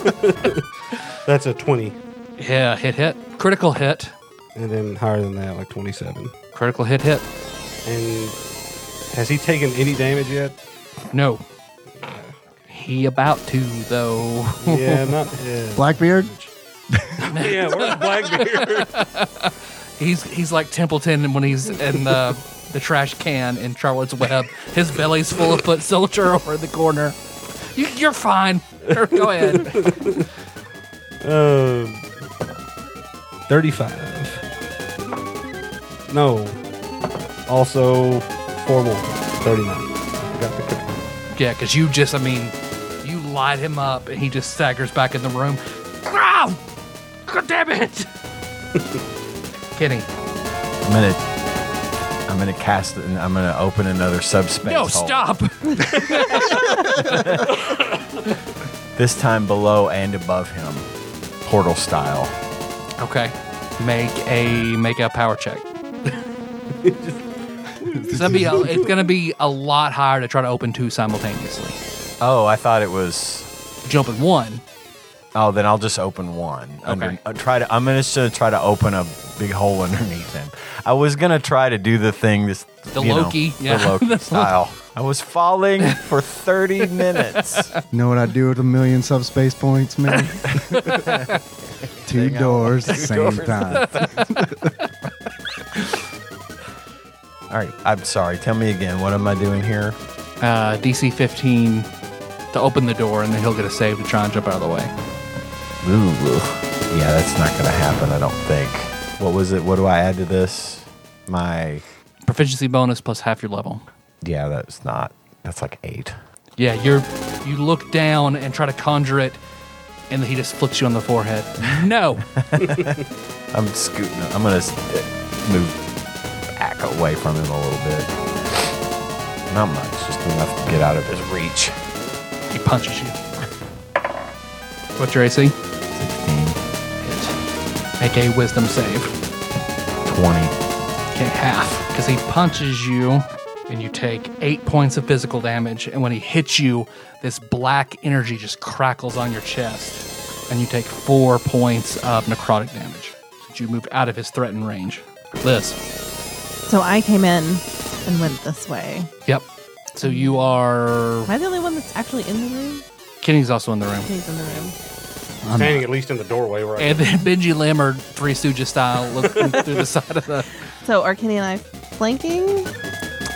Speaker 3: that's a 20.
Speaker 1: Yeah, hit, hit. Critical hit.
Speaker 3: And then higher than that, like 27.
Speaker 1: Critical hit, hit.
Speaker 3: And has he taken any damage yet?
Speaker 1: No. He about to though.
Speaker 3: <laughs> Yeah, not. Yeah,
Speaker 2: Blackbeard?
Speaker 3: yeah where's Blackbeard?
Speaker 1: He's he's like Templeton when he's in the the trash can in Charlotte's Web. His belly's full of foot <laughs> soldier over in the corner. You, you're fine. <laughs> Go ahead.
Speaker 3: <laughs> Um, 35. No. Also, four more. 39. I got the count.
Speaker 1: Yeah, because you just I mean, you light him up and he just staggers back in the room. Ow! God damn <laughs> it! Kenny.
Speaker 4: I'm gonna, I'm gonna cast it and I'm gonna open another subspace.
Speaker 1: No,
Speaker 4: hole.
Speaker 1: stop.
Speaker 4: This time below and above him, portal style.
Speaker 1: Okay. Make a make a power check. <laughs> it's, gonna be a, it's gonna be a lot higher to try to open two simultaneously.
Speaker 4: Oh, I thought it was.
Speaker 1: Jump in one.
Speaker 4: Oh, then I'll just open one. Under,
Speaker 1: Okay.
Speaker 4: uh, try to. I'm gonna just uh, try to open a big hole underneath him. I was gonna try to do the thing. This
Speaker 1: The
Speaker 4: you know,
Speaker 1: Loki, yeah.
Speaker 4: the
Speaker 1: <laughs>
Speaker 4: Loki style. I was falling for 30 minutes.
Speaker 2: You know what I'd do with a million subspace points, <laughs> man? Two doors at the same
Speaker 4: doors.
Speaker 2: time.
Speaker 4: All right. I'm sorry. Tell me again. What am I doing here?
Speaker 1: Uh, DC 15 to open the door, and then he'll get a save to try and jump out of the way.
Speaker 4: Ooh, yeah, that's not gonna happen. I don't think. What was it? What do I add to this? My.
Speaker 1: Proficiency bonus plus half your level.
Speaker 4: Yeah, that's not. That's like eight.
Speaker 1: Yeah, you're you look down and try to conjure it, and then he just flicks you on the forehead. No.
Speaker 4: I'm scooting. I'm gonna s- eh, move back away from him a little bit. Not much, just enough to get out of his reach.
Speaker 1: he punches you. What's your AC?
Speaker 4: 16,
Speaker 1: Hit. Make a wisdom save.
Speaker 4: 20.
Speaker 1: Okay, half. Because he punches you, and you take eight points of physical damage. And when he hits you, this black energy just crackles on your chest, and you take four points of necrotic damage. Since you moved out of his threatened range. Liz.
Speaker 5: So I came in and went this way.
Speaker 1: Yep. So you are.
Speaker 5: Am I the only one that's actually in the room?
Speaker 1: Kenny's also in the room.
Speaker 5: He's in the room.
Speaker 3: Standing at least in the doorway where I
Speaker 1: And then Benji Lammer, Three Stooges style, looking through the side of the.
Speaker 5: So are Kenny and I flanking?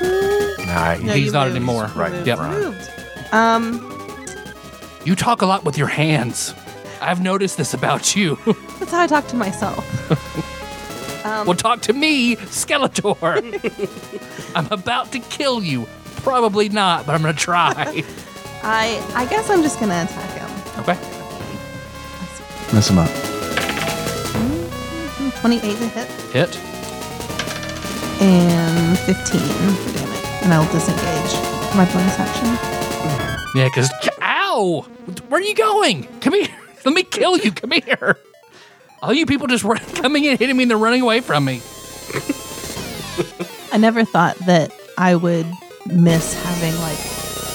Speaker 5: No,
Speaker 4: Nah,
Speaker 1: he's
Speaker 5: you
Speaker 1: not
Speaker 5: moved.
Speaker 1: anymore.
Speaker 5: You
Speaker 4: Right,
Speaker 5: moved.
Speaker 1: yep.
Speaker 5: You moved. Um,
Speaker 1: You talk a lot with your hands. I've noticed this about you.
Speaker 5: that's how I talk to myself.
Speaker 1: Well, talk to me, Skeletor. I'm about to kill you. Probably not, but I'm gonna try.
Speaker 5: I I guess I'm just gonna attack him.
Speaker 1: okay.
Speaker 2: Mess him up.
Speaker 5: Twenty-eight to hit
Speaker 1: Hit.
Speaker 5: and fifteen for damage, and I'll disengage my bonus action.
Speaker 1: Yeah, cause ow! Where are you going? Come here. <laughs> Let me kill you. Come here. All you people just run, <laughs> coming in, hitting me, and then running away from me.
Speaker 5: I never thought that I would miss having like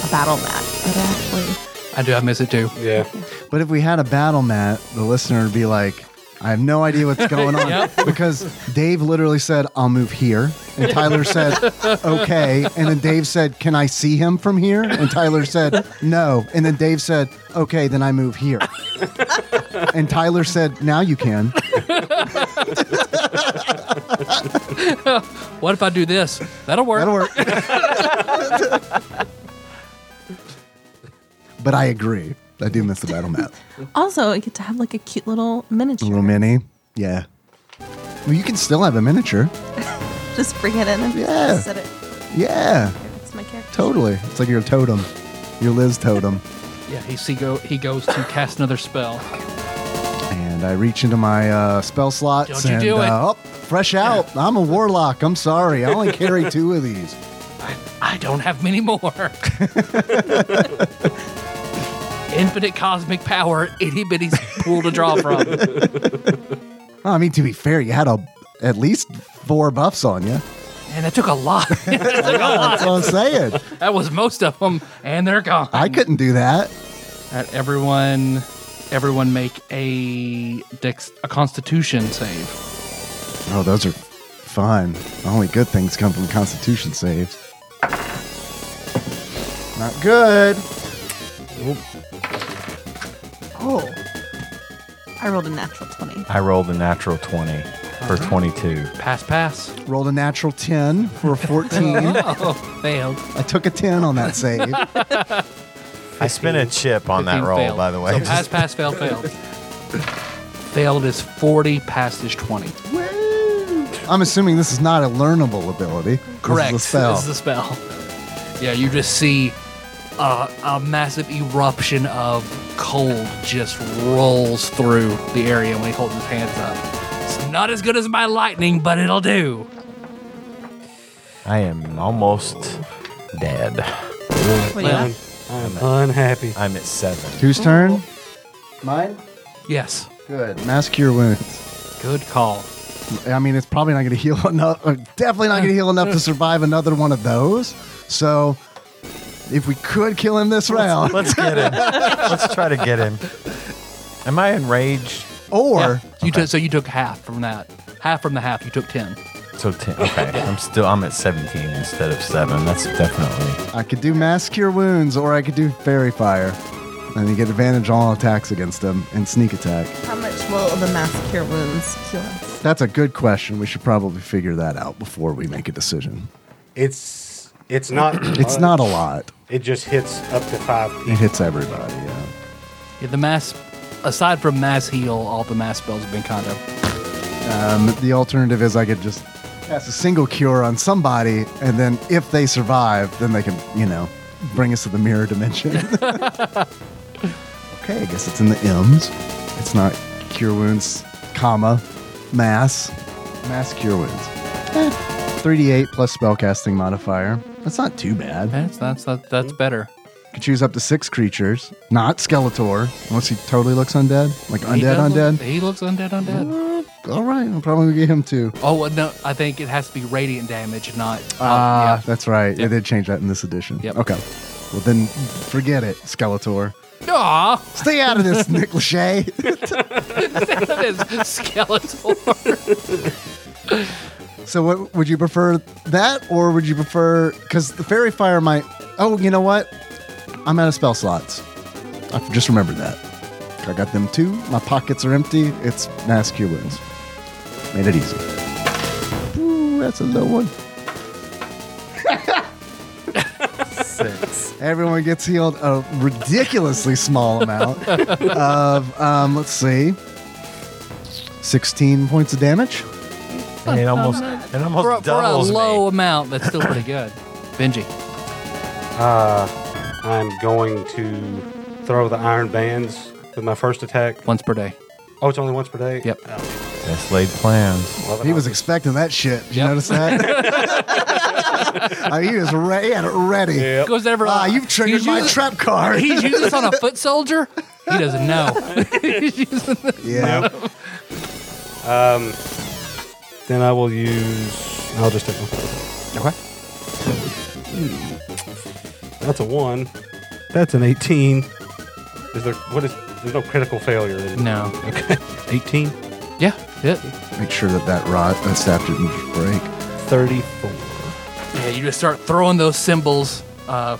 Speaker 5: a battle mat, but actually,
Speaker 1: I do. I miss it too.
Speaker 3: Yeah.
Speaker 2: But if we had a battle mat, the listener would be like, I have no idea what's going on.
Speaker 1: Yep.
Speaker 2: Because Dave literally said, I'll move here. And Tyler said, okay. And then Dave said, Can I see him from here? And Tyler said, No. And then Dave said, Okay, then I move here. and Tyler said, Now you can.
Speaker 1: What if I do this? That'll work.
Speaker 2: That'll work. but I agree. I do miss the battle map.
Speaker 5: also I get to have like a cute little
Speaker 2: A
Speaker 5: miniature.
Speaker 2: little mini. Yeah. Well, you can still have a miniature.
Speaker 5: Just bring it in and
Speaker 2: Yeah.
Speaker 5: set it.
Speaker 2: Yeah.
Speaker 5: It's my character.
Speaker 2: Totally. It's like your totem. Your Liz totem.
Speaker 1: Yeah. He see go. He goes to cast another spell.
Speaker 2: and I reach into my uh, spell slots
Speaker 1: Don't you
Speaker 2: and
Speaker 1: do it.
Speaker 2: uh, oh, fresh out. I'm a warlock. I'm sorry. I
Speaker 1: <laughs>
Speaker 2: only carry two of these.
Speaker 1: I don't have many more. Infinite cosmic power, itty bitty pool to draw from.
Speaker 2: Well, I mean, to be fair, you had a, at least four buffs on you.
Speaker 1: And that took a lot. <laughs>
Speaker 2: <laughs> That's what I'm saying.
Speaker 1: that was most of them, and they're gone.
Speaker 2: I couldn't do that.
Speaker 1: Let everyone, everyone make a dex, a Constitution save.
Speaker 2: Oh, those are Fine. Only good things come from Constitution saves. Not good.
Speaker 5: Oh. I rolled a natural 20.
Speaker 4: I rolled a natural 20 for 22.
Speaker 1: Pass, pass.
Speaker 2: Rolled a natural 10 for
Speaker 1: <laughs>
Speaker 2: a 14.
Speaker 1: Failed.
Speaker 2: I took a 10 on that save.
Speaker 4: I spent a chip on that
Speaker 1: 15
Speaker 4: roll,
Speaker 1: failed.
Speaker 4: by the way.
Speaker 1: So pass, pass, fail, failed.
Speaker 4: <laughs>
Speaker 1: failed is 40, passed is 20.
Speaker 2: I'm assuming this is not a learnable ability.
Speaker 1: Correct.
Speaker 2: This is a spell.
Speaker 1: This is the spell. Yeah, you just see a, a massive eruption of cold just rolls through the area when he holds his hands up. It's not as good as my lightning, but it'll do.
Speaker 4: I am almost dead.
Speaker 5: What do you have?
Speaker 3: I'm unhappy.
Speaker 4: I'm at seven.
Speaker 2: Whose turn? Mine?
Speaker 1: Yes.
Speaker 2: Good. Mass cure wounds.
Speaker 1: Good call.
Speaker 2: I mean, it's probably not going to heal <laughs> enough. uh, Definitely not going to heal enough to survive another one of those. So, if we could kill him this round,
Speaker 4: Let's get him. Let's try to get him. Am I enraged?
Speaker 2: or
Speaker 1: You took so you took half from that. Half from the half. You took ten.
Speaker 4: So ten. Okay, I'm still. I'm at 17 instead of seven. That's definitely.
Speaker 2: I could do mass cure wounds, or I could do fairy fire, and you get advantage on all attacks against him and sneak attack.
Speaker 5: How much will the mass cure wounds heal us?
Speaker 2: That's a good question. We should probably figure that out before we make a decision.
Speaker 3: It's
Speaker 2: <clears throat>
Speaker 3: it's not.
Speaker 2: It's
Speaker 3: uh,
Speaker 2: not a lot.
Speaker 3: It just hits up to five.
Speaker 2: It hits everybody. Yeah.
Speaker 1: Yeah, the mass. Aside from mass heal, all the mass spells have been kind of.
Speaker 2: Um, the alternative is I could just cast a single cure on somebody, and then if they survive, then they can, you know, bring us to the mirror dimension. okay, I guess it's in the M's. It's not cure wounds, comma, mass, mass cure wounds. Eh, 3d8 plus spellcasting modifier. That's not too bad.
Speaker 1: That's that's that's,
Speaker 2: Hmm.
Speaker 1: that's better.
Speaker 2: Could choose up to six creatures, not Skeletor, unless he totally looks undead, like
Speaker 1: He
Speaker 2: undead,
Speaker 1: does look-
Speaker 2: undead. Eh,
Speaker 1: he looks undead, undead.
Speaker 2: All right, I'll probably get him too.
Speaker 1: Oh no, I think it has to be radiant damage, not. uh,
Speaker 2: Ah,
Speaker 1: yeah.
Speaker 2: that's right. They
Speaker 1: Yep.
Speaker 2: did change that in this edition.
Speaker 1: Yep.
Speaker 2: Okay. Well, then forget it, Skeletor.
Speaker 1: Aw, <laughs>
Speaker 2: Stay out of this, Nick Lachey.
Speaker 1: that is
Speaker 2: <laughs>
Speaker 1: Skeletor.
Speaker 2: So, what would you prefer that, or would you prefer because the fairy fire might? Oh, you know what? I'm out of spell slots. I just remembered that. I got them too. My pockets are empty. It's mass cure wounds. Made it easy. Ooh, that's a low one.
Speaker 4: Six.
Speaker 2: Everyone gets healed a ridiculously small amount of, um, let's see, 16 points of damage. <laughs>
Speaker 4: It
Speaker 2: Oh,
Speaker 4: almost. It almost
Speaker 1: for, a- for a
Speaker 4: doubles me.
Speaker 1: low amount, that's still pretty good. Benji,
Speaker 3: I'm going to throw the iron bands with my first attack.
Speaker 1: once per day.
Speaker 3: Oh, it's only once per day.
Speaker 1: Yep.
Speaker 4: Best laid plans.
Speaker 3: Well, then
Speaker 2: He was
Speaker 3: I'll-
Speaker 2: expecting that shit. Did you
Speaker 1: Yep.
Speaker 2: notice that? Uh, he was re- he had it ready.
Speaker 3: Yep.
Speaker 1: Goes ever.
Speaker 2: Ah, you've triggered my trap
Speaker 1: <laughs>
Speaker 2: card.
Speaker 1: He's using this on
Speaker 2: <laughs>
Speaker 1: a foot soldier. He doesn't know. <laughs>
Speaker 2: yeah.
Speaker 3: Then I will use. I'll just take one.
Speaker 1: okay.
Speaker 3: That's a one. That's an eighteen. Is there what is? There's no critical failure. is there?
Speaker 1: No.
Speaker 3: Okay. Eighteen.
Speaker 1: Yeah. Yeah.
Speaker 2: Make sure that that rot, that staff didn't just break.
Speaker 3: Thirty-four.
Speaker 1: Yeah. You just start throwing those symbols. Uh,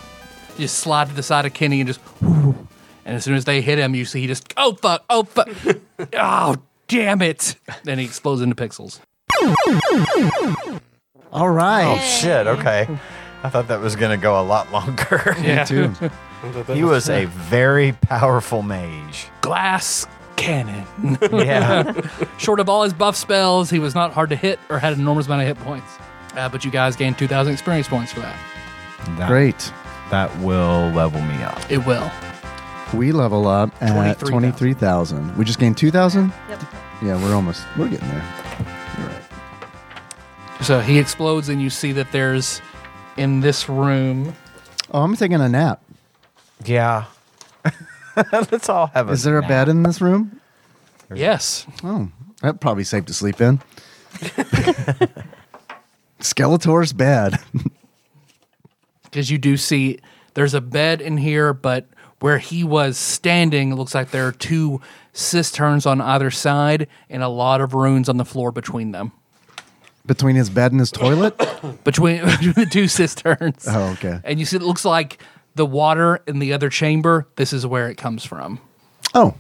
Speaker 1: you just slide to the side of Kenny and just. And as soon as they hit him, you see he just. Oh fuck! Oh fuck! oh damn it! Then he explodes into pixels.
Speaker 2: All right.
Speaker 4: Oh shit. Okay. I thought that was gonna go a lot <laughs> longer.
Speaker 1: Yeah.
Speaker 2: <laughs> Two.
Speaker 4: He was a very powerful mage.
Speaker 1: Glass cannon. <laughs>
Speaker 2: <laughs>
Speaker 4: Yeah.
Speaker 1: Short of all his buff spells, he was not hard to hit or had an enormous amount of hit points. Uh, but you guys gained 2,000 experience points for that.
Speaker 4: That-
Speaker 2: Great.
Speaker 4: That will level me up.
Speaker 1: It will.
Speaker 2: We level up at
Speaker 1: 23,000.
Speaker 2: 23,000. We just gained 2,000? Yep. Yeah, we're almost, we're getting there.
Speaker 1: So he explodes, and you see that there's in this room.
Speaker 2: Oh, I'm taking a nap.
Speaker 4: Yeah. <laughs> Let's all have a.
Speaker 2: Is there a
Speaker 4: nap.
Speaker 2: bed in this room?
Speaker 1: Yes.
Speaker 2: That probably safe to sleep in. Skeletor's bed.
Speaker 1: Because you do see there's a bed in here, but where he was standing, it looks like there are two cisterns on either side and a lot of runes on the floor between them.
Speaker 2: between his bed and his toilet.
Speaker 1: between, <laughs> between the two cisterns.
Speaker 2: Oh, okay.
Speaker 1: And you see, it looks like the water in the other chamber. This is where it comes from.
Speaker 2: oh,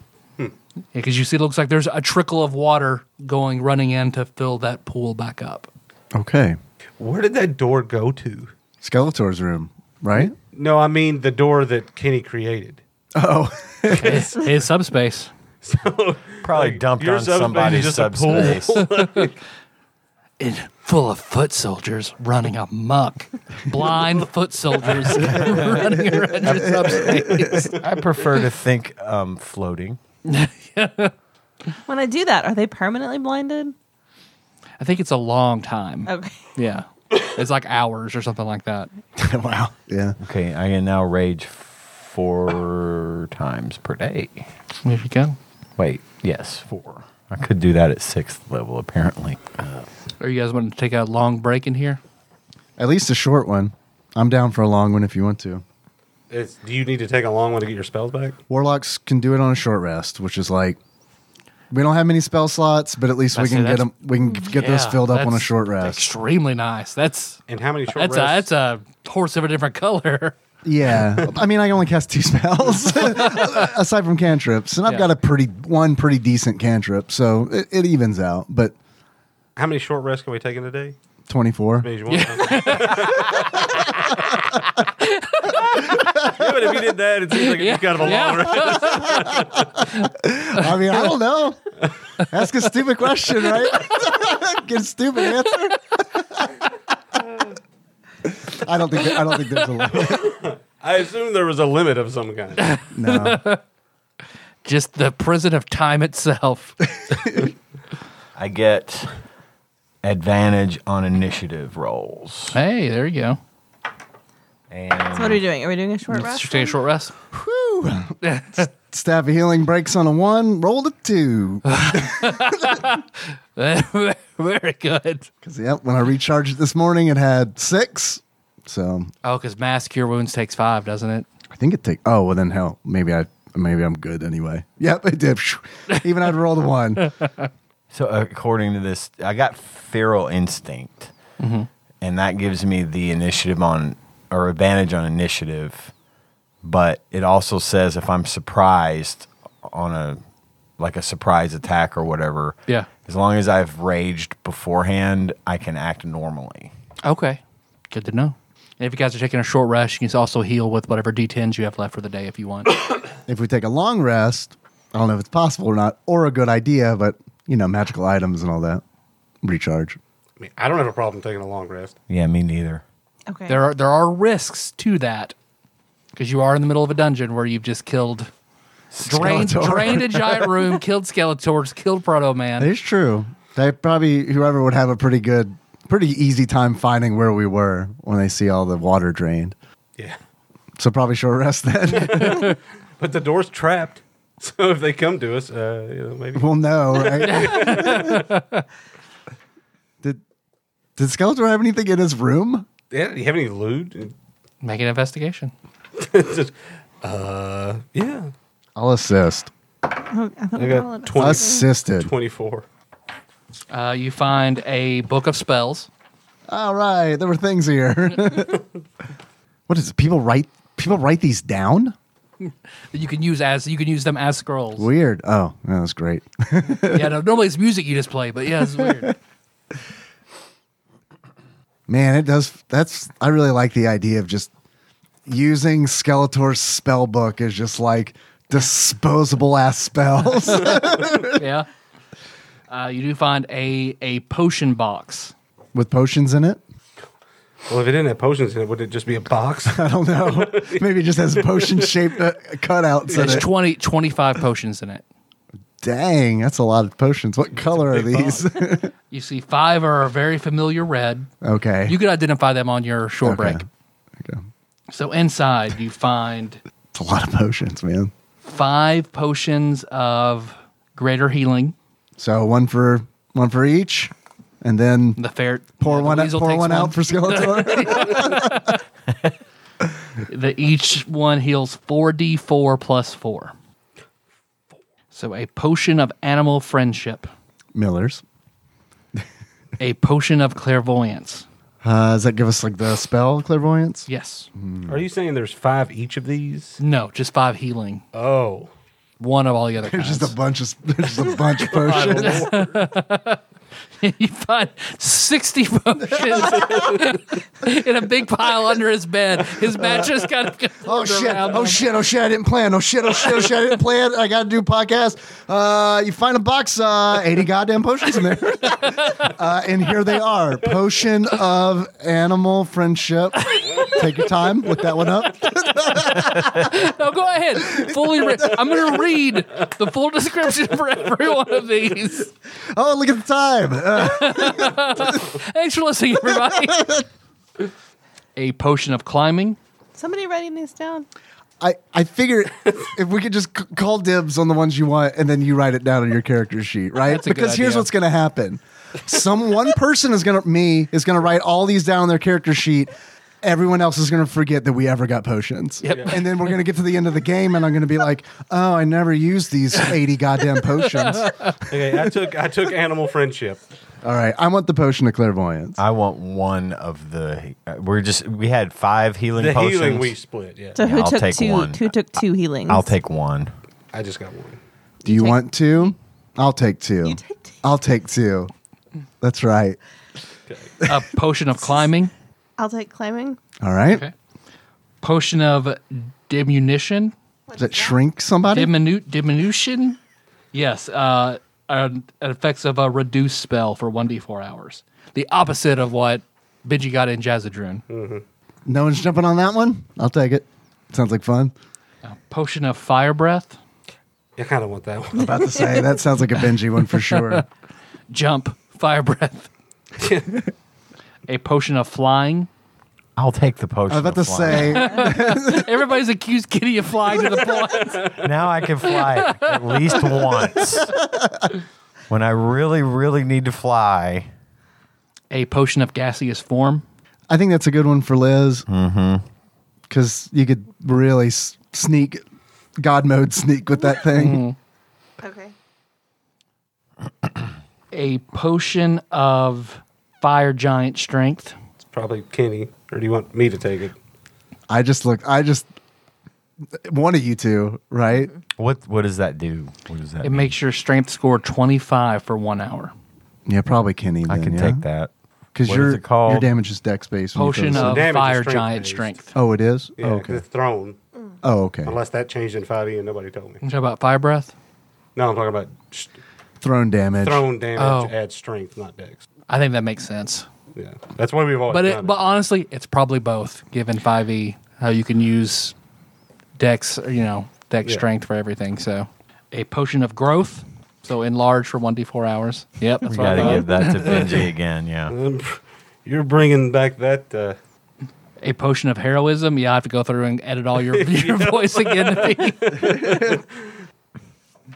Speaker 1: Because you see, it looks like there's a trickle of water going running in to fill that pool back up.
Speaker 2: okay.
Speaker 3: Where did that door go to?
Speaker 2: Skeletor's room, right?
Speaker 3: No, I mean the door that Kenny created. <laughs>
Speaker 1: It's, it's subspace.
Speaker 4: Probably
Speaker 3: Like,
Speaker 4: dumped
Speaker 3: your
Speaker 4: on
Speaker 3: subspace is
Speaker 4: somebody's
Speaker 3: just a pool.
Speaker 4: subspace.
Speaker 1: It's full of foot soldiers running amok.
Speaker 2: <laughs>
Speaker 1: Blind foot soldiers <laughs> running around your subspace.
Speaker 2: <laughs>
Speaker 4: I prefer to think um, floating.
Speaker 5: When I do that, are they permanently blinded?
Speaker 1: I think it's a long time.
Speaker 5: Okay.
Speaker 1: Yeah. It's like hours or something like that.
Speaker 2: <laughs> wow. Yeah.
Speaker 4: Okay, I can now rage four times per day.
Speaker 1: There you go.
Speaker 4: Wait, yes, four. I could do that at sixth level, apparently.
Speaker 1: Are you guys wanting to take a long break in here?
Speaker 2: At least a short one. I'm down for a long one if you want to.
Speaker 3: It's, do you need to take a long one to get your spells back?
Speaker 2: Warlocks can do it on a short rest, which is like we don't have many spell slots, but at least we
Speaker 1: That's-
Speaker 2: can get
Speaker 1: that's-
Speaker 2: them. We can get those
Speaker 1: Yeah,
Speaker 2: filled up on a
Speaker 1: that's
Speaker 2: short rest.
Speaker 1: Extremely nice. That's
Speaker 3: And how many short
Speaker 1: that's a, that's a
Speaker 3: rests?
Speaker 1: horse of a different color.
Speaker 2: Yeah, I mean, I only cast two spells <laughs> aside from cantrips, and I've
Speaker 1: Yeah.
Speaker 2: got a pretty one pretty decent cantrip, so it, it evens out. But
Speaker 3: how many short rests can we take in a day?
Speaker 2: twenty four.
Speaker 3: Means you want something. <laughs> yeah, but if <laughs> you did that, it seems like it's kind of a
Speaker 1: <laughs>
Speaker 3: long
Speaker 1: Yeah.
Speaker 3: rest.
Speaker 2: I mean, I don't know. Ask a stupid question, right? <laughs> Get a stupid answer. I don't think I don't think there's a limit.
Speaker 3: I assume there was a limit of some kind.
Speaker 2: <laughs> No.
Speaker 1: Just the prison of time itself.
Speaker 4: I get advantage on initiative rolls.
Speaker 1: hey, there you go.
Speaker 4: And
Speaker 5: So what are we doing? Are we doing a short
Speaker 1: Let's
Speaker 5: rest?
Speaker 1: just take a short rest. <laughs>
Speaker 2: Staff of healing breaks on a one, roll a two.
Speaker 1: Very good.
Speaker 2: Because yep, when I recharged it this morning, it had six. So
Speaker 1: Oh, because mass cure wounds takes five, doesn't it?
Speaker 2: I think it take. Oh well, then hell, maybe I maybe I'm good anyway. Yep, it did. Even I'd rolled a one.
Speaker 4: So according to this, I got feral instinct, and that gives me the initiative on or advantage on initiative. But it also says if I'm surprised on a like a surprise attack or whatever.
Speaker 1: Yeah.
Speaker 4: As long as I've raged beforehand, I can act normally.
Speaker 1: Okay. Good to know. And if you guys are taking a short rest, you can also heal with whatever D10s you have left for the day if you want.
Speaker 2: If we take a long rest, I don't know if it's possible or not, or a good idea, but you know, magical items and all that. Recharge.
Speaker 3: I mean, I don't have a problem taking a long rest.
Speaker 4: Yeah, me neither.
Speaker 5: Okay.
Speaker 1: there are there are risks to that because you are in the middle of a dungeon where you've just killed drained,
Speaker 2: Skeletor.
Speaker 1: drained a giant room, killed skeletors, killed proto
Speaker 2: That
Speaker 1: man.
Speaker 2: is true. They probably whoever would have a pretty good, pretty easy time finding where we were when they see all the water drained.
Speaker 3: Yeah.
Speaker 2: So probably short rest then.
Speaker 3: But the door's trapped. <laughs> So if they come to us, uh, you know, maybe.
Speaker 2: Well, no, right? did did Skeletor have anything in his room?
Speaker 3: Yeah, do you have any loot?
Speaker 1: Make an investigation.
Speaker 3: It's <laughs> just, uh, yeah.
Speaker 2: I'll assist.
Speaker 5: Oh, I thought
Speaker 3: I
Speaker 5: we
Speaker 3: got
Speaker 5: all had-
Speaker 3: 20.
Speaker 2: Assisted.
Speaker 3: 24.
Speaker 1: Uh, you find a book of spells.
Speaker 2: All right, there were things here. <laughs> what is it? People write people write these down.
Speaker 1: that You can use as you can use them as scrolls.
Speaker 2: Weird. Oh, yeah, that's great.
Speaker 1: yeah, no, normally it's music you just play, but yeah, it's weird.
Speaker 2: Man, it does. That's I really like the idea of just using Skeletor's spell book as just like disposable ass spells. <laughs>
Speaker 1: yeah. Uh, you do find a a potion box.
Speaker 2: with potions in it.
Speaker 3: Well, if it didn't have potions in it, wouldn't it just be a box?
Speaker 2: I
Speaker 1: <laughs>
Speaker 2: don't know. Oh, Maybe it just has potion shaped uh, cutouts in
Speaker 1: There's
Speaker 2: it.
Speaker 1: 20, 25 potions in it.
Speaker 2: Dang, that's a lot of potions. What color are these? <laughs>
Speaker 1: You see, five are a very familiar red.
Speaker 2: okay.
Speaker 1: You could identify them on your short
Speaker 2: Okay.
Speaker 1: break.
Speaker 2: Okay.
Speaker 1: So inside, you find
Speaker 2: It's a lot of potions, man.
Speaker 1: five potions of greater healing.
Speaker 2: So one for one for each, and then
Speaker 1: The ferret
Speaker 2: pour
Speaker 1: the
Speaker 2: one out,
Speaker 1: weasel
Speaker 2: pour
Speaker 1: takes
Speaker 2: one out for Skeletor.
Speaker 1: <laughs> the, each one heals four d four plus four. So a potion of animal friendship.
Speaker 2: Miller's.
Speaker 1: a potion of clairvoyance.
Speaker 2: Uh, does that give us like the spell clairvoyance?
Speaker 1: Yes.
Speaker 2: Mm-hmm.
Speaker 3: Are you saying there's five each of these?
Speaker 1: No, just five healing.
Speaker 3: Oh.
Speaker 1: One of all the other
Speaker 2: There's
Speaker 1: kinds.
Speaker 2: <laughs> just
Speaker 1: <laughs>
Speaker 2: a bunch of there's just <laughs> a bunch of potions.
Speaker 1: you find <laughs> 60 potions in a big pile under his bed. His mattress kind <laughs> of gets
Speaker 2: Oh shit!
Speaker 1: around
Speaker 2: Oh
Speaker 1: him.
Speaker 2: shit! Oh shit! I didn't plan. Oh shit! Oh shit! Oh shit! I didn't plan. I gotta do a podcast. Uh, you find a box, uh, eighty goddamn potions <laughs> in there, uh, and here they are: potion of animal friendship. Take your time. Look that one up.
Speaker 1: No, go ahead. Fully re- I'm going to read the full description for every one of these.
Speaker 2: Oh, look at the time. Uh,
Speaker 1: Thanks for listening, everybody. A potion of climbing.
Speaker 5: Somebody writing these down.
Speaker 2: I I figure if we could just c- call dibs on the ones you want, and then you write it down on your character sheet, right?
Speaker 1: That's a good
Speaker 2: because here's
Speaker 1: idea.
Speaker 2: what's gonna happen: some one person is gonna me is gonna write all these down on their character sheet. Everyone else is gonna forget that we ever got potions,
Speaker 1: Yep. Yeah.
Speaker 2: and then we're gonna get to the end of the game, and I'm gonna be like, "Oh, I never used these eighty goddamn potions."
Speaker 3: Okay, I took I took animal friendship.
Speaker 2: All right, I want the potion of clairvoyance.
Speaker 1: Uh,
Speaker 4: I want one of the. uh, We're just. We had five healing
Speaker 3: The
Speaker 4: potions.
Speaker 3: healing we split, yeah.
Speaker 5: So who
Speaker 4: Yeah, I'll
Speaker 5: took
Speaker 4: take
Speaker 5: two?
Speaker 4: one.
Speaker 5: Who took two healings?
Speaker 4: I'll take one.
Speaker 3: I just got one.
Speaker 2: Do you
Speaker 5: take-
Speaker 2: want two? I'll take two.
Speaker 5: You take two.
Speaker 2: I'll take two. That's right.
Speaker 1: A potion of climbing.
Speaker 5: I'll take climbing.
Speaker 2: All right.
Speaker 1: Okay. Potion of diminution.
Speaker 2: Does it shrink somebody?
Speaker 1: Diminu- diminution? Yes. Uh, an an effects of a reduced spell for 1d4 hours. The opposite of what Benji got in Jazzadrun.
Speaker 3: Hmm.
Speaker 2: No one's jumping on that one. I'll take it. Sounds like fun.
Speaker 1: A potion of fire breath.
Speaker 3: I kind of want that one.
Speaker 2: About to say that sounds like a Benji one for sure.
Speaker 1: Jump. Fire
Speaker 3: <laughs>
Speaker 1: breath. a potion of flying.
Speaker 4: I'll take the
Speaker 2: <laughs>
Speaker 4: potion.
Speaker 2: I was about to
Speaker 4: of flying.
Speaker 2: say
Speaker 1: Everybody's accused Kitty of flying to the point.
Speaker 4: now I can fly at least
Speaker 2: <laughs>
Speaker 4: once. When I really, really need to fly,
Speaker 1: A potion of gaseous form.
Speaker 2: I think that's a good one for Liz Mm-hmm. because you could really s- sneak God mode sneak with that thing.
Speaker 5: Okay.
Speaker 1: A potion of fire giant strength.
Speaker 3: It's probably Kenny. Or do you want me to take
Speaker 1: Oh,
Speaker 3: it?
Speaker 2: I just look. I just one of you two, right?
Speaker 4: what what does that do? What does that?
Speaker 1: It
Speaker 4: do?
Speaker 1: makes your strength score 25 for one hour.
Speaker 2: Yeah, probably Kenny.
Speaker 4: I can take that.
Speaker 2: because
Speaker 4: What is
Speaker 2: your
Speaker 4: it called?
Speaker 2: your damage is dex based. when you throw
Speaker 1: Potion
Speaker 2: this
Speaker 1: of
Speaker 2: in.
Speaker 3: damage is
Speaker 1: fire
Speaker 3: strength
Speaker 1: giant
Speaker 3: based.
Speaker 1: strength.
Speaker 2: oh, it is.
Speaker 3: Yeah,
Speaker 2: oh,
Speaker 3: 'cause
Speaker 2: okay.
Speaker 3: it's thrown.
Speaker 2: Oh, okay.
Speaker 3: Unless that changed in 5e and nobody told me.
Speaker 1: You talking about fire breath?
Speaker 3: No, I'm talking about sh-
Speaker 2: Thrown damage.
Speaker 3: thrown damage
Speaker 1: Oh.
Speaker 3: adds strength, not dex.
Speaker 1: I think that makes sense.
Speaker 3: Yeah, that's why we've always
Speaker 1: But
Speaker 3: done
Speaker 1: it, but honestly, it's probably both. Given five e, how you can use dex, you know, dex
Speaker 3: Yeah.
Speaker 1: strength for everything. So a potion of growth, so enlarge for one d four hours. Yep, that's
Speaker 4: You
Speaker 1: what I
Speaker 4: got to
Speaker 1: thought.
Speaker 2: <laughs>
Speaker 4: give that to Benji again. Yeah.
Speaker 3: Um, You're bringing back that. Uh,
Speaker 1: A potion of heroism. Yeah, I have to go through and edit all your, your voice again to be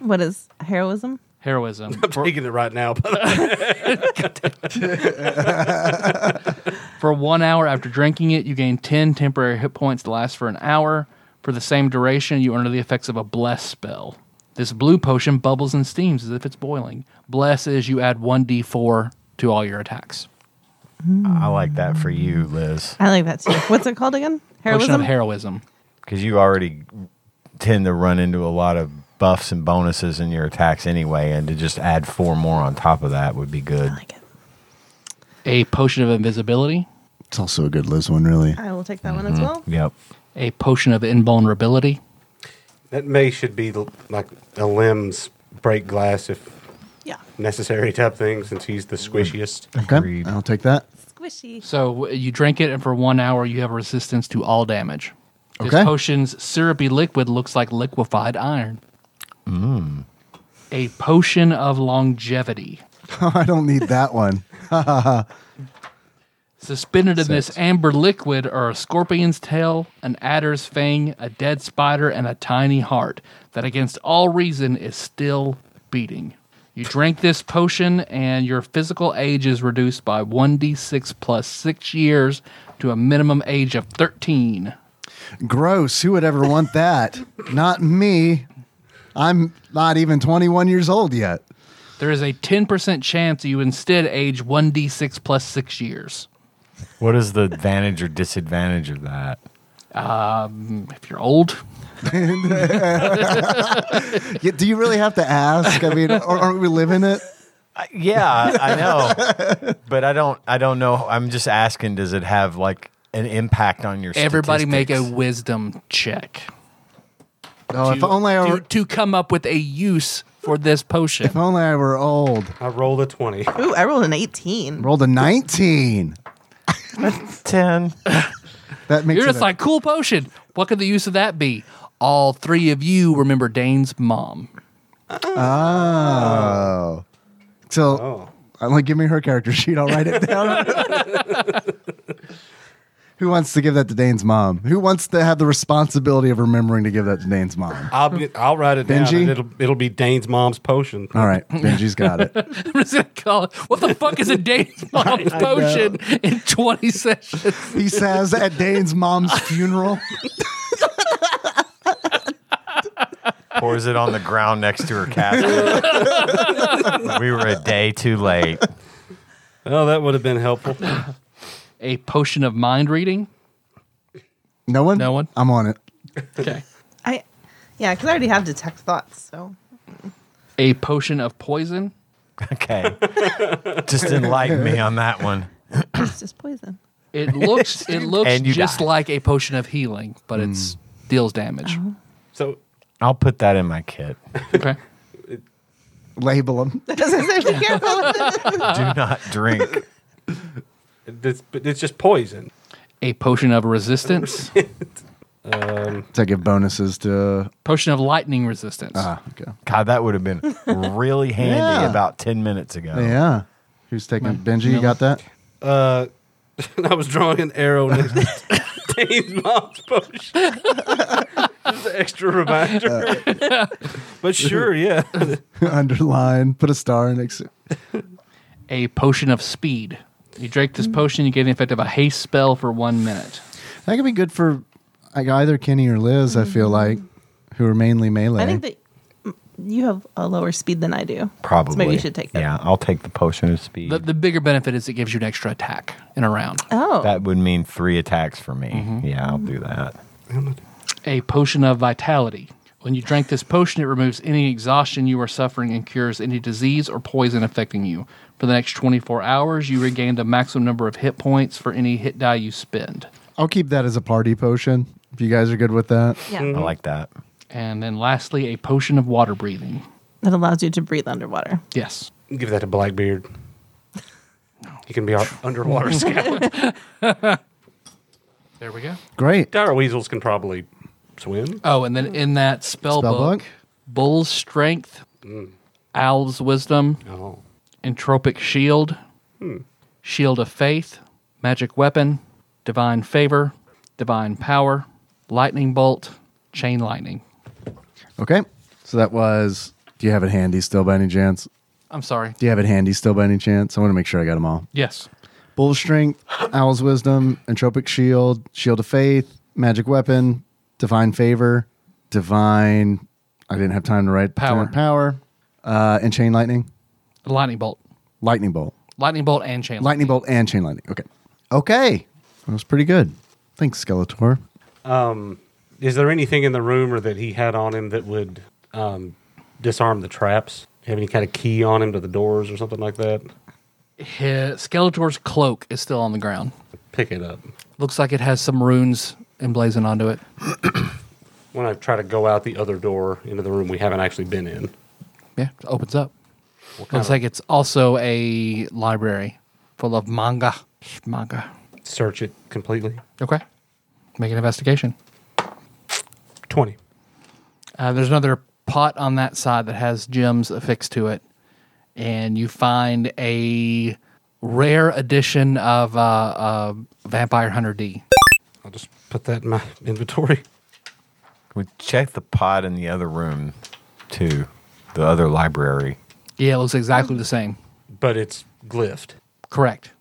Speaker 5: What is heroism?
Speaker 1: heroism
Speaker 3: I'm taking it right now. But
Speaker 1: for one hour after drinking it. You gain ten temporary hit points that last for an hour. For the same duration, you are under the effects of a bless spell. This blue potion bubbles and steams as if it's boiling. Bless is you add one d four to all your attacks.
Speaker 4: I like that for you, Liz,
Speaker 5: I like that too. What's it
Speaker 4: <laughs>
Speaker 5: called again?
Speaker 1: Potion
Speaker 5: Heroism.
Speaker 1: of heroism.
Speaker 4: because you already tend to run into a lot of buffs and bonuses in your attacks anyway, and to just add four more on top of that would be good.
Speaker 5: I like it.
Speaker 1: A potion of invisibility.
Speaker 2: It's also a good Liz one, really.
Speaker 5: I will take that
Speaker 4: Mm-hmm.
Speaker 5: one as well.
Speaker 4: Yep.
Speaker 1: A potion of invulnerability.
Speaker 3: <laughs> that may should be the- like a limbs break glass if
Speaker 5: Yeah.
Speaker 3: necessary type thing, since he's the squishiest.
Speaker 1: Mm-hmm.
Speaker 2: Okay,
Speaker 4: Agreed.
Speaker 2: I'll take that. <laughs>
Speaker 5: Squishy.
Speaker 1: So uh, you drink it, and for one hour, you have resistance to all damage. This
Speaker 2: Okay.
Speaker 1: potion's syrupy liquid looks like liquefied iron. A potion of longevity.
Speaker 2: I don't need that one.
Speaker 1: Suspended in this amber liquid are a scorpion's tail, an adder's fang, a dead spider, and a tiny heart that, against all reason, is still beating. You drink this potion, and your physical age is reduced by 1d6 plus 6 years to a minimum age of 13.
Speaker 2: Gross. Who would ever want that? not me. I'm not even 21 years old yet.
Speaker 1: There is a 10% chance you instead age 1d6 plus six years.
Speaker 4: What is the advantage or disadvantage of that?
Speaker 1: If you're old,
Speaker 2: Yeah, do you really have to ask? I mean, are- aren't we living it?
Speaker 4: Yeah,
Speaker 2: <laughs>
Speaker 4: I know, but I don't. I don't know. I'm just asking. Does it have like an impact on your?
Speaker 1: everybody make a
Speaker 4: statistics?
Speaker 1: wisdom check.
Speaker 2: Oh, if only I
Speaker 1: to,
Speaker 2: were.
Speaker 1: to come up with a use for this potion.
Speaker 2: If only I were old.
Speaker 3: I rolled a 20.
Speaker 5: Ooh, I rolled an 18.
Speaker 2: Rolled a nineteen. <laughs>
Speaker 4: ten.
Speaker 2: That makes
Speaker 1: You're
Speaker 2: it
Speaker 1: just
Speaker 2: a-
Speaker 1: like, cool potion. What could the use of that be? All three of you remember Dane's mom. <laughs>
Speaker 2: oh. So,
Speaker 3: Oh.
Speaker 2: I'm uh, like, give me her character sheet. I'll write it down. <laughs> Who wants to give that to Dane's mom? Who wants to have the responsibility of remembering to give that to Dane's mom?
Speaker 3: I'll be, I'll write it down.
Speaker 2: Benji? Uh.
Speaker 3: and it'll it'll be Dane's mom's potion.
Speaker 2: All right, Benji's got it.
Speaker 1: I'm just gonna call it. What the fuck is a
Speaker 4: <laughs>
Speaker 1: Dane's mom potion in 20 sessions?
Speaker 2: He says at Dane's mom's funeral.
Speaker 4: Pours it on the ground next to
Speaker 1: <laughs>
Speaker 4: her casket. we were a day too late.
Speaker 3: Oh, that would have been helpful.
Speaker 1: A potion of mind reading.
Speaker 2: No one.
Speaker 1: No one?
Speaker 2: I'm on it.
Speaker 1: Okay.
Speaker 5: I, yeah, because I already have detect thoughts.
Speaker 4: <clears throat>
Speaker 5: So
Speaker 1: A potion of poison.
Speaker 4: Okay, just enlighten me on that one.
Speaker 5: it's just poison.
Speaker 1: It
Speaker 4: <laughs>
Speaker 1: looks it looks
Speaker 4: And you
Speaker 1: just
Speaker 4: die. Hmm.
Speaker 1: like a potion of healing, but it's deals damage.
Speaker 4: Uh-huh.
Speaker 3: So
Speaker 4: I'll put that in my kit.
Speaker 1: Okay.
Speaker 2: Label
Speaker 5: <laughs>
Speaker 2: them.
Speaker 5: Be careful.
Speaker 1: <laughs>
Speaker 4: Do not drink.
Speaker 3: it's, it's just poison.
Speaker 1: A potion of resistance.
Speaker 2: So I give bonuses to.
Speaker 1: potion of lightning resistance.
Speaker 4: Uh-huh.
Speaker 2: Ah, okay.
Speaker 4: God, that would have been really handy
Speaker 2: Yeah.
Speaker 4: about ten minutes ago.
Speaker 2: Yeah. Who's taking Benji? You got that?
Speaker 3: Uh, <laughs> I was drawing an arrow next to Dane's mom's potion. <laughs> just an extra reminder. but sure, yeah.
Speaker 2: <laughs> Underline. Put a star next. to-
Speaker 1: A potion of speed. You drink
Speaker 4: Hmm.
Speaker 1: this potion, you get the effect of a haste spell for one minute.
Speaker 2: That could be good for like either Kenny or Liz. I feel like, who are mainly melee.
Speaker 5: Mm-hmm. I think that mm, you have a lower speed than I do.
Speaker 4: Probably.
Speaker 5: So maybe you should take that.
Speaker 4: Yeah, I'll take the potion of speed.
Speaker 1: The, the bigger benefit is it gives you an extra attack in a round.
Speaker 5: Oh,
Speaker 4: <laughs> that would mean three attacks for me.
Speaker 1: Mm-hmm.
Speaker 4: Yeah, I'll do that.
Speaker 1: a potion of vitality. When you drink this potion, it removes any exhaustion you are suffering and cures any disease or poison affecting you. For the next 24 hours, you regain the maximum number of hit points for any hit die you spend.
Speaker 2: I'll keep that as a party potion. If you guys are good with that.
Speaker 5: yeah.
Speaker 1: Mm-hmm.
Speaker 4: I like that.
Speaker 1: And then lastly, a potion of water breathing.
Speaker 5: That allows you to breathe underwater.
Speaker 1: Yes.
Speaker 3: Give that to Blackbeard. He can be our underwater scout.
Speaker 1: There we go.
Speaker 2: Great.
Speaker 3: Dire weasels can probably swim.
Speaker 1: Oh, and then in that spell,
Speaker 2: Spell
Speaker 1: book,
Speaker 2: book?
Speaker 1: bull's strength, owl's wisdom,
Speaker 3: Oh.
Speaker 1: entropic shield, Hmm. shield of faith, magic weapon, divine favor, divine power, lightning bolt, chain lightning.
Speaker 2: Okay. So that was. Do you have it handy still by any chance?
Speaker 1: I'm sorry.
Speaker 2: Do you have it handy still by any chance? I want to make sure I got them all.
Speaker 1: Yes.
Speaker 2: Bull strength, owl's wisdom, entropic shield, shield of faith, magic weapon, divine favor, divine. I didn't have time to write
Speaker 1: Power.
Speaker 2: power, uh, and chain lightning,
Speaker 1: Lightning bolt.
Speaker 2: lightning bolt,
Speaker 1: Lightning bolt and chain lightning.
Speaker 2: lightning bolt, and chain lightning. Okay, okay, that was pretty good. Thanks, Skeletor.
Speaker 3: Is there anything in the room or that he had on him that would um, disarm the traps? You have any kind of key on him to the doors or something like that?
Speaker 1: His Skeletor's cloak is still on the ground.
Speaker 3: Pick it up.
Speaker 1: Looks like it has some runes emblazoned onto it.
Speaker 3: When I try to go out the other door into the room we haven't actually been in.
Speaker 1: Yeah, it opens up.
Speaker 3: kind
Speaker 1: Looks
Speaker 3: of-
Speaker 1: like it's also a library full of manga. Manga.
Speaker 3: Search it completely.
Speaker 1: Okay. Make an investigation.
Speaker 3: 20.
Speaker 1: Uh, there's another pot on that side that has gems affixed to it, and you find a rare edition of uh, uh, Vampire Hunter D.
Speaker 3: I'll just put that in my <laughs> inventory.
Speaker 4: We check the pot in the other room, too, the other library.
Speaker 1: Yeah, it looks exactly the same.
Speaker 3: But it's glyphed.
Speaker 1: Correct.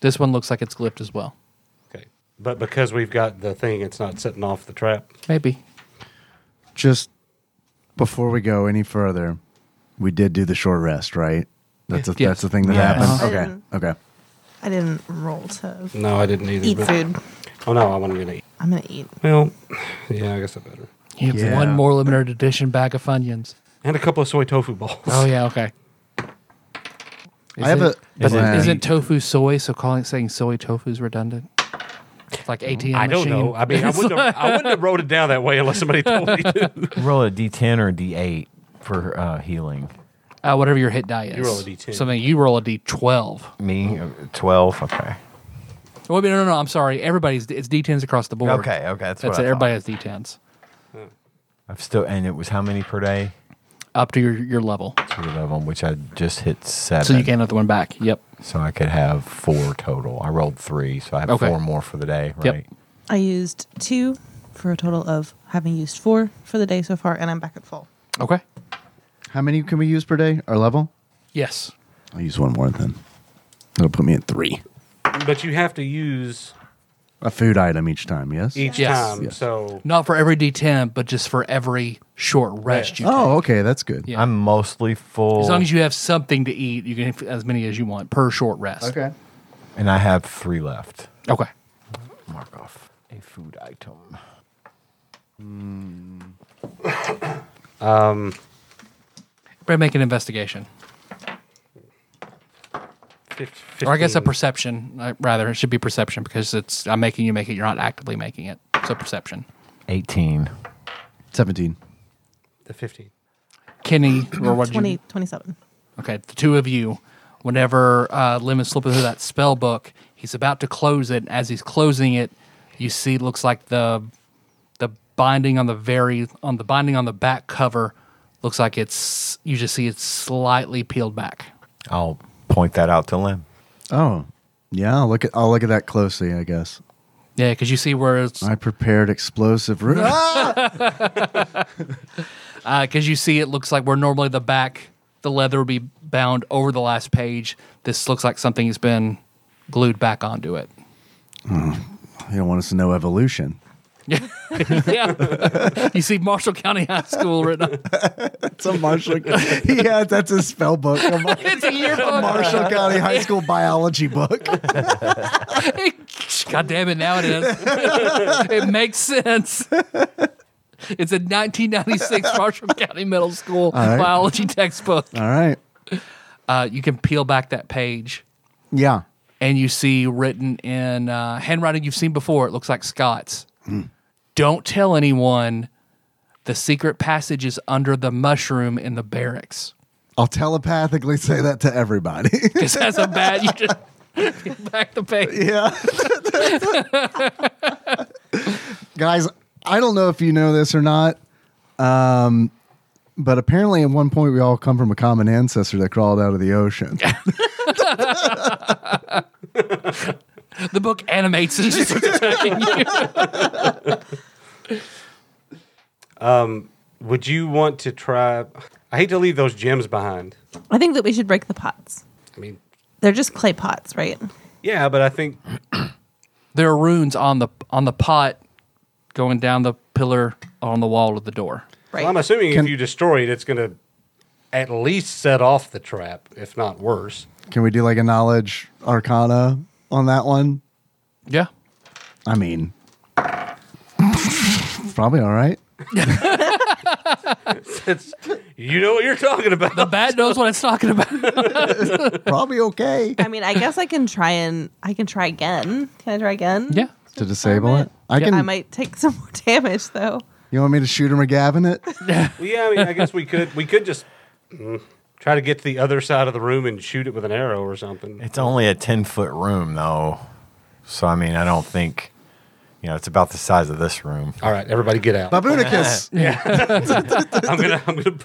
Speaker 1: This one looks like it's glyphed as well.
Speaker 3: Okay. But because we've got the thing, it's not setting off the trap.
Speaker 1: Maybe.
Speaker 2: Just before we go any further, we did do the short rest, right? That's a,
Speaker 1: Yes.
Speaker 2: that's the thing that
Speaker 4: Yes.
Speaker 2: happened. Okay. Okay.
Speaker 5: I didn't roll to
Speaker 3: No, I didn't either.
Speaker 5: eat
Speaker 3: but-
Speaker 5: food.
Speaker 3: Oh no, I wasn't gonna eat.
Speaker 5: I'm gonna eat.
Speaker 3: Well, yeah, I guess I better.
Speaker 1: You have
Speaker 2: Yeah.
Speaker 1: one more limited edition bag of Funyuns.
Speaker 3: And a couple of soy tofu balls.
Speaker 1: Oh yeah, okay. Is
Speaker 2: I have
Speaker 1: it-
Speaker 2: a
Speaker 1: Is
Speaker 2: plan.
Speaker 1: it, isn't tofu soy? So calling saying soy tofu is redundant. It's like ATM.
Speaker 3: I don't
Speaker 1: machine.
Speaker 3: know. I
Speaker 1: <laughs>
Speaker 3: mean, I wouldn't, have, I wouldn't have wrote it down that way unless somebody <laughs> told me to.
Speaker 4: Roll a D10 or a D8 for uh, healing.
Speaker 1: Uh, whatever your hit die is.
Speaker 3: You roll a D10.
Speaker 1: So then you roll a D12.
Speaker 4: Me, uh, 12. Okay.
Speaker 1: Oh, wait, no, no, no. I'm sorry. Everybody's it's D10s across the board.
Speaker 4: Okay, okay, that's what I
Speaker 1: that's
Speaker 4: thought.
Speaker 1: it. Everybody has D10s
Speaker 4: I've still, and it was how many per day?
Speaker 1: up to your, your level,
Speaker 4: Two level, which I just hit seven.
Speaker 1: so you gain another one back. Yep.
Speaker 4: So I could have four total. I rolled three, so I have
Speaker 1: Okay.
Speaker 4: four more for the day,
Speaker 1: Yep.
Speaker 4: right?
Speaker 5: I used two for a total of having used four for the day so far, and I'm back at full.
Speaker 1: Okay.
Speaker 2: How many can we use per day? Our level?
Speaker 1: Yes.
Speaker 2: I'll use one more then. It'll put me at three.
Speaker 3: But you have to use
Speaker 2: A food item each time, yes?
Speaker 3: each
Speaker 1: Yes.
Speaker 3: time.
Speaker 2: Yes.
Speaker 3: So
Speaker 1: Not for every D10, but just for every short rest you
Speaker 2: Oh, okay. That's good.
Speaker 1: Yeah.
Speaker 4: I'm mostly full.
Speaker 1: As long as you have something to eat, you can have as many as you want per short rest.
Speaker 2: Okay.
Speaker 4: and I have three left.
Speaker 1: Okay.
Speaker 4: Mark off a food item.
Speaker 1: But make an investigation,
Speaker 3: 15,
Speaker 1: or I guess a perception. uh, Rather, it should be perception because it's I'm making you make it. You're not actively making it. So perception.
Speaker 4: 18.
Speaker 2: 17.
Speaker 3: the 15.
Speaker 1: Kenny, or what? did you-
Speaker 5: 20, 27.
Speaker 1: Okay, the two of you. Whenever uh, Lemon slips into that spell book, he's about to close it. As he's closing it, you see looks like the the binding on the very on the binding on the back cover looks like it's you just see it's slightly peeled back.
Speaker 4: I'll point that out to Lim.
Speaker 2: Oh. Yeah, I'll look at I'll look at that closely, I guess.
Speaker 1: Yeah, because you see where it's
Speaker 2: I prepared explosive room.
Speaker 1: because uh, you see it looks like where normally the back the leather would be bound over the last page. This looks like something has been glued back onto it.
Speaker 2: you don't want us to know evolution.
Speaker 1: Yeah, yeah. <laughs> you see Marshall County High School written. on-
Speaker 2: It's a <laughs> Marshall. yeah, that's his spell book. A Mar- <laughs>
Speaker 1: It's a yearbook.
Speaker 2: Marshall County High School biology <laughs> book.
Speaker 1: <laughs> God damn it, now it is. <laughs> it makes sense. It's a
Speaker 2: <laughs>
Speaker 1: 1996 Marshall County Middle School
Speaker 2: right.
Speaker 1: biology textbook.
Speaker 2: All right.
Speaker 1: Uh, you can peel back that page
Speaker 2: Yeah.
Speaker 1: and you see written in uh, handwriting you've seen before. It looks like Scott's.
Speaker 2: Hmm.
Speaker 1: Don't tell anyone the secret passage is under the mushroom in the
Speaker 2: <laughs>
Speaker 1: barracks.
Speaker 2: I'll telepathically say that to everybody. <laughs>
Speaker 1: Because that's a bad, you just <laughs> peel back the page.
Speaker 2: yeah. Guys, I don't know if you know this or not. Um, but apparently, at one point, we all come from a common ancestor that crawled out of the ocean.
Speaker 1: The book animates
Speaker 2: <laughs>
Speaker 1: and just starts attacking you.
Speaker 3: Would you want to try? I hate to leave those gems behind.
Speaker 5: I think that we should break the pots.
Speaker 3: I mean,
Speaker 5: They're just clay pots, right?
Speaker 3: yeah, but I think
Speaker 1: there are runes on the on the pot going down the pillar on the wall of the door.
Speaker 5: Right.
Speaker 3: well, I'm assuming
Speaker 2: Can-
Speaker 3: if you destroy it, it's going to at least set off the trap, if not worse. <laughs>
Speaker 2: Can we do like a knowledge arcana on that one?
Speaker 1: Yeah.
Speaker 2: I mean, probably all right.
Speaker 3: It's, you know what you're talking about.
Speaker 1: The bat knows what it's talking about.
Speaker 2: Probably okay.
Speaker 5: I mean, I guess I can try and I can try again. Can I try again?
Speaker 1: <laughs> Yeah.
Speaker 2: to disable it. I
Speaker 1: Yeah.
Speaker 2: can.
Speaker 5: I might take some more <laughs> damage though.
Speaker 2: You want me to shoot him or gavin it?
Speaker 3: Well, yeah, I mean, I guess we could we could just mm, try to get to the other side of the room and shoot it with an arrow or something.
Speaker 4: It's only a 10 foot room, though. So, I mean, I don't think, you know, it's about the size of
Speaker 3: <laughs>
Speaker 4: this room.
Speaker 3: All right, everybody, get out.
Speaker 2: Babunicus.
Speaker 3: I'm gonna I'm gonna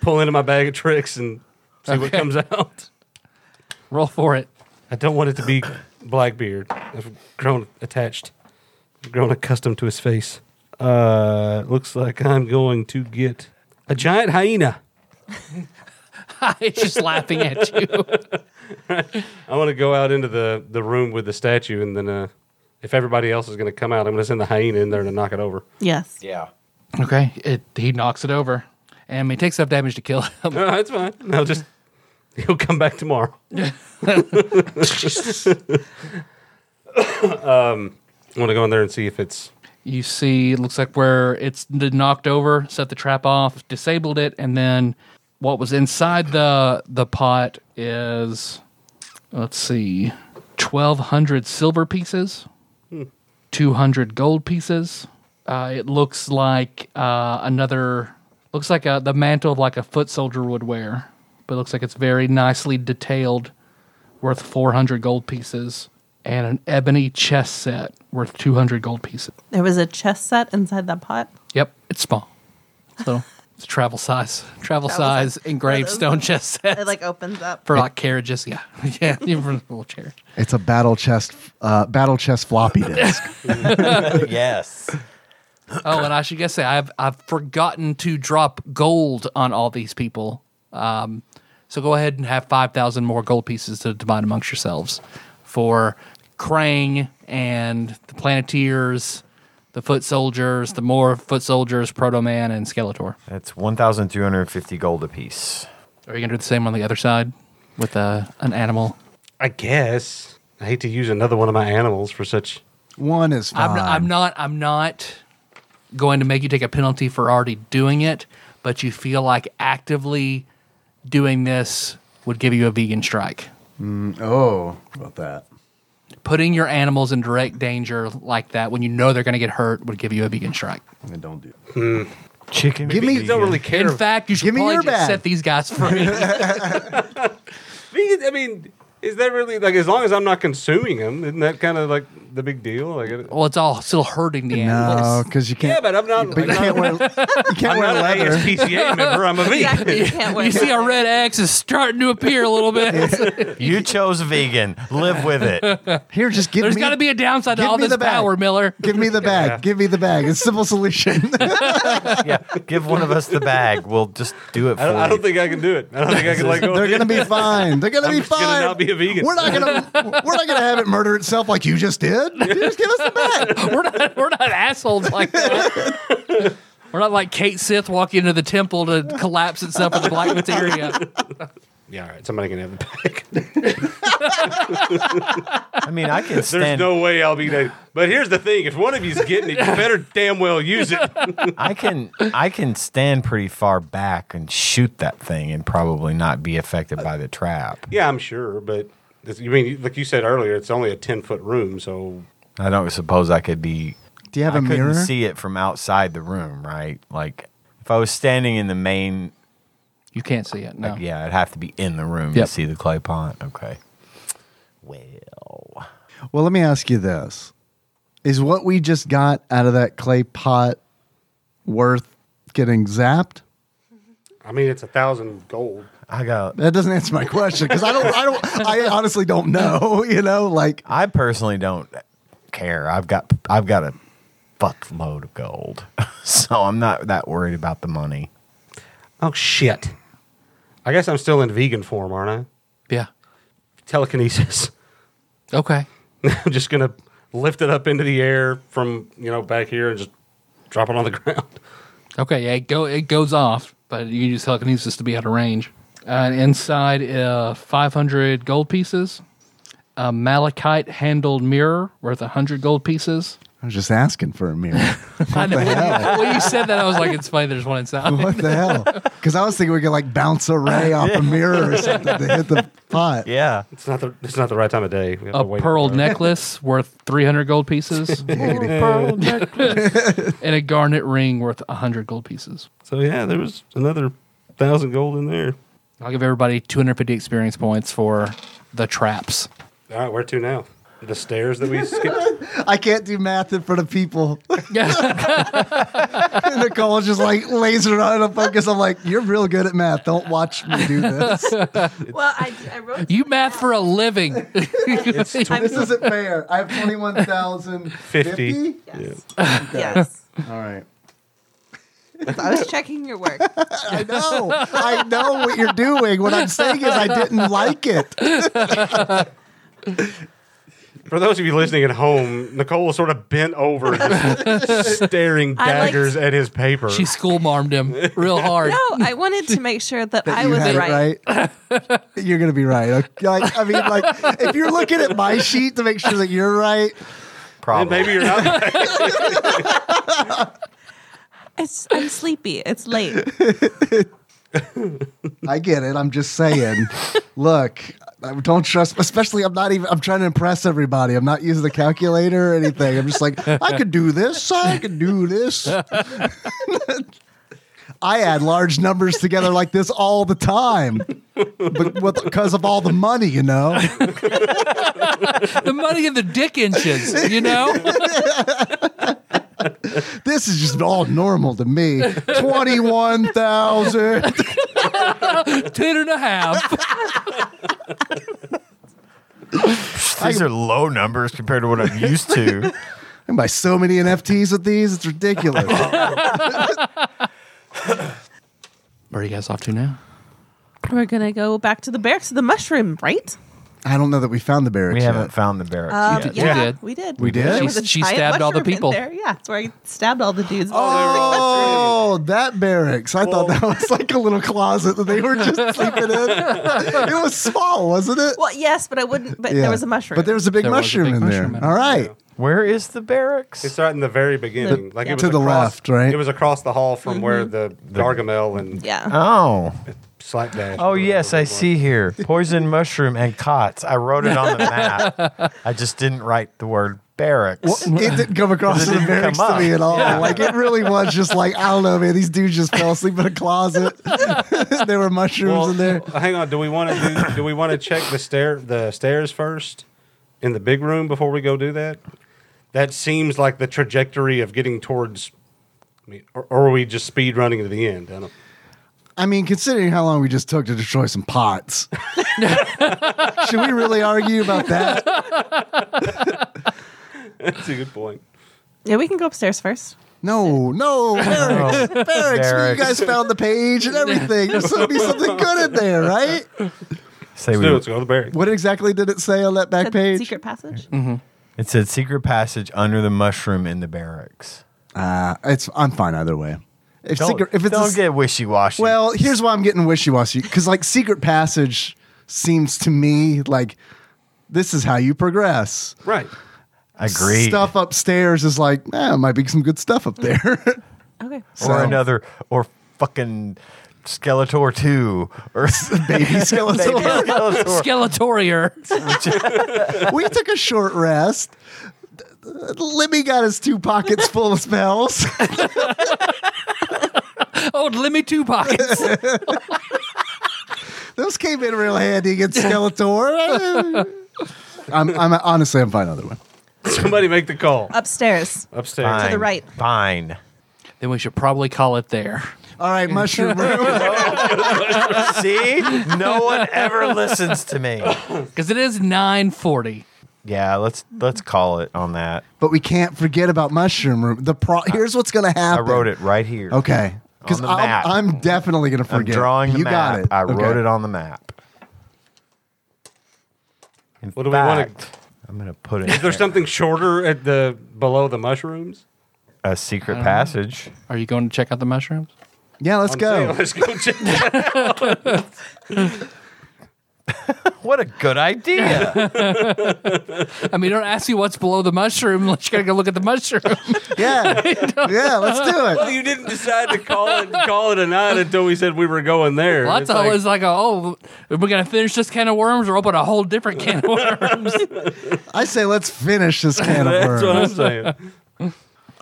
Speaker 3: pull into my bag of tricks and see what comes out.
Speaker 1: Roll for it. <laughs>
Speaker 3: I don't want it to be <coughs> Blackbeard. I've grown attached, grown accustomed to his face. Uh, looks like I'm going to get a giant hyena.
Speaker 1: it's just laughing at you.
Speaker 3: I want to go out into the, the room with the statue, and then uh, if everybody else is going to come out, I'm going to send the hyena in there to knock it over.
Speaker 5: Yes.
Speaker 4: Yeah.
Speaker 1: Okay. It he knocks it over. And I mean, it takes enough damage to kill him.
Speaker 3: No, that's fine. I'll just <laughs> he'll come back <laughs> tomorrow. um, I want to Um, go in there and see if it's
Speaker 1: You see, it looks like where it's knocked over, set the trap off, disabled it, and then what was inside the the pot is, let's see, twelve hundred silver pieces, two hundred gold pieces. Uh, it looks like uh, another looks like a, the mantle of like a foot soldier would wear, but it looks like it's very nicely detailed, worth four hundred gold pieces, and an ebony chess set worth two hundred gold pieces.
Speaker 5: There was a chess set inside that pot.
Speaker 1: Yep, it's small. So <laughs> it's travel size, travel, size engraved stone chest set
Speaker 5: It like opens
Speaker 1: <laughs>
Speaker 5: up.
Speaker 1: for like carriages. Yeah, <laughs> yeah, even for the little chair.
Speaker 2: It's a battle chest, uh, battle chest floppy disk.
Speaker 4: yes.
Speaker 1: Oh, and I should guess say I've I've forgotten to drop gold on all these people. Um, so go ahead and have five thousand more gold pieces to divide amongst yourselves for Krang and the Planeteers, the Foot Soldiers, the more Foot Soldiers, Proto Man, and Skeletor.
Speaker 4: That's 1,250 gold apiece.
Speaker 1: Are you gonna do the same on the other side with uh, an animal?
Speaker 3: I guess I hate to use another one of my animals for such
Speaker 2: One is
Speaker 1: I'm,
Speaker 2: fine.
Speaker 1: I'm not. I'm not going to make you take a penalty for already doing it, but you feel like actively doing this would give you a vegan strike.
Speaker 2: Oh, about that.
Speaker 1: Putting your animals in direct danger like that when you know they're going to get hurt would give you a vegan strike.
Speaker 2: I don't do. It.
Speaker 4: Chicken.
Speaker 2: Give me-
Speaker 3: You don't really care.
Speaker 1: In fact, you should
Speaker 2: Give me
Speaker 1: probably
Speaker 2: your
Speaker 1: just
Speaker 2: bag.
Speaker 1: set these guys
Speaker 2: <laughs>
Speaker 1: free.
Speaker 3: Vegan- I mean, is that really like as long as I'm not consuming them? Isn't that kind of like the big deal? Like, it-
Speaker 1: well, it's all still hurting the
Speaker 2: No,
Speaker 1: animals.
Speaker 2: because you
Speaker 3: yeah,
Speaker 2: can't.
Speaker 3: but I'm not.
Speaker 2: but you
Speaker 3: I'm
Speaker 2: can't
Speaker 1: <laughs>
Speaker 3: not-
Speaker 2: wear. You can't
Speaker 3: I'm
Speaker 2: wear
Speaker 3: not an
Speaker 2: leather.
Speaker 3: ASPCA member. I'm
Speaker 2: <laughs>
Speaker 3: a vegan.
Speaker 5: Exactly. You can't wear
Speaker 1: You see, our red X is starting to appear a little
Speaker 2: <laughs>
Speaker 1: bit.
Speaker 3: <laughs>
Speaker 4: You chose vegan. Live with it.
Speaker 2: Here, just give
Speaker 1: There's
Speaker 2: me.
Speaker 1: got to be a downside to
Speaker 2: give
Speaker 1: all
Speaker 2: me
Speaker 1: this
Speaker 2: the bag.
Speaker 1: power, Miller.
Speaker 2: Give
Speaker 3: <laughs>
Speaker 2: me the bag. Give me the bag. It's simple solution.
Speaker 4: Yeah. Give one of us the bag. We'll just do it for
Speaker 3: I don't, I don't
Speaker 4: you.
Speaker 3: think I can do it. I don't think I can like go.
Speaker 2: They're gonna be fine. They're gonna
Speaker 3: I'm
Speaker 2: be
Speaker 3: just gonna
Speaker 2: fine.
Speaker 3: not be a vegan.
Speaker 2: We're not
Speaker 3: <laughs>
Speaker 2: gonna. We're not gonna have it murder itself like you just did. You just give us the bag.
Speaker 1: <laughs> we're not we're not assholes like that. We're not like Kate Sith walking into the temple to collapse itself with the black materia.
Speaker 3: Yeah, all right. Somebody can have the pack.
Speaker 4: I mean, I can
Speaker 3: There's
Speaker 4: stand.
Speaker 3: no way I'll be that. But here's the thing: if one of you's getting <laughs> it, you better damn well use it.
Speaker 4: I can. I can stand pretty far back and shoot that thing and probably not be affected by the trap.
Speaker 3: yeah, I'm sure, but this, you mean like you said earlier, it's only a ten foot room, so
Speaker 4: I don't suppose I could be.
Speaker 2: Do you have
Speaker 4: I
Speaker 2: a
Speaker 4: couldn't
Speaker 2: mirror?
Speaker 4: see it from outside the room, right? Like if I was standing in the main,
Speaker 1: You can't see it. No.
Speaker 4: like, yeah, I'd have to be in the room
Speaker 1: Yep.
Speaker 4: to see the clay pot. Okay. Well,
Speaker 2: Well, let me ask you this: Is what we just got out of that clay pot worth getting zapped?
Speaker 3: I mean it's a thousand gold.
Speaker 4: I got.
Speaker 2: That doesn't answer my question because I don't. I don't. I honestly don't know. <laughs> You know, like
Speaker 4: I personally don't care. I've got. I've got a fuckload of gold, <laughs> so I'm not that worried about the money.
Speaker 3: Oh shit! I guess I'm still in vegan form, aren't
Speaker 1: Yeah.
Speaker 3: I? Telekinesis. <laughs>
Speaker 1: Okay.
Speaker 3: I'm just gonna lift it up into the air from you know back here and just drop it on the ground. <laughs>
Speaker 1: Okay. Yeah. It go. It goes off, but you use telekinesis to be out of range. Uh, inside, uh, 500 gold pieces, a malachite handled mirror worth 100 gold pieces.
Speaker 2: I was just asking for
Speaker 1: <laughs>
Speaker 2: a mirror.
Speaker 1: I know. When you said that, I was like, it's funny. There's one inside.
Speaker 2: What the hell?
Speaker 1: <laughs>
Speaker 2: Because I was thinking we could like bounce a ray off a mirror or something to hit the pot.
Speaker 4: Yeah.
Speaker 3: It's not the it's not the right time of day. We have
Speaker 1: A
Speaker 3: to wait
Speaker 1: pearl
Speaker 3: for it.
Speaker 1: necklace worth 300 gold pieces. <laughs> and a garnet ring worth 100 gold pieces.
Speaker 3: So yeah, there was another thousand gold in there.
Speaker 1: I'll give everybody 250 experience points for the traps. <laughs>
Speaker 3: All right, where to now? The stairs that <laughs> we skipped.
Speaker 2: I can't do math in front of people. <laughs>
Speaker 1: Yeah.
Speaker 2: And Nicole's just like laser out of focus. I'm like, you're real good at math. Don't watch me
Speaker 1: <laughs>
Speaker 2: do this.
Speaker 5: Well, I, I wrote.
Speaker 1: you math for a living. <laughs>
Speaker 2: This isn't fair. I have 21,050.
Speaker 5: Yes. Yes.
Speaker 2: All right.
Speaker 5: I was checking your work.
Speaker 2: I know. I know what you're doing. What I'm saying is I didn't like it.
Speaker 3: For those of you listening at home, Nicole was sort of bent over, just staring
Speaker 5: I liked-
Speaker 3: daggers at his paper.
Speaker 1: She school marmed him real hard.
Speaker 5: No, I wanted to make sure that, I
Speaker 2: you
Speaker 5: was
Speaker 2: had it
Speaker 5: right.
Speaker 2: right. <laughs> you're gonna be right. Okay, Like, I mean, like if you're looking at my sheet to make sure that you're right,
Speaker 3: and
Speaker 4: Probably.
Speaker 3: maybe you're not.
Speaker 5: It's, I'm sleepy. It's late.
Speaker 2: I get it. I'm just saying. Look, I don't trust. Especially, I'm not even. I'm trying to impress everybody. I'm not using the calculator or anything. I'm just like, I could do this. I could do this. <laughs> I add large numbers together like this all the time, but because of all the money, you know.
Speaker 1: The money in the dick inches, you know?
Speaker 2: This is just all normal to me. 21,000.
Speaker 1: Ten and a half.
Speaker 4: These are low numbers compared to what I'm used
Speaker 2: <laughs>
Speaker 4: to.
Speaker 2: I buy so many NFTs with these. It's ridiculous.
Speaker 1: Where are you guys off to now?
Speaker 5: We're gonna go back to the barracks of the mushroom, right?
Speaker 2: <laughs> I don't know that we found the barracks
Speaker 4: We
Speaker 2: yet.
Speaker 5: <laughs>
Speaker 4: haven't found the barracks
Speaker 5: Um,
Speaker 4: yet.
Speaker 1: we did.
Speaker 5: we did.
Speaker 2: We did?
Speaker 5: There
Speaker 2: She-
Speaker 5: was a
Speaker 1: she
Speaker 5: giant
Speaker 1: stabbed all the
Speaker 5: mushroom in
Speaker 1: people.
Speaker 5: There. Yeah, that's where I stabbed all the dudes.
Speaker 2: Oh, that barracks. I thought that
Speaker 5: Oh.
Speaker 2: was like a little closet that they were
Speaker 5: <laughs>
Speaker 2: just sleeping in. It was small, wasn't it?
Speaker 5: Well, yes, but I wouldn't. But
Speaker 2: Yeah.
Speaker 5: there was a mushroom.
Speaker 2: But there was a big
Speaker 1: There was a
Speaker 2: mushroom
Speaker 1: big
Speaker 2: in there.
Speaker 1: mushroom in it.
Speaker 2: All right.
Speaker 4: Where is the barracks?
Speaker 3: It's right in the very beginning. like
Speaker 5: yeah.
Speaker 3: it was
Speaker 2: To the
Speaker 3: across-
Speaker 2: left, right?
Speaker 3: It was across the hall from where the Gargamel and
Speaker 5: yeah.
Speaker 4: oh.
Speaker 3: Slapdash.
Speaker 4: Oh
Speaker 3: were-
Speaker 4: yes, I see
Speaker 2: <laughs>
Speaker 4: here. Poison mushroom and cots. I wrote it on the map. I just didn't write the word barracks.
Speaker 2: Well, it didn't come across as
Speaker 4: It
Speaker 2: a
Speaker 4: didn't
Speaker 2: barracks
Speaker 4: come
Speaker 2: to me
Speaker 4: up.
Speaker 2: at all. Like it really was just like I don't know, man. These dudes just fell asleep in a closet. <laughs> there were mushrooms
Speaker 3: Well,
Speaker 2: in there.
Speaker 3: Hang on. Do we want to do? Do we want to check the stair the stairs first in the big room before we go do that? That seems like the trajectory of getting towards. I mean, or, or are we just speed running to the end? I don't. <laughs>
Speaker 2: I mean, considering how long we just took to destroy some pots, should we really argue about that?
Speaker 3: That's a good point.
Speaker 5: Yeah, we can go upstairs first.
Speaker 2: No, no, <laughs> barracks, barracks. where You
Speaker 4: Barracks.
Speaker 2: guys found the page and everything. There's going to be something good in there, right?
Speaker 4: Say
Speaker 3: Let's
Speaker 4: we,
Speaker 3: do it. Let's go to the barracks.
Speaker 2: What exactly did it say on that back
Speaker 5: That
Speaker 2: page?
Speaker 5: Secret passage.
Speaker 4: it said secret passage under the mushroom in the barracks.
Speaker 2: Uh, it's I'm fine either way. If
Speaker 4: Don't,
Speaker 2: secret, if it's a
Speaker 4: don't
Speaker 2: s-
Speaker 4: get wishy washy.
Speaker 2: well, here's why I'm getting wishy washy because like secret passage seems to me like this is how you progress.
Speaker 3: Right. <laughs>
Speaker 4: agreed.
Speaker 2: Stuff upstairs is like, eh, might be some good stuff up there. <laughs>
Speaker 5: Okay.
Speaker 4: or
Speaker 2: So-
Speaker 4: another or fucking Skeletor two or <laughs>
Speaker 2: Baby Skeletor. <laughs>
Speaker 4: Skeletor.
Speaker 1: Skeletorier.
Speaker 2: we took a short rest. Libby got his two pockets full of spells. <laughs>
Speaker 1: Oh, let me two pockets.
Speaker 2: Those came in real handy against Skeletor. <laughs> I'm, I'm honestly, I'm fine either way.
Speaker 3: Somebody make the call
Speaker 5: Upstairs.
Speaker 3: upstairs.
Speaker 4: Fine.
Speaker 5: the right.
Speaker 4: Fine.
Speaker 1: then we should probably call it there.
Speaker 2: All right,
Speaker 4: <laughs>
Speaker 2: mushroom room.
Speaker 4: See, no one ever listens to me.
Speaker 1: Because it is 940.
Speaker 4: Yeah, let's let's call it on that.
Speaker 2: but we can't forget about mushroom room. The pro- here's what's gonna
Speaker 4: I
Speaker 2: happen.
Speaker 4: wrote it right here.
Speaker 2: Okay, because
Speaker 4: On the map.
Speaker 2: I'm definitely gonna
Speaker 4: I'm
Speaker 2: forget.
Speaker 4: drawing the
Speaker 2: you
Speaker 4: map.
Speaker 2: got it.
Speaker 4: I
Speaker 2: Okay.
Speaker 4: wrote it on the map. In
Speaker 3: What do we wanna-
Speaker 4: fact, I'm gonna put it.
Speaker 3: Is there something shorter at the below the mushrooms?
Speaker 4: a secret passage?
Speaker 1: Are you going to check out the mushrooms?
Speaker 2: Yeah, let's
Speaker 3: I'm
Speaker 2: go.
Speaker 3: saying, let's go check that.
Speaker 4: What a good <laughs> idea!
Speaker 1: I mean, don't ask you what's below the mushroom. <laughs> Let's gotta go look at the <laughs> mushroom.
Speaker 2: <laughs> Yeah, yeah, let's do it.
Speaker 3: <laughs> you didn't decide to call it call it a night until we said we were going there.
Speaker 1: Lots
Speaker 3: It's
Speaker 1: of
Speaker 3: like-
Speaker 1: it's like, oh, are we gonna finish this can of worms or open a whole different can of <laughs> worms?
Speaker 2: I say let's finish this can of
Speaker 3: <laughs> That's what
Speaker 2: worms.
Speaker 3: I'm saying.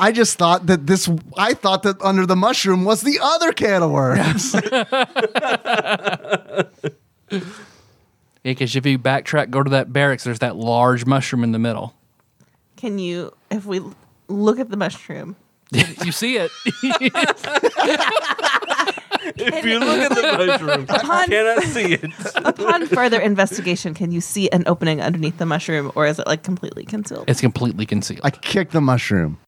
Speaker 2: I just thought that this. I thought that under the mushroom was the other can of
Speaker 4: <laughs>
Speaker 2: worms.
Speaker 1: Because if you backtrack, go to that barracks. There's that large mushroom in the middle.
Speaker 5: Can you, if we look at the mushroom,
Speaker 1: you see it?
Speaker 3: If you look at <laughs> the mushroom, I
Speaker 5: Upon-
Speaker 3: cannot see it.
Speaker 5: upon further investigation, can you see an opening underneath the mushroom, or is it like completely
Speaker 1: <laughs>
Speaker 5: concealed?
Speaker 1: it's completely concealed.
Speaker 2: I kick the mushroom.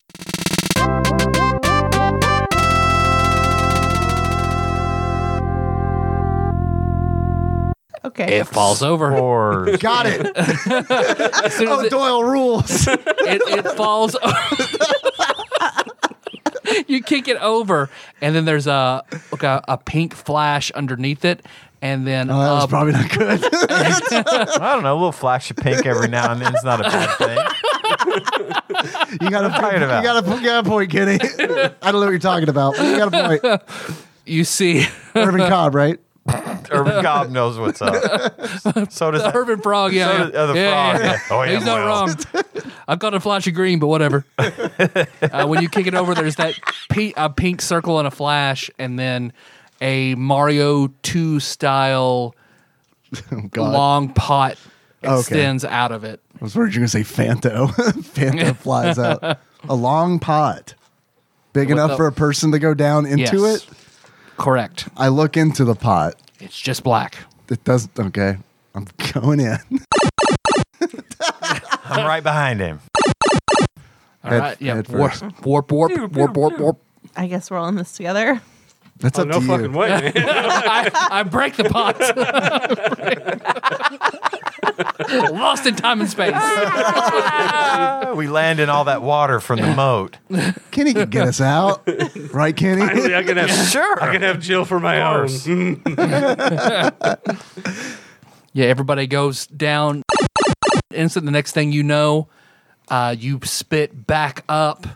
Speaker 5: Okay.
Speaker 1: It falls over.
Speaker 4: Or
Speaker 2: Got
Speaker 4: <laughs>
Speaker 2: it.
Speaker 1: As soon as
Speaker 2: Oh,
Speaker 1: it,
Speaker 2: Doyle rules.
Speaker 1: <laughs> it, it falls over. <laughs> you kick it over, and then there's a like a, a pink flash underneath it, and then
Speaker 2: Oh, that was
Speaker 1: um,
Speaker 2: probably not
Speaker 1: <laughs>
Speaker 2: good. <laughs>
Speaker 4: I don't know, a little flash of pink every now and then is not a bad
Speaker 2: <laughs>
Speaker 4: thing.
Speaker 2: you got a point.
Speaker 4: tired
Speaker 2: You
Speaker 4: of that.
Speaker 2: got a, you got a point, Kenny. <laughs> I don't know what you're talking about. But you got a point.
Speaker 1: you see <laughs>
Speaker 2: Irving Cobb, right?
Speaker 4: Urban Gob knows what's
Speaker 2: <laughs>
Speaker 4: up. So does that-
Speaker 1: Urban Frog.
Speaker 4: So
Speaker 1: Yeah,
Speaker 4: does- oh, the frog, yeah. Oh, yeah,
Speaker 1: he's not
Speaker 4: well.
Speaker 1: wrong. <laughs> I've got a flash of green, but <laughs> whatever. uh, when you kick it over, there's that pe- a pink circle and a flash, and then a Mario Two style
Speaker 2: Oh, God.
Speaker 1: long pot
Speaker 2: Okay.
Speaker 1: extends out of it.
Speaker 2: I was worried you were going to say Fanto. <laughs>
Speaker 1: <laughs>
Speaker 2: Fanto flies out. A long pot. Big enough
Speaker 1: the-
Speaker 2: for a person to go down into
Speaker 1: yes.
Speaker 2: it.
Speaker 1: Correct.
Speaker 2: I look into the pot.
Speaker 1: It's just
Speaker 2: <laughs>
Speaker 1: black.
Speaker 2: It does. Okay. I'm going in.
Speaker 4: I'm right behind him.
Speaker 1: All
Speaker 2: Head-
Speaker 1: right. Yeah.
Speaker 2: head
Speaker 1: Warp,
Speaker 2: first.
Speaker 1: warp, warp, warp, warp, warp.
Speaker 5: I guess we're all in this together.
Speaker 2: That's
Speaker 3: Oh,
Speaker 2: up
Speaker 3: no
Speaker 2: to
Speaker 3: fucking
Speaker 2: you.
Speaker 3: way, <laughs> man.
Speaker 1: I, I break the pot. <laughs> Lost in time and
Speaker 2: <laughs>
Speaker 1: space.
Speaker 4: Ah, We land in all that water
Speaker 2: <laughs>
Speaker 4: from the moat.
Speaker 2: Kenny can get us
Speaker 3: <laughs>
Speaker 2: out. Right, Kenny?
Speaker 3: I can have
Speaker 4: Sure.
Speaker 3: I can have Jill for my own.
Speaker 4: course.
Speaker 1: Yeah, everybody goes down. Instant. The next thing you know, uh, you spit back up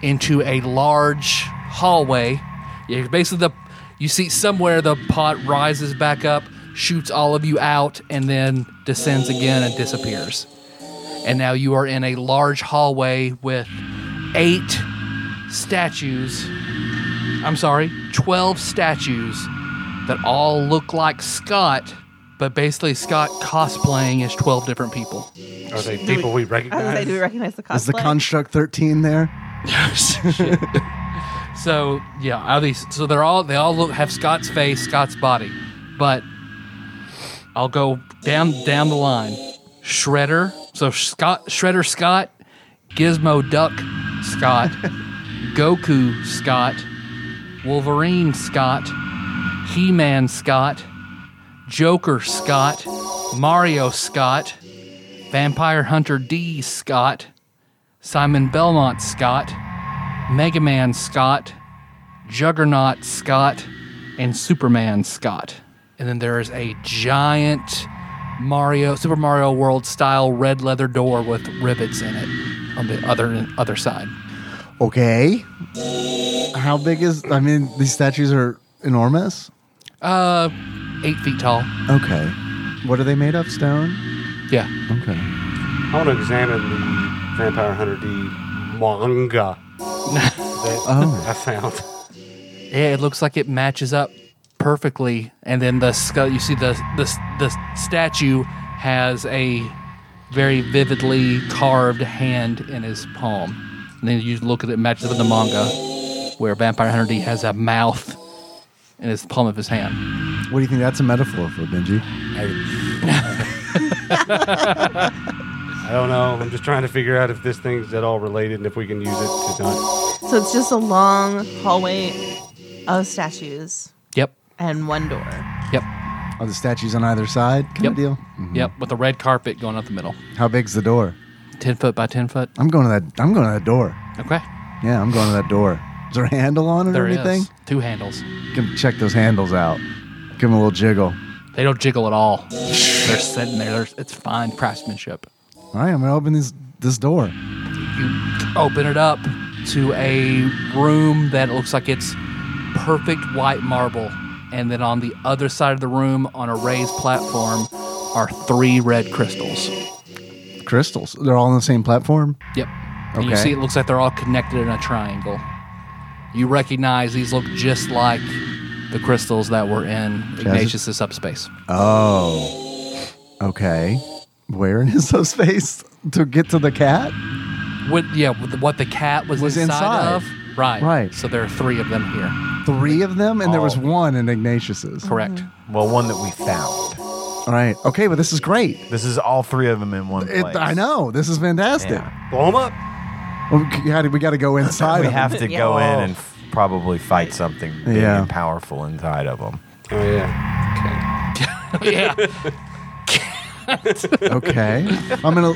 Speaker 1: into a large hallway. Yeah, basically the you see somewhere the pot rises back up, shoots all of you out, and then descends again and disappears. And now you are in a large hallway with eight statues. I'm sorry, twelve statues that all look like Scott, but basically Scott cosplaying as 12 different people.
Speaker 3: Are they people we
Speaker 5: I was
Speaker 3: recognize?
Speaker 5: like, do we recognize the cosplay?
Speaker 2: Is the construct 13 there?
Speaker 1: Shit. so yeah, are these? So they're all they all look have Scott's face, Scott's body, but I'll go down down the line. Shredder, so Scott Shredder Scott, Gizmo Duck Scott, Goku Scott, Wolverine Scott, He Man Scott, Joker Scott, Mario Scott, Vampire Hunter D Scott. Simon Belmont Scott, Mega Man Scott, Juggernaut Scott, and Superman Scott. And then there is a giant Mario Super Mario World style red leather door with rivets in it on the other other side.
Speaker 2: Okay. How big is. I mean, these statues are enormous.
Speaker 1: Uh, eight feet tall.
Speaker 2: Okay. What are they made of? Stone?
Speaker 1: Yeah.
Speaker 2: Okay.
Speaker 3: I want to examine the Vampire Hunter D <laughs> manga that I found.
Speaker 1: Yeah, it looks like it matches up perfectly. And then the skull, you see the the the statue has a very vividly carved hand in his palm. And then you look at it matches up in the manga, where Vampire Hunter D has a mouth in his palm of his hand.
Speaker 2: What do you think that's a metaphor for, Benji?
Speaker 3: I don't know. I'm just trying to figure out if this thing's at all related and if we can use it to not.
Speaker 5: so it's just a long hallway of statues
Speaker 1: Yep,
Speaker 5: and one door.
Speaker 1: yep,
Speaker 2: Are the statues on either side kind
Speaker 1: Yep.
Speaker 2: of deal? Mm.
Speaker 1: yep. With a red carpet going out the middle,
Speaker 2: How big's the door?
Speaker 1: ten foot by ten foot.
Speaker 2: I'm going to that. I'm going to that door.
Speaker 1: Okay,
Speaker 2: Yeah, I'm going to that door. Is there a handle on it
Speaker 1: there
Speaker 2: or
Speaker 1: it
Speaker 2: anything?
Speaker 1: is. Two handles.
Speaker 2: Can check those handles out. Give them a little jiggle.
Speaker 1: They don't jiggle at all. They're sitting there. They're, it's fine craftsmanship.
Speaker 2: All right, I'm gonna open this this door.
Speaker 1: you open it up to a room that looks like it's perfect white marble. And then on the other side of the room, on a raised platform, are three red crystals.
Speaker 2: Crystals. They're all on the same platform.
Speaker 1: Yep. And you
Speaker 2: Okay.
Speaker 1: see, it looks like they're all connected in a triangle. You recognize these look just like the crystals that were in Ignatius's subspace.
Speaker 2: Oh. Okay. Where in <laughs> his space to get to the cat?
Speaker 1: What, yeah, with what the cat was,
Speaker 2: Was inside.
Speaker 1: inside, of. Right.
Speaker 2: Right.
Speaker 1: So there are three of them here.
Speaker 2: Three of them, and there was
Speaker 4: Oh.
Speaker 2: one in Ignatius's.
Speaker 1: Correct.
Speaker 4: Well, one that we found.
Speaker 2: All right. Okay, but this is great.
Speaker 4: This is all three of them in one
Speaker 2: It,
Speaker 4: place.
Speaker 2: I know this is fantastic.
Speaker 4: Yeah.
Speaker 3: Blow 'em up.
Speaker 2: Well, we gotta- we got to go inside.
Speaker 4: We
Speaker 2: of
Speaker 4: have
Speaker 2: them.
Speaker 4: to
Speaker 5: Yeah.
Speaker 4: go in and f- probably fight something big
Speaker 2: Yeah.
Speaker 4: and powerful inside of them.
Speaker 3: Oh, yeah.
Speaker 1: <laughs> yeah.
Speaker 2: Okay. I'm gonna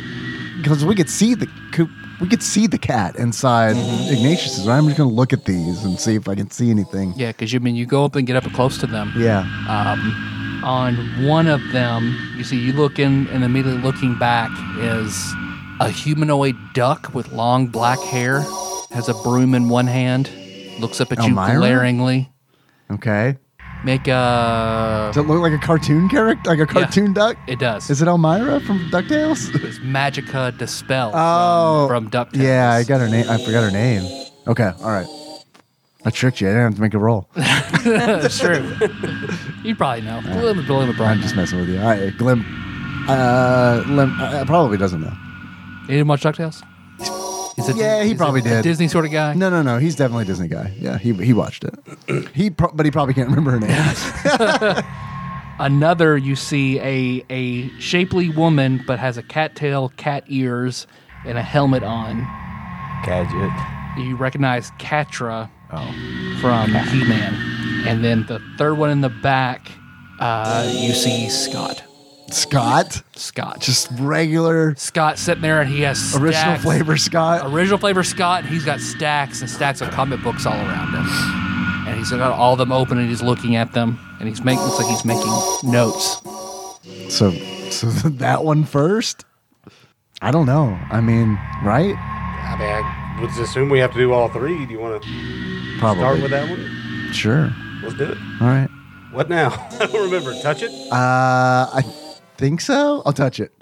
Speaker 2: because we could see the coop. We could see the cat inside
Speaker 4: Mm-hmm.
Speaker 2: Ignatius's. I'm just gonna look at these and see if I can see anything.
Speaker 1: Yeah, because you mean you go up and get up close to them.
Speaker 2: Yeah.
Speaker 1: On one of them, you see you look in and immediately looking back is a humanoid duck with long black hair, has a broom in one hand, looks up at
Speaker 2: Elmira?
Speaker 1: you glaringly.
Speaker 2: Okay.
Speaker 1: Make a.
Speaker 2: Does it look like a cartoon character, like a cartoon duck?
Speaker 1: It does.
Speaker 2: Is it Elmira from Ducktales?
Speaker 1: It's Magica Dispel
Speaker 2: Oh,
Speaker 1: from, from DuckTales.
Speaker 2: yeah, I got her name. I forgot her name. Okay. All right. I tricked you. I didn't have to make a roll.
Speaker 1: sure. you probably know. Little bit, little bit,
Speaker 2: I'm
Speaker 1: Brian.
Speaker 2: just messing with you. All right, Glim. Uh, Lim uh, probably doesn't know.
Speaker 1: You didn't watch DuckTales? Is it,
Speaker 2: Yeah, he probably
Speaker 1: a
Speaker 2: did.
Speaker 1: Disney sort of guy?
Speaker 2: No, no, no. He's definitely a Disney guy. Yeah, he he watched it. He, pro- but he probably can't remember her
Speaker 3: <laughs>
Speaker 2: name.
Speaker 1: Another, you see a a shapely woman, but has a cattail, cat ears, and a helmet on.
Speaker 4: Gadget.
Speaker 1: You recognize Catra
Speaker 4: Oh.
Speaker 1: from He Man. And then the third one in the back, uh, you see Scott.
Speaker 2: Scott,
Speaker 1: Scott.
Speaker 2: just regular
Speaker 1: Scott sitting there, and he has
Speaker 2: original
Speaker 1: stacks-
Speaker 2: flavor Scott.
Speaker 1: original flavor Scott, and he's got stacks and stacks of comic books all around him. And he's got all of them open, and he's looking at them, and he's making looks like he's making notes.
Speaker 2: So, so <laughs> that one first. I don't know. I mean, right?
Speaker 3: I mean, I would assume we have to do all three. Do you want to
Speaker 2: Probably.
Speaker 3: start with that one?
Speaker 2: Sure.
Speaker 3: Let's do it.
Speaker 2: All right.
Speaker 3: What now? <laughs> I don't remember. Touch it.
Speaker 2: Uh, I think so. I'll touch it.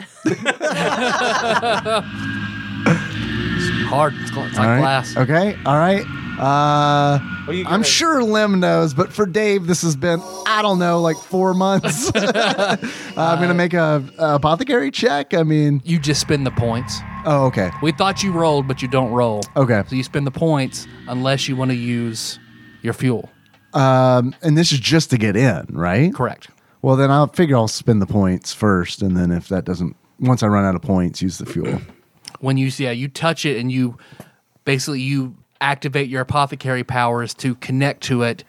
Speaker 1: It's hard. It's, gla- it's
Speaker 2: All
Speaker 1: like
Speaker 2: right.
Speaker 1: glass.
Speaker 2: Okay. All right. Uh,
Speaker 3: Well, you
Speaker 2: I'm
Speaker 3: gotta-
Speaker 2: sure Lim knows, but for Dave, this has been I don't know, like
Speaker 1: <laughs>
Speaker 2: four months. uh, I'm gonna make a, a apothecary check. I mean,
Speaker 1: You just spin the points.
Speaker 2: oh, okay,
Speaker 1: We thought you rolled, but you don't roll.
Speaker 2: okay.
Speaker 1: So you spin the points unless you want to use your fuel.
Speaker 2: Um, and this is just to get in, right?
Speaker 1: Correct.
Speaker 2: Well, then I'll figure I'll spend the points first, and then if that doesn't, once I run out of points, use
Speaker 1: <clears throat>
Speaker 2: the fuel.
Speaker 1: When you yeah, you touch it and you basically you activate your apothecary powers to connect to it,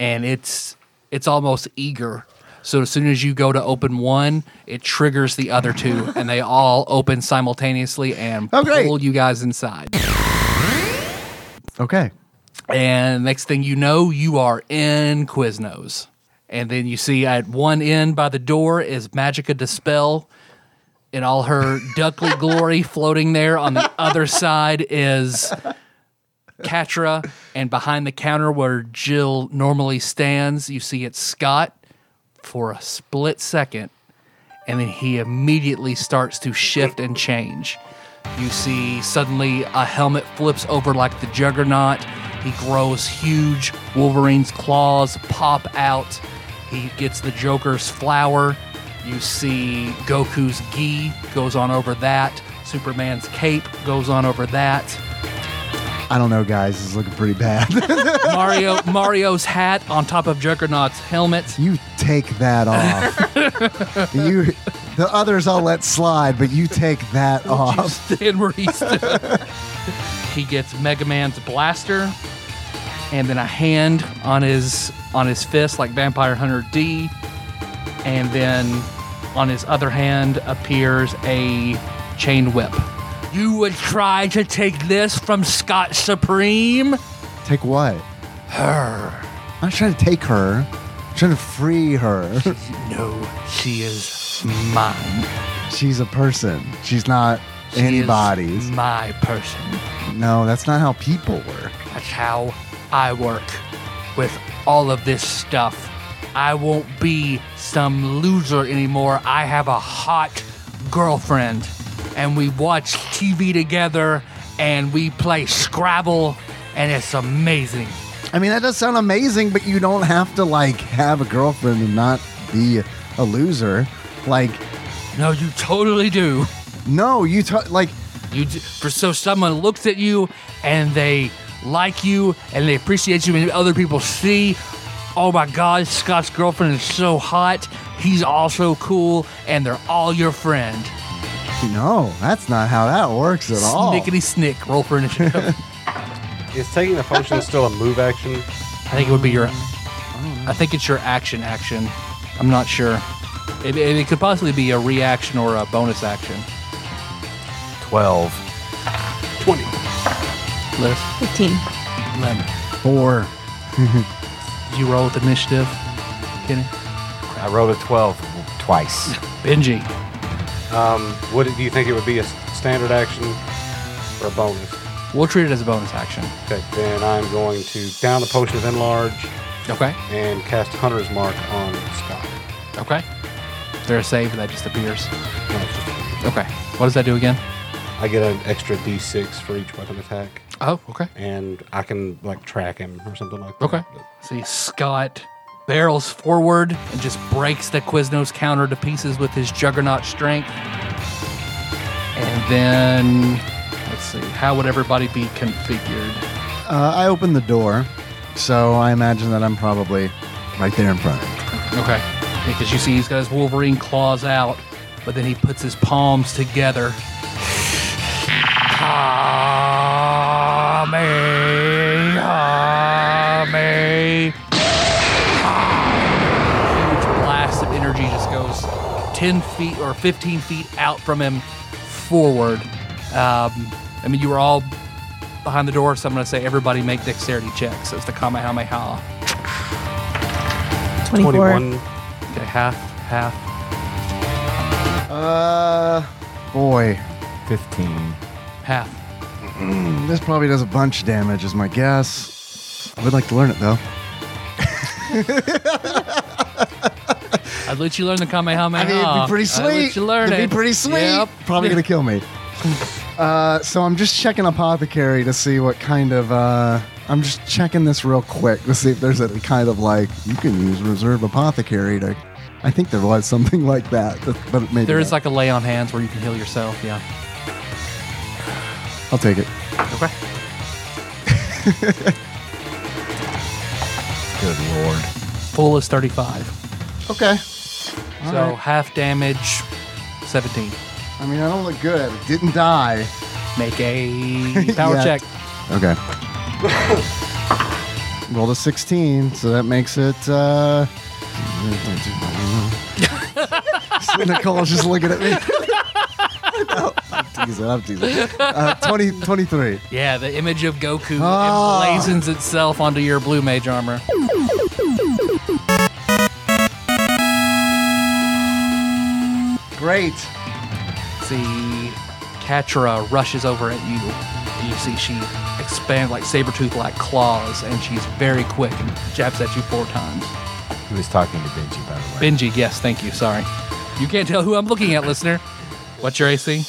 Speaker 1: and it's it's almost eager. So as soon as you go to open one, it triggers the other two, and they all open simultaneously and
Speaker 2: Oh, great.
Speaker 1: pull you guys inside.
Speaker 2: Okay.
Speaker 1: And next thing you know, you are in Quiznos. And then you see at one end by the door is Magica Dispel in all her duckly glory floating there. On the other side is Catra. And behind the counter where Jill normally stands, you see it's Scott for a split second. And then he immediately starts to shift and change. You see suddenly a helmet flips over like the juggernaut. He grows huge. Wolverine's claws pop out. He gets the Joker's flower. You see Goku's gi goes on over that. Superman's cape goes on over that.
Speaker 2: I don't know, guys. This is looking pretty bad. <laughs>
Speaker 1: Mario Mario's hat on top of Juggernaut's helmet.
Speaker 2: you take
Speaker 1: <laughs>
Speaker 2: that off. you, the others I'll let slide, but you take that
Speaker 1: You
Speaker 2: off. <laughs>
Speaker 1: stand where he stood. he gets Mega Man's blaster, and then a hand on his on his fist like Vampire Hunter D, and then on his other hand appears a chain whip. You would try to take this from Scott Supreme?
Speaker 2: Take what? Her. I'm not trying to take her. I'm trying to free
Speaker 1: <laughs>
Speaker 2: her.
Speaker 1: No, she is mine.
Speaker 2: She's a person. She's not
Speaker 1: She is
Speaker 2: anybody's.
Speaker 1: my person.
Speaker 2: No, that's not how people work.
Speaker 1: That's how I work with all of this stuff. I won't be some loser anymore. I have a hot girlfriend, and we watch TV together and we play Scrabble, and it's amazing.
Speaker 2: I mean, that does sound amazing, but you don't have to like have a girlfriend and not be a loser. Like,
Speaker 1: No, you totally do.
Speaker 2: no, you t- like
Speaker 1: You d- for so someone looks at you and they like you and they appreciate you and other people see. Oh my God, Scott's girlfriend is so hot. He's also cool, and they're all your friend.
Speaker 2: no, that's not how that works at all.
Speaker 1: Snickety snick. Roll for initiative.
Speaker 3: Is taking the function still a move action?
Speaker 1: I think it would be your. I think it's your action action. I'm not sure. It, and it could possibly be a reaction or a bonus action.
Speaker 4: 12.
Speaker 3: 20.
Speaker 1: Liz,
Speaker 5: 15.
Speaker 1: Lemon,
Speaker 2: Four.
Speaker 1: did you roll with initiative? Kenny?
Speaker 4: I rolled a 12
Speaker 2: <laughs>
Speaker 4: twice.
Speaker 1: Benji.
Speaker 3: What do you think it would be a s- standard action or a bonus?
Speaker 1: We'll treat it as a bonus action.
Speaker 3: Okay, then I'm going to down the potion of enlarge
Speaker 1: Okay.
Speaker 3: and cast Hunter's Mark on Scott.
Speaker 1: Okay. Is there a save that just appears? Okay. What does that do again?
Speaker 3: I get an extra D6 for each weapon attack,
Speaker 1: Oh, okay.
Speaker 3: and I can like track him or something like that.
Speaker 1: Okay. See, Scott barrels forward and just breaks the Quiznos counter to pieces with his juggernaut strength. And then, let's see, how would everybody be configured?
Speaker 2: Uh, I opened the door, so I imagine that I'm probably right there in front.
Speaker 1: Okay. Because you see, he's got his Wolverine claws out, but then he puts his palms together. Kami, Kami. huge blast of energy just goes 10 feet or 15 feet out from him forward. Um, I mean, you were all behind the door, so I'm going to say everybody make dexterity checks as the Kamehameha.
Speaker 5: 24.
Speaker 3: 21.
Speaker 1: Okay, half, half.
Speaker 2: Uh, boy,
Speaker 4: 15.
Speaker 1: Half.
Speaker 2: this probably does a bunch of damage, is my guess. I would like to learn it though.
Speaker 1: I'd let you learn the Kamehameha.
Speaker 2: I mean, it'd be pretty
Speaker 1: I'd
Speaker 2: sweet.
Speaker 1: let you Oh, learn
Speaker 2: it'd
Speaker 1: it.
Speaker 2: be pretty sweet.
Speaker 1: Yep.
Speaker 2: Probably gonna kill <laughs> me. Uh, so I'm just checking apothecary to see what kind of. Uh, I'm just checking this real quick to see if there's any kind of like you can use reserve apothecary to. I think there was <laughs> something like that, but- but maybe
Speaker 1: There is
Speaker 2: not.
Speaker 1: like a lay on hands where you can heal yourself. Yeah.
Speaker 2: I'll take it.
Speaker 1: Okay.
Speaker 4: Good lord.
Speaker 1: Full is 35.
Speaker 2: Okay.
Speaker 1: so
Speaker 2: right.
Speaker 1: half damage, 17.
Speaker 2: I mean, I don't look good. Didn't die.
Speaker 1: Make a
Speaker 2: <laughs>
Speaker 1: power
Speaker 2: Yeah.
Speaker 1: check.
Speaker 2: Okay. Rolled a 16, so that makes it. Uh... <laughs> Nicole's just looking at me. I'm teasing. I'm teasing. Uh, 20, 23.
Speaker 1: Yeah, the image of Goku
Speaker 2: Ah.
Speaker 1: emblazons itself onto your blue mage armor.
Speaker 2: Great.
Speaker 1: See, Katra rushes over at you. And you see she expands like saber tooth like claws, and she's very quick and jabs at you four times.
Speaker 4: He was talking to Benji, by the way.
Speaker 1: Benji, yes, thank you. Sorry. You can't tell who I'm looking at, listener. What's your AC?
Speaker 3: 18.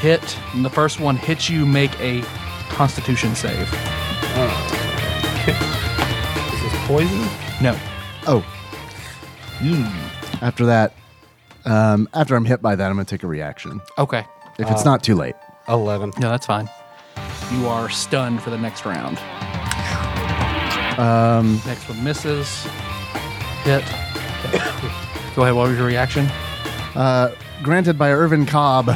Speaker 1: Hit. And the first one hits you, make a constitution save.
Speaker 3: Is this poison?
Speaker 1: No.
Speaker 2: Oh. After that, um, after I'm hit by that, I'm going to take a reaction.
Speaker 1: Okay.
Speaker 2: If it's not too late.
Speaker 3: 11.
Speaker 1: No, that's fine. You are stunned for the next round. Um, next one misses. Hit. <coughs> Go ahead. What was your reaction?
Speaker 2: granted by Irvin Cobb,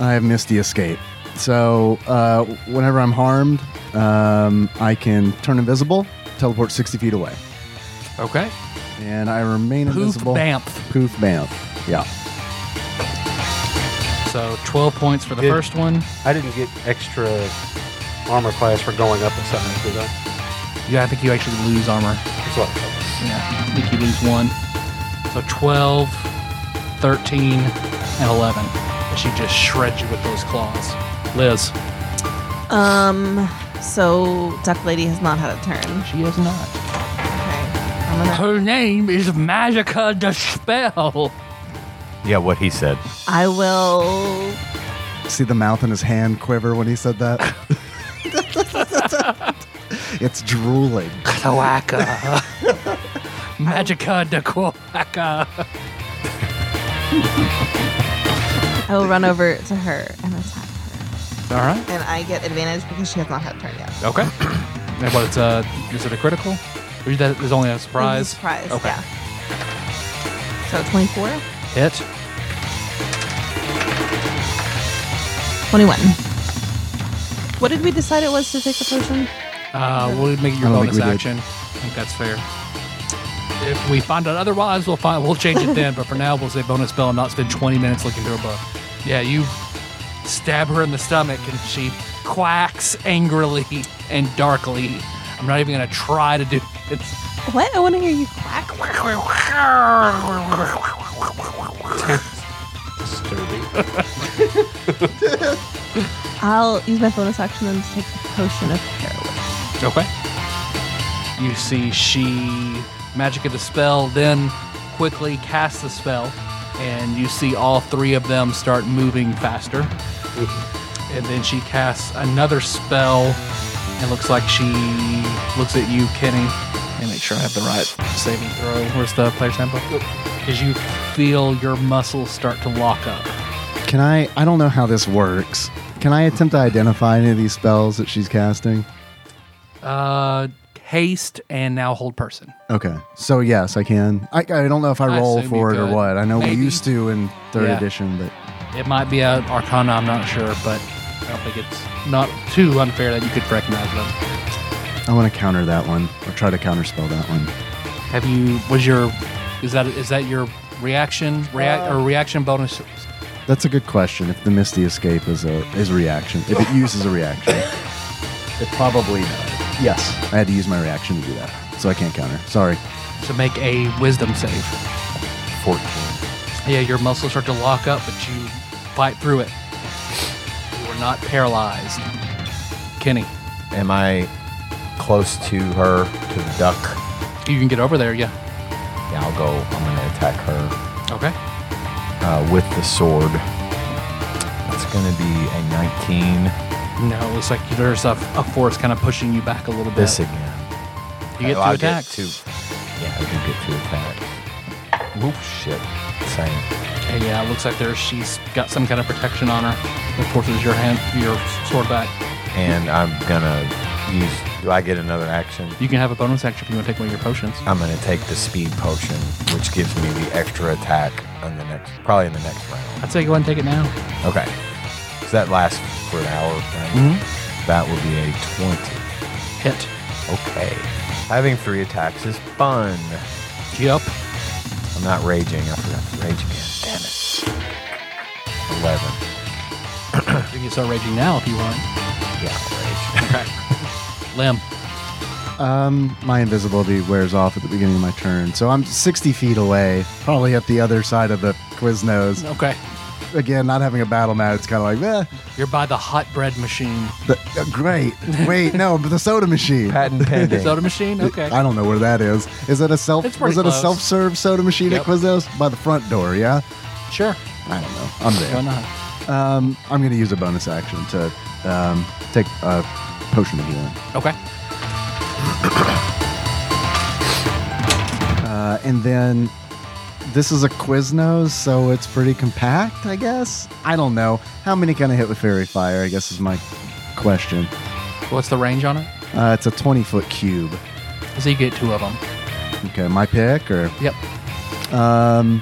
Speaker 2: I have Misty Escape. So uh, whenever I'm harmed, um, I can turn invisible, teleport 60 feet away,
Speaker 1: Okay.
Speaker 2: and I remain
Speaker 1: Poof
Speaker 2: invisible.
Speaker 1: bamf.
Speaker 2: Poof bamf. Yeah.
Speaker 1: So 12 points for the
Speaker 3: Hit.
Speaker 1: first one.
Speaker 3: I didn't get extra armor class for going up a size, did I?
Speaker 1: Yeah, I think you actually lose armor.
Speaker 3: That's what I thought.
Speaker 1: Yeah, I think you lose one. So 12, 13, and 11. And She just shreds you with those claws. Liz.
Speaker 5: Um, so Duck Lady has not had a turn.
Speaker 1: She is not.
Speaker 5: Okay. I'm gonna,
Speaker 1: Her name is Magica the Spell.
Speaker 4: Yeah, what he said.
Speaker 5: I will.
Speaker 2: See the mouth in his hand quiver when he said that. <laughs> it's drooling.
Speaker 1: Cloaca. <laughs> Magica de Cloaca.
Speaker 5: I will run over to her and attack her.
Speaker 1: All right.
Speaker 5: And I get advantage because she has not had a turn yet.
Speaker 1: Okay. <clears throat> And what, it's, uh, is it a critical? Or is that is only a surprise?
Speaker 5: It's a Surprise.
Speaker 1: Okay.
Speaker 5: Yeah. So 24,
Speaker 1: Hit.
Speaker 5: 21. What did we decide it was to take the potion?
Speaker 1: Uh, we'll make it your
Speaker 2: I don't think
Speaker 1: bonus
Speaker 2: we did.
Speaker 1: action. I think that's fair. If we find out otherwise, we'll find we'll change it then. but for now, we'll say bonus spell and not spend 20 minutes looking through a book. Yeah, you stab her in the stomach, and she quacks angrily and darkly. I'm not even gonna try to do it.
Speaker 5: What? I want to hear you <laughs> quack.
Speaker 3: Disturbing.
Speaker 5: I'll use my bonus action and take the potion of heroin.
Speaker 1: Okay. You see, she magic of the spell, then quickly casts the spell, and you see all three of them start moving faster. And then she casts another spell, and looks like she looks at you, Kenny, and make sure I have the right saving throw. Where's the player sample? Because you feel your muscles start to lock up.
Speaker 2: Can I? I don't know how this works. Can I attempt to identify any of these spells that she's casting?
Speaker 1: Uh, haste and now hold person.
Speaker 2: Okay. So yes, I can. I, I don't know if I
Speaker 1: I
Speaker 2: roll
Speaker 1: assume
Speaker 2: for it
Speaker 1: you
Speaker 2: or
Speaker 1: could.
Speaker 2: what. I know
Speaker 1: Maybe.
Speaker 2: we used to in third
Speaker 1: Yeah.
Speaker 2: edition, but
Speaker 1: It might be an Arcana, I'm not sure, but I don't think it's not too unfair that you could recognize them.
Speaker 2: I want to counter that one or try to counterspell that one.
Speaker 1: Have you? Was your? Is that is that your reaction? React or reaction bonus?
Speaker 2: That's a good question. If the Misty Escape is a is a reaction, if it uses a reaction, <laughs> it probably does. Yes, I had to use my reaction to do that, so I can't counter. Sorry.
Speaker 1: So make a Wisdom save.
Speaker 4: 14.
Speaker 1: Yeah, your muscles start to lock up, but you fight through it. You are not paralyzed, Kenny.
Speaker 4: Am I close to her, to the duck?
Speaker 1: You can get over there. Yeah.
Speaker 4: Yeah, I'll go. I'm going to attack her
Speaker 1: Okay.
Speaker 4: uh, with the sword. It's going to be a 19.
Speaker 1: No, it looks like there's a, a force kind of pushing you back a little bit.
Speaker 4: This again.
Speaker 1: You get two
Speaker 4: Oh, I
Speaker 1: attacks,
Speaker 4: Get two. Yeah, I do get two attacks. Oop, shit. Same.
Speaker 1: And yeah, it looks like there's she's got some kind of protection on her that forces your hand your sword back.
Speaker 4: And I'm going to use. Do I get another action?
Speaker 1: You can have a bonus action if you want to take one of your potions.
Speaker 4: I'm going to take the speed potion, which gives me the extra attack on the next, probably in the next round.
Speaker 1: I'd say go ahead and take it now.
Speaker 4: Okay. So that lasts for an hour, right?
Speaker 1: Mm-hmm.
Speaker 4: That will be a 20.
Speaker 1: Hit.
Speaker 4: Okay. Having three attacks is fun.
Speaker 1: Yep.
Speaker 4: I'm not raging. I forgot to rage again. Damn it. 11.
Speaker 1: You can start raging now if you want.
Speaker 4: Yeah,
Speaker 1: <laughs>
Speaker 4: I'll rage.
Speaker 2: <laughs>
Speaker 1: Lim.
Speaker 2: Um, my invisibility wears off at the beginning of my turn, so I'm 60 feet away, probably at the other side of the Quiznos.
Speaker 1: Okay.
Speaker 2: Again, not having a battle mat, it's kind of like, eh,
Speaker 1: You're by the hot bread machine.
Speaker 2: the, uh, great. Wait, no, but the soda machine.
Speaker 4: Patent pending.
Speaker 1: Soda machine? Okay.
Speaker 2: I don't know where that is. Is it a self?
Speaker 1: It's pretty
Speaker 2: Was it
Speaker 1: close.
Speaker 2: a self-serve soda machine
Speaker 1: Yep.
Speaker 2: at Quiznos by the front door? Yeah,
Speaker 1: Sure.
Speaker 2: I don't know. I'm
Speaker 1: Why
Speaker 2: there.
Speaker 1: not?
Speaker 2: Um, I'm going to use a bonus action to um, take a potion of healing,
Speaker 1: Okay.
Speaker 2: uh, and then this is a Quiznos, so it's pretty compact, I guess. I don't know how many can I hit with fairy fire. I guess is my question.
Speaker 1: What's the range on it?
Speaker 2: Uh, it's a 20-foot cube.
Speaker 1: So you get two of them.
Speaker 2: Okay, my pick or
Speaker 1: Yep.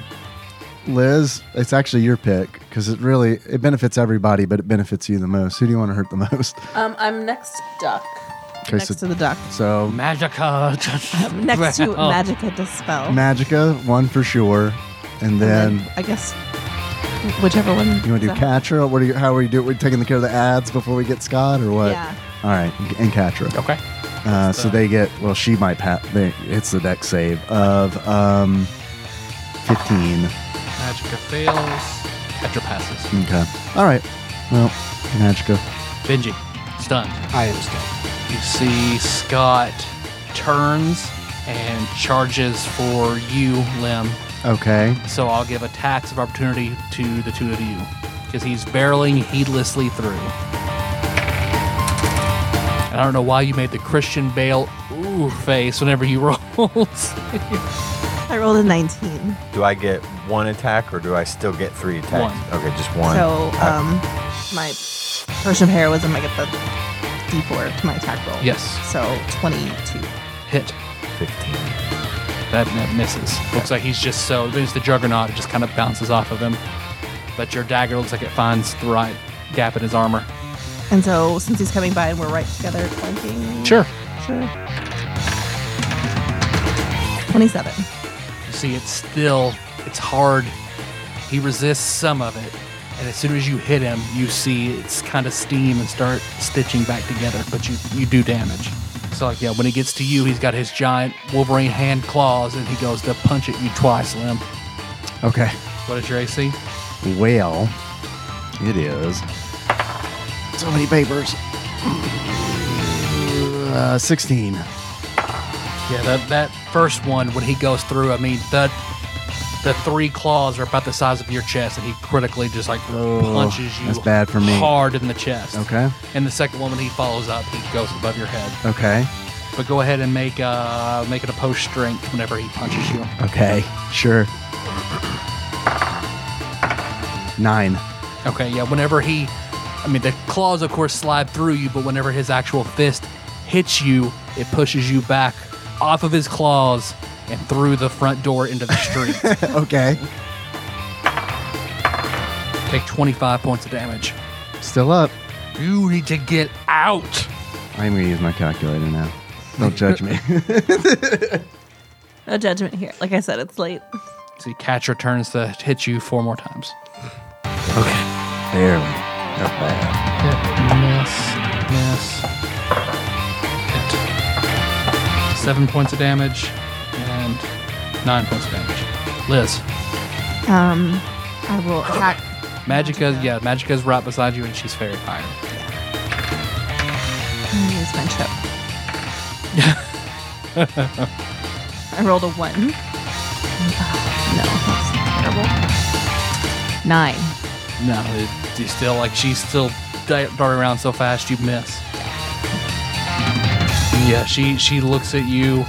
Speaker 2: Liz, it's actually your pick because it really it benefits everybody, but it benefits you the most. Who do you want to hurt the most?
Speaker 5: Um, I'm next duck.
Speaker 2: Okay,
Speaker 5: next
Speaker 2: so-
Speaker 5: to the duck.
Speaker 2: So
Speaker 1: Magica. Oh. <laughs>
Speaker 5: Next to
Speaker 1: Well,
Speaker 5: Magica Dispel.
Speaker 2: Magica, one for sure, and
Speaker 5: And
Speaker 2: then
Speaker 5: I guess whichever one.
Speaker 2: you want to do Catra. What are you? How are you doing? We taking care of the ads before we get Scott or what?
Speaker 5: Yeah.
Speaker 2: All right, and Catra.
Speaker 1: Okay.
Speaker 2: Uh, so they get well. She might pat. They, it's the deck save of um, fifteen.
Speaker 1: Magica fails. Petra passes.
Speaker 2: Okay. All right. Well, Magica.
Speaker 1: Benji. Stunned.
Speaker 3: I am stuck.
Speaker 1: You see Scott turns and charges for you, Lim.
Speaker 2: Okay.
Speaker 1: So I'll give attacks of opportunity to the two of you because he's barreling heedlessly through. And I don't know why you made the Christian Bale ooh face whenever you <laughs> rolls.
Speaker 5: I rolled a 19.
Speaker 4: do I get one attack or do I still get three attacks?
Speaker 1: One.
Speaker 4: Okay, just one. Uh,
Speaker 5: So
Speaker 4: Okay.
Speaker 5: um, my potion of heroism, I get the d4 to my attack roll.
Speaker 1: Yes.
Speaker 5: So 22.
Speaker 1: Hit.
Speaker 4: 15.
Speaker 1: That, that misses. Looks like he's just so. There's the juggernaut. It just kind of bounces off of him. But your dagger looks like it finds the right gap in his armor.
Speaker 5: And so since he's coming by and we're right together, clanking.
Speaker 1: Sure.
Speaker 5: Sure. 27.
Speaker 1: You see, it's still, it's hard. He resists some of it. And as soon as you hit him, you see it's kind of steam and start stitching back together, but you, you do damage. So, like, yeah, when he gets to you, he's got his giant Wolverine hand claws and he goes to punch at you twice, Lim.
Speaker 2: Okay.
Speaker 1: What is your AC?
Speaker 2: Well, it is. So many papers. Uh, 16.
Speaker 1: Yeah, that, that first one, when he goes through, I mean, the, the three claws are about the size of your chest, and he critically just like
Speaker 2: Oh,
Speaker 1: punches you
Speaker 2: that's bad for me.
Speaker 1: hard in the chest.
Speaker 2: Okay.
Speaker 1: And the second one, when he follows up, he goes above your head.
Speaker 2: Okay.
Speaker 1: But go ahead and make uh make it a post strength whenever he punches you.
Speaker 2: Okay. Sure. Nine.
Speaker 1: Okay, yeah. Whenever he, I mean, the claws of course slide through you, but whenever his actual fist hits you, it pushes you back off of his claws and through the front door into the street.
Speaker 2: <laughs> Okay.
Speaker 1: Take 25 points of damage.
Speaker 2: Still up.
Speaker 1: You need to get out.
Speaker 2: I'm going to use my calculator now. Don't judge me. <laughs>
Speaker 5: No judgment here. Like I said, it's late.
Speaker 1: See, catcher turns to hit you four more times.
Speaker 2: Barely. Not bad.
Speaker 1: Hit, miss, miss, hit. Seven points of damage and nine points of damage. Liz,
Speaker 5: Um, I will attack.
Speaker 1: Magica, yeah, Magica's right beside you and she's fairy fire.
Speaker 5: I'm gonna use my chip. I rolled a one. Ah, no, that's terrible. Nine.
Speaker 1: No, it, you still, like, she's still di- darting around so fast you miss. Yeah, she she looks at you.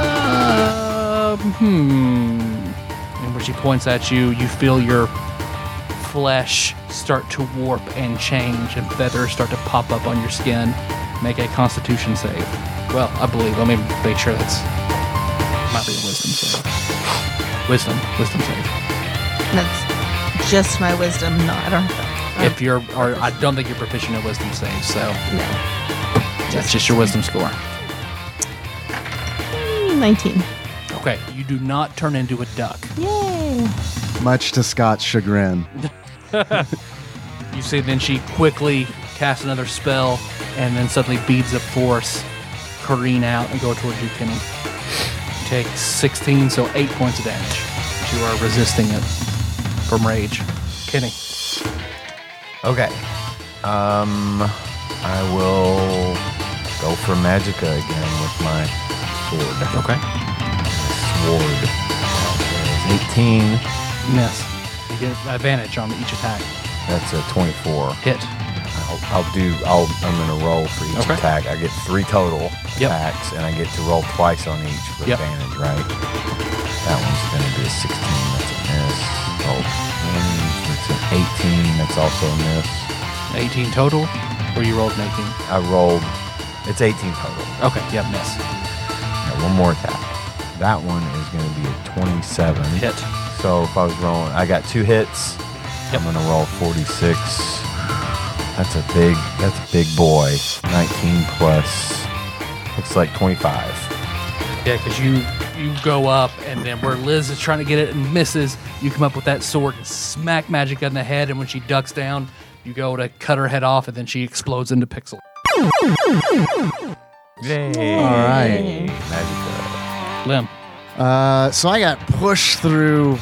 Speaker 1: Um, hmm. And when she points at you, you feel your flesh start to warp and change, and feathers start to pop up on your skin. Make a Constitution save. Well, I believe. Let me make sure that's might be a Wisdom save. Wisdom, Wisdom save.
Speaker 5: That's just my wisdom. No, I don't have
Speaker 1: If you're, or I don't think you're proficient at wisdom saves, so
Speaker 5: that.
Speaker 1: that's just your wisdom score.
Speaker 5: No. Nineteen.
Speaker 1: Okay, you do not turn into a duck.
Speaker 5: Yay.
Speaker 2: Much to Scott's chagrin.
Speaker 1: You see, then she quickly casts another spell, and then suddenly beads of force careen out and go towards you, Kenny. Take 16, so 8 points of damage. But You are resisting it from rage. Kenny.
Speaker 4: Okay. Um, I will go for Magica again with my sword.
Speaker 1: Okay.
Speaker 4: Sword. That is 18.
Speaker 1: Miss. You get advantage on each attack.
Speaker 4: That's a 24.
Speaker 1: Hit.
Speaker 4: I'll, I'll do. I'll, I'm gonna roll for each
Speaker 1: Okay.
Speaker 4: attack. I get three total
Speaker 1: Yep.
Speaker 4: attacks, and I get to roll twice on each for
Speaker 1: Yep.
Speaker 4: advantage, right? That one's gonna be a 16. That's a miss. Oh, and that's an 18. That's also a miss.
Speaker 1: 18 total, or you rolled an 18?
Speaker 4: I rolled. It's 18 total.
Speaker 1: Okay, yep, miss.
Speaker 4: Now, one more attack. That one is gonna be a 27.
Speaker 1: Hit.
Speaker 4: So if I was rolling, I got two hits.
Speaker 1: Yep.
Speaker 4: I'm gonna roll 46. That's a big, that's a big boy. 19 plus, looks like 25.
Speaker 1: Yeah, because you you go up, and then where Liz is trying to get it and misses, you come up with that sword and smack Magic in the head, and when she ducks down, you go to cut her head off, and then she explodes into pixel.
Speaker 4: Yay!
Speaker 2: All right.
Speaker 4: Magic.
Speaker 1: Limb.
Speaker 2: Uh, so I got pushed through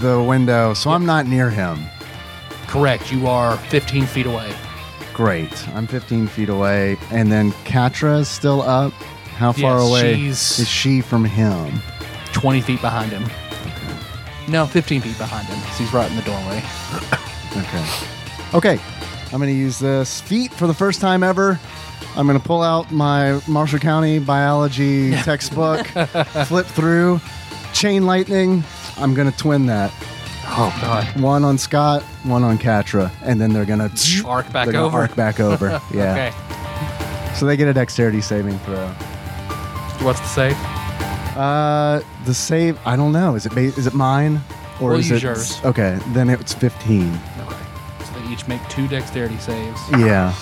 Speaker 2: the window, so I'm not near him.
Speaker 1: Correct. You are 15 feet away.
Speaker 2: Great. I'm 15 feet away. And then Katra is still up. How far
Speaker 1: Yes,
Speaker 2: away
Speaker 1: she's-
Speaker 2: is she from him?
Speaker 1: 20 feet behind him. No, 15 feet behind him. 'cause He's right in the doorway.
Speaker 2: Okay. Okay. I'm going to use this feat for the first time ever. I'm going to pull out my Marshall County
Speaker 1: <laughs>
Speaker 2: biology textbook, flip through, chain lightning. I'm going to twin that.
Speaker 1: Oh God.
Speaker 2: One on Scott, one on Katra, and then they're gonna
Speaker 1: Arc back
Speaker 2: they're gonna
Speaker 1: over.
Speaker 2: Arc
Speaker 1: <laughs>
Speaker 2: back over.
Speaker 1: Okay.
Speaker 2: Yeah. So they get a dexterity saving throw.
Speaker 1: What's the save?
Speaker 2: Uh, the save. I don't know. Is it ba- is it mine or
Speaker 1: We'll
Speaker 2: is
Speaker 1: use
Speaker 2: it
Speaker 1: yours.
Speaker 2: okay? Then it's fifteen.
Speaker 1: Okay. So they each make two dexterity saves.
Speaker 2: Yeah.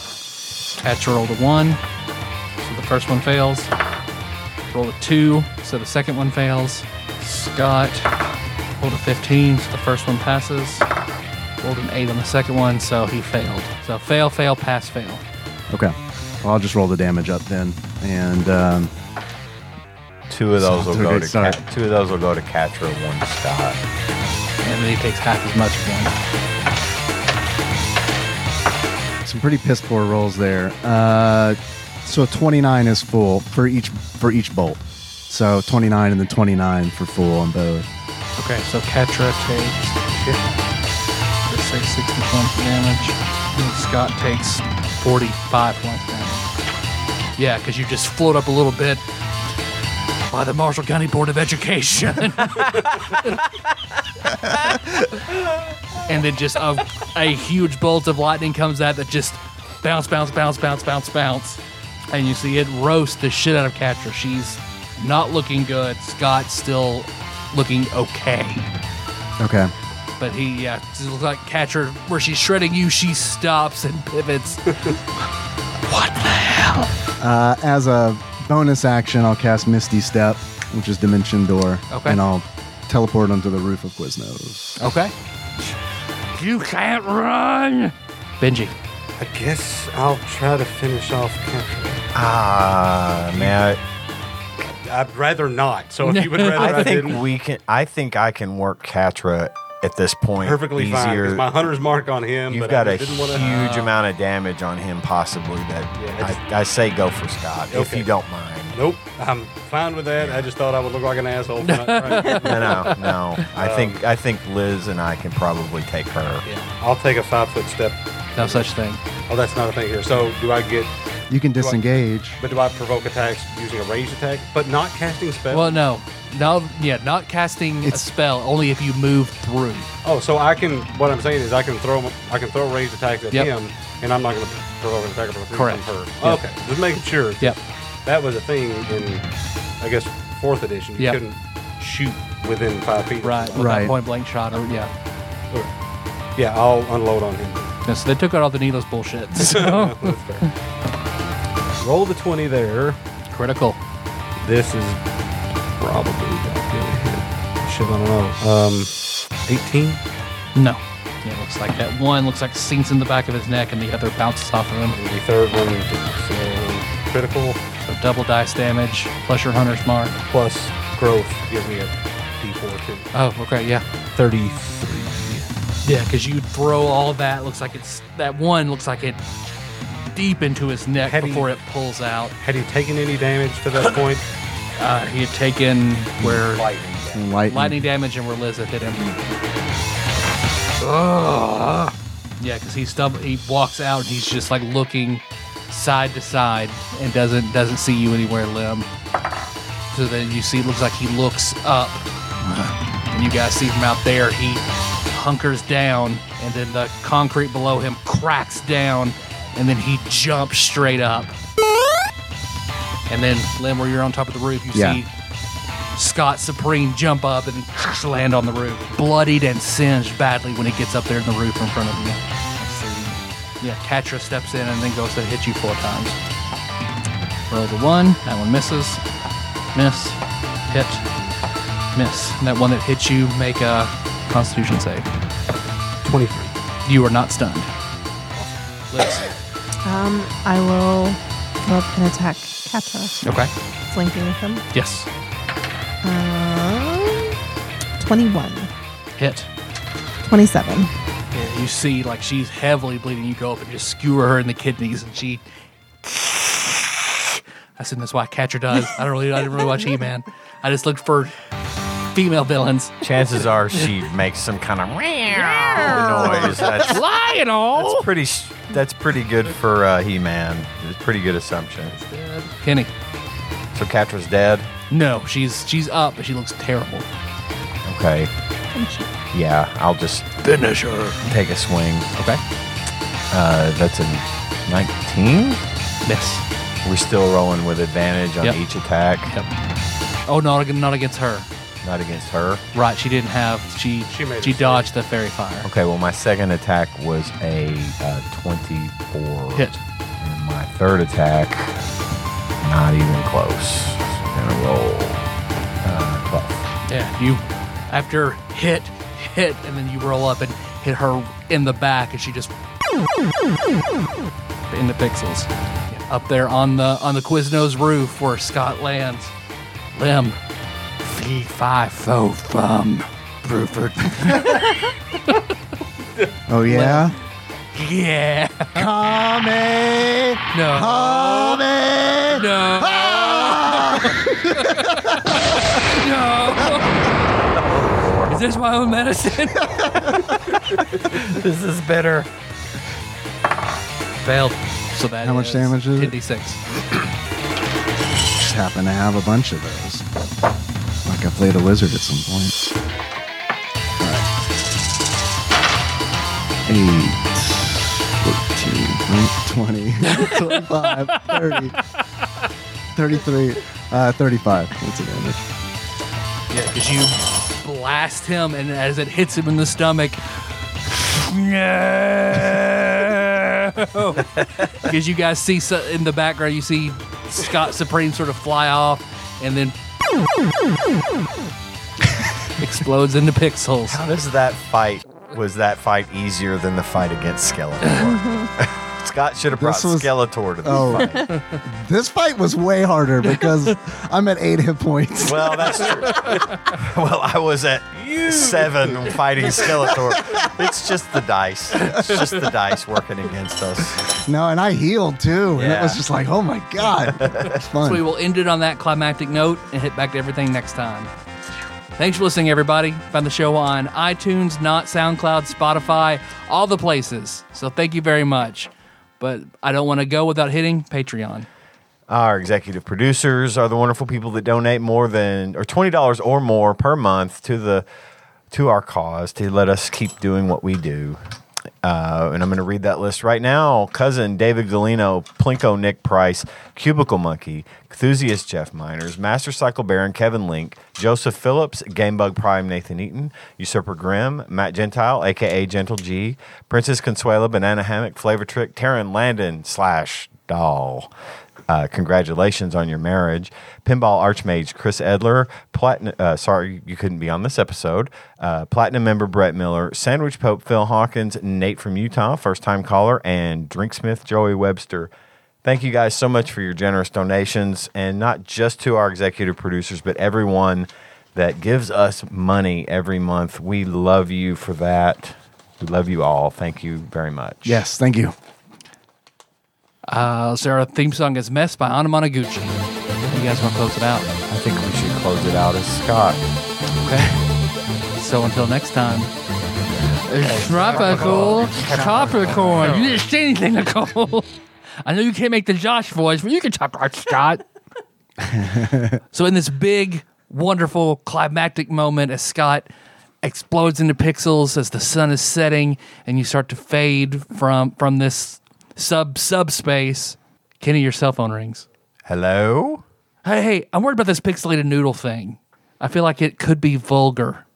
Speaker 1: Catch roll to one. So the first one fails. Roll a two, so the second one fails. Scott rolled a 15, so the first one passes. Rolled an eight on the second one, so he failed. So fail, fail, pass, fail.
Speaker 2: Okay. Well, I'll just roll the damage up then. And um,
Speaker 4: Two of those
Speaker 2: Sounds
Speaker 4: will
Speaker 2: like
Speaker 4: go
Speaker 2: a
Speaker 4: to
Speaker 2: good start.
Speaker 4: Cat- two of those will go to Catra, one to Scott.
Speaker 1: And then he takes half as much again.
Speaker 2: some pretty piss poor rolls there. Uh, so 29 is full for each for each bolt. So 29 and then 29 for full on both.
Speaker 1: Okay, so Katra takes, let's say 60 points of damage. And Scott takes 45 points of damage. Yeah, because you just float up a little bit by the Marshall County Board of Education. <laughs> and then just a, a huge bolt of lightning comes out that just bounce, bounce, bounce, bounce, bounce, bounce. And you see it roast the shit out of Katra. She's not looking good. Scott's still looking okay.
Speaker 2: Okay.
Speaker 1: But he, yeah, just looks like catcher where she's shredding you. She stops and <laughs> pivots. what the hell?
Speaker 2: Uh, as a bonus action, I'll cast Misty Step, which is Dimension Door,
Speaker 1: Okay.
Speaker 2: and I'll teleport onto the roof of Quiznos.
Speaker 1: Okay. You can't run, Benji.
Speaker 3: I guess I'll try to finish off Catherine.
Speaker 4: Ah, man.
Speaker 3: I'd rather not. So
Speaker 4: <laughs>
Speaker 3: if you would rather, I,
Speaker 4: I, I think
Speaker 3: didn't.
Speaker 4: we can. I think I can work Catra at this point
Speaker 3: perfectly fine. 'cause
Speaker 4: easier.
Speaker 3: My hunter's mark on him,
Speaker 4: You've
Speaker 3: but
Speaker 4: got
Speaker 3: I
Speaker 4: a
Speaker 3: didn't
Speaker 4: huge
Speaker 3: want to.
Speaker 4: amount of damage on him, possibly. That
Speaker 3: Yeah, it's-
Speaker 4: I, I say go for Scott if
Speaker 3: Okay.
Speaker 4: you don't mind.
Speaker 3: Nope, I'm fine with that. I just thought I would look like an asshole. For
Speaker 4: <laughs>
Speaker 3: not trying.
Speaker 4: No, no,
Speaker 3: <laughs>
Speaker 4: no. I think I think Liz and I can probably take her.
Speaker 3: I'll take a five foot step.
Speaker 1: No such thing.
Speaker 3: Oh, that's not a thing here. So do I get?
Speaker 2: You can disengage.
Speaker 3: But do I provoke attacks using a ranged attack, but not casting spells?
Speaker 1: Well, no, no, yeah, not casting a
Speaker 2: It's-
Speaker 1: spell. Only if you move through.
Speaker 3: Oh, so I can. What I'm saying is, I can throw. I can throw ranged attacks at
Speaker 1: Yep.
Speaker 3: him, and I'm not going to provoke an attack or provoke
Speaker 1: Correct.
Speaker 3: from her.
Speaker 1: Yep.
Speaker 3: Okay, just making sure.
Speaker 1: Yep.
Speaker 3: That was a thing in, I guess, fourth edition. You
Speaker 1: Yep.
Speaker 3: couldn't shoot within five feet.
Speaker 1: Right. With
Speaker 2: Right.
Speaker 1: That point blank shot, or yeah.
Speaker 3: Okay. Yeah, I'll unload on him.
Speaker 1: <laughs> Yeah, so they took out all the needless bullshit. <laughs> So
Speaker 3: That's fair. Roll the twenty there.
Speaker 1: critical.
Speaker 3: This is probably not gonna hit. Shit, I don't know. Um, eighteen.
Speaker 1: No. Yeah, it looks like that one looks like sinks in the back of his neck, and the other bounces off of him.
Speaker 3: The third one is critical.
Speaker 1: So double dice damage plus your hunter's mark.
Speaker 3: plus growth gives me a d4 too.
Speaker 1: Oh, okay, yeah.
Speaker 3: 33.
Speaker 1: Yeah, because you throw all that. Looks like it's that one. Looks like it deep into his neck
Speaker 3: Had he-
Speaker 1: before it pulls out.
Speaker 3: Had he taken any damage to that point?
Speaker 1: Uh, he had taken where
Speaker 2: And lightning.
Speaker 1: lightning damage and where Liz had hit him. Yeah, because he stub he walks out and he's just like looking side to side and doesn't doesn't see you anywhere, Lim. So then you see, it looks like he looks up, and you guys see from out there. He hunkers down, and then the concrete below him cracks down, and then he jumps straight up. And then Lim, where you're on top of the roof, you
Speaker 2: Yeah.
Speaker 1: see Scott Supreme jump up and land on the roof, bloodied and singed badly when he gets up there in the roof in front of you. Yeah, Katra steps in and then goes to hit you four times. Roll the one, that one misses. Miss, hit, miss. And that one that hits you, make a constitution save.
Speaker 3: 23.
Speaker 1: You are not stunned. Liz.
Speaker 5: Um, I will go up and attack Katra.
Speaker 1: Okay.
Speaker 5: Flanking with him.
Speaker 1: Yes.
Speaker 5: Um, 21.
Speaker 1: Hit.
Speaker 5: 27.
Speaker 1: Yeah, you see, like, she's heavily bleeding. You go up and just skewer her in the kidneys, and she. <laughs> I assume that's why Catcher does. I don't really, I didn't really watch He Man. I just looked for female villains.
Speaker 4: Chances are she makes some kind of meow noise. That's,
Speaker 1: Lionel!
Speaker 4: that's pretty. s- That's pretty good for uh, He-Man. It's a pretty good assumption.
Speaker 1: Kenny.
Speaker 4: So Catra's dead.
Speaker 1: No, she's she's up, but she looks terrible.
Speaker 4: Okay. Yeah, I'll just
Speaker 1: Finish her.
Speaker 4: take a swing.
Speaker 1: Okay.
Speaker 4: Uh, that's a 19.
Speaker 1: Miss.
Speaker 4: We're still rolling with advantage on
Speaker 1: Yep.
Speaker 4: each attack.
Speaker 1: Yep. Oh, no, ag- not against her.
Speaker 4: Not against her.
Speaker 1: Right, she didn't have. She
Speaker 3: She
Speaker 1: she,
Speaker 3: made a save.
Speaker 1: dodged the fairy fire.
Speaker 4: Okay, well, my second attack was a uh, 24.
Speaker 1: Hit.
Speaker 4: And my third attack, not even close. So
Speaker 7: gonna roll uh, twelve.
Speaker 1: Yeah, you after hit, hit, and then you roll up and hit her in the back, and she just in the pixels up there on the on the Quiznos roof where Scott lands. Lim, fee fi fo fum, Bruford.
Speaker 2: Oh yeah,
Speaker 1: <laughs> Yeah.
Speaker 2: Tommy,
Speaker 1: No.
Speaker 2: Tommy.
Speaker 1: No.
Speaker 2: Ah.
Speaker 1: no. <laughs> Is this my own
Speaker 2: <laughs>
Speaker 1: medicine?
Speaker 7: This is better.
Speaker 1: Failed. So that
Speaker 2: How much
Speaker 1: is
Speaker 2: damage is it?
Speaker 1: 56.
Speaker 2: Just happen to have a bunch of those. Like I played a lizard at some point. All right. 8, 14, 20, 25, 30, 33, uh, 35. That's a damage.
Speaker 1: Yeah, because you blast him, and as it hits him in the stomach, <laughs> because you guys see so, in the background, you see Scott Supreme sort of fly off, and then <laughs> explodes into pixels.
Speaker 7: How does that fight? Was that fight easier than the fight against
Speaker 2: <laughs>
Speaker 7: Skeletor? Scott should have brought
Speaker 2: This was-
Speaker 7: Skeletor to this
Speaker 2: Oh.
Speaker 7: fight.
Speaker 2: This fight was way harder because I'm at eight hit points.
Speaker 7: <laughs> Well, that's true. <laughs> well, I was at seven fighting Skeletor. It's just the dice. It's just the dice working against us.
Speaker 2: No, and I healed too. And it was
Speaker 7: Yeah.
Speaker 2: just like, oh my God. It's
Speaker 1: So
Speaker 2: fun.
Speaker 1: we will end it on that climactic note and hit back to everything next time. Thanks for listening, everybody. Find the show on iTunes, not SoundCloud, Spotify, all the places. So thank you very much. But I don't want to go without hitting Patreon.
Speaker 7: Our executive producers are the wonderful people that donate more than or twenty dollars or more per month to the to our cause to let us keep doing what we do. Uh, and I'm going to read that list right now. Cousin David Galino, Plinko Nick Price, Cubicle Monkey, Enthusiast Jeff Miners, Master Cycle Baron Kevin Link, Joseph Phillips, Gamebug Prime Nathan Eaton, Usurper Grimm, Matt Gentile, aka Gentle G, Princess Consuela, Banana Hammock, Flavor Trick, Taryn Landon slash Doll. Uh, congratulations on your marriage. Pinball Archmage Chris Edler, Platin- uh, sorry you couldn't be on this episode, uh, Platinum member Brett Miller, Sandwich Pope Phil Hawkins, Nate from Utah, first time caller, and Drinksmith Joey Webster. Thank you guys so much for your generous donations, and not just to our executive producers, but everyone that gives us money every month. We love you for that. We love you all. Thank you very much.
Speaker 2: yes, thank you.
Speaker 1: Uh, so our theme song is Mess by Anna Monoguchi. You guys want to close it out?
Speaker 7: I think we should close it out as Scott.
Speaker 1: Okay. So until next time. It's tropical, tropicorn. You didn't say anything, Nicole. I know you can't make the Josh voice, but you can talk like <laughs> Scott. so in this big, wonderful, climactic moment, as Scott explodes into pixels as the sun is setting, and you start to fade from from this sub subspace. Kenny, your cell phone rings.
Speaker 7: Hello?
Speaker 1: Hey, hey, I'm worried about this pixelated noodle thing. I feel like it could be vulgar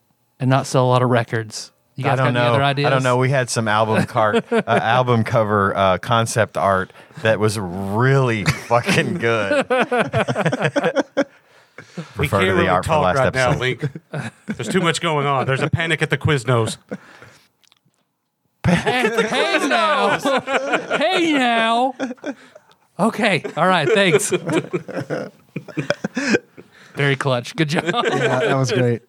Speaker 1: and not sell a lot of records. You guys
Speaker 7: I don't
Speaker 1: got
Speaker 7: know.
Speaker 1: any other ideas?
Speaker 7: I don't know. We had some album
Speaker 1: <laughs>
Speaker 7: cart, uh, album cover uh, concept art that was really fucking good.
Speaker 3: We
Speaker 7: Refer
Speaker 3: can't
Speaker 7: to the
Speaker 3: really
Speaker 7: art from
Speaker 3: talk
Speaker 7: last
Speaker 3: right now,
Speaker 7: episode.
Speaker 3: Link.
Speaker 7: <laughs>
Speaker 3: There's too much going on. There's a panic at the Quiznos.
Speaker 7: <laughs>
Speaker 1: Hey now. hey now. Okay. All right. Thanks. <laughs> Very clutch. Good job.
Speaker 2: Yeah, that was great.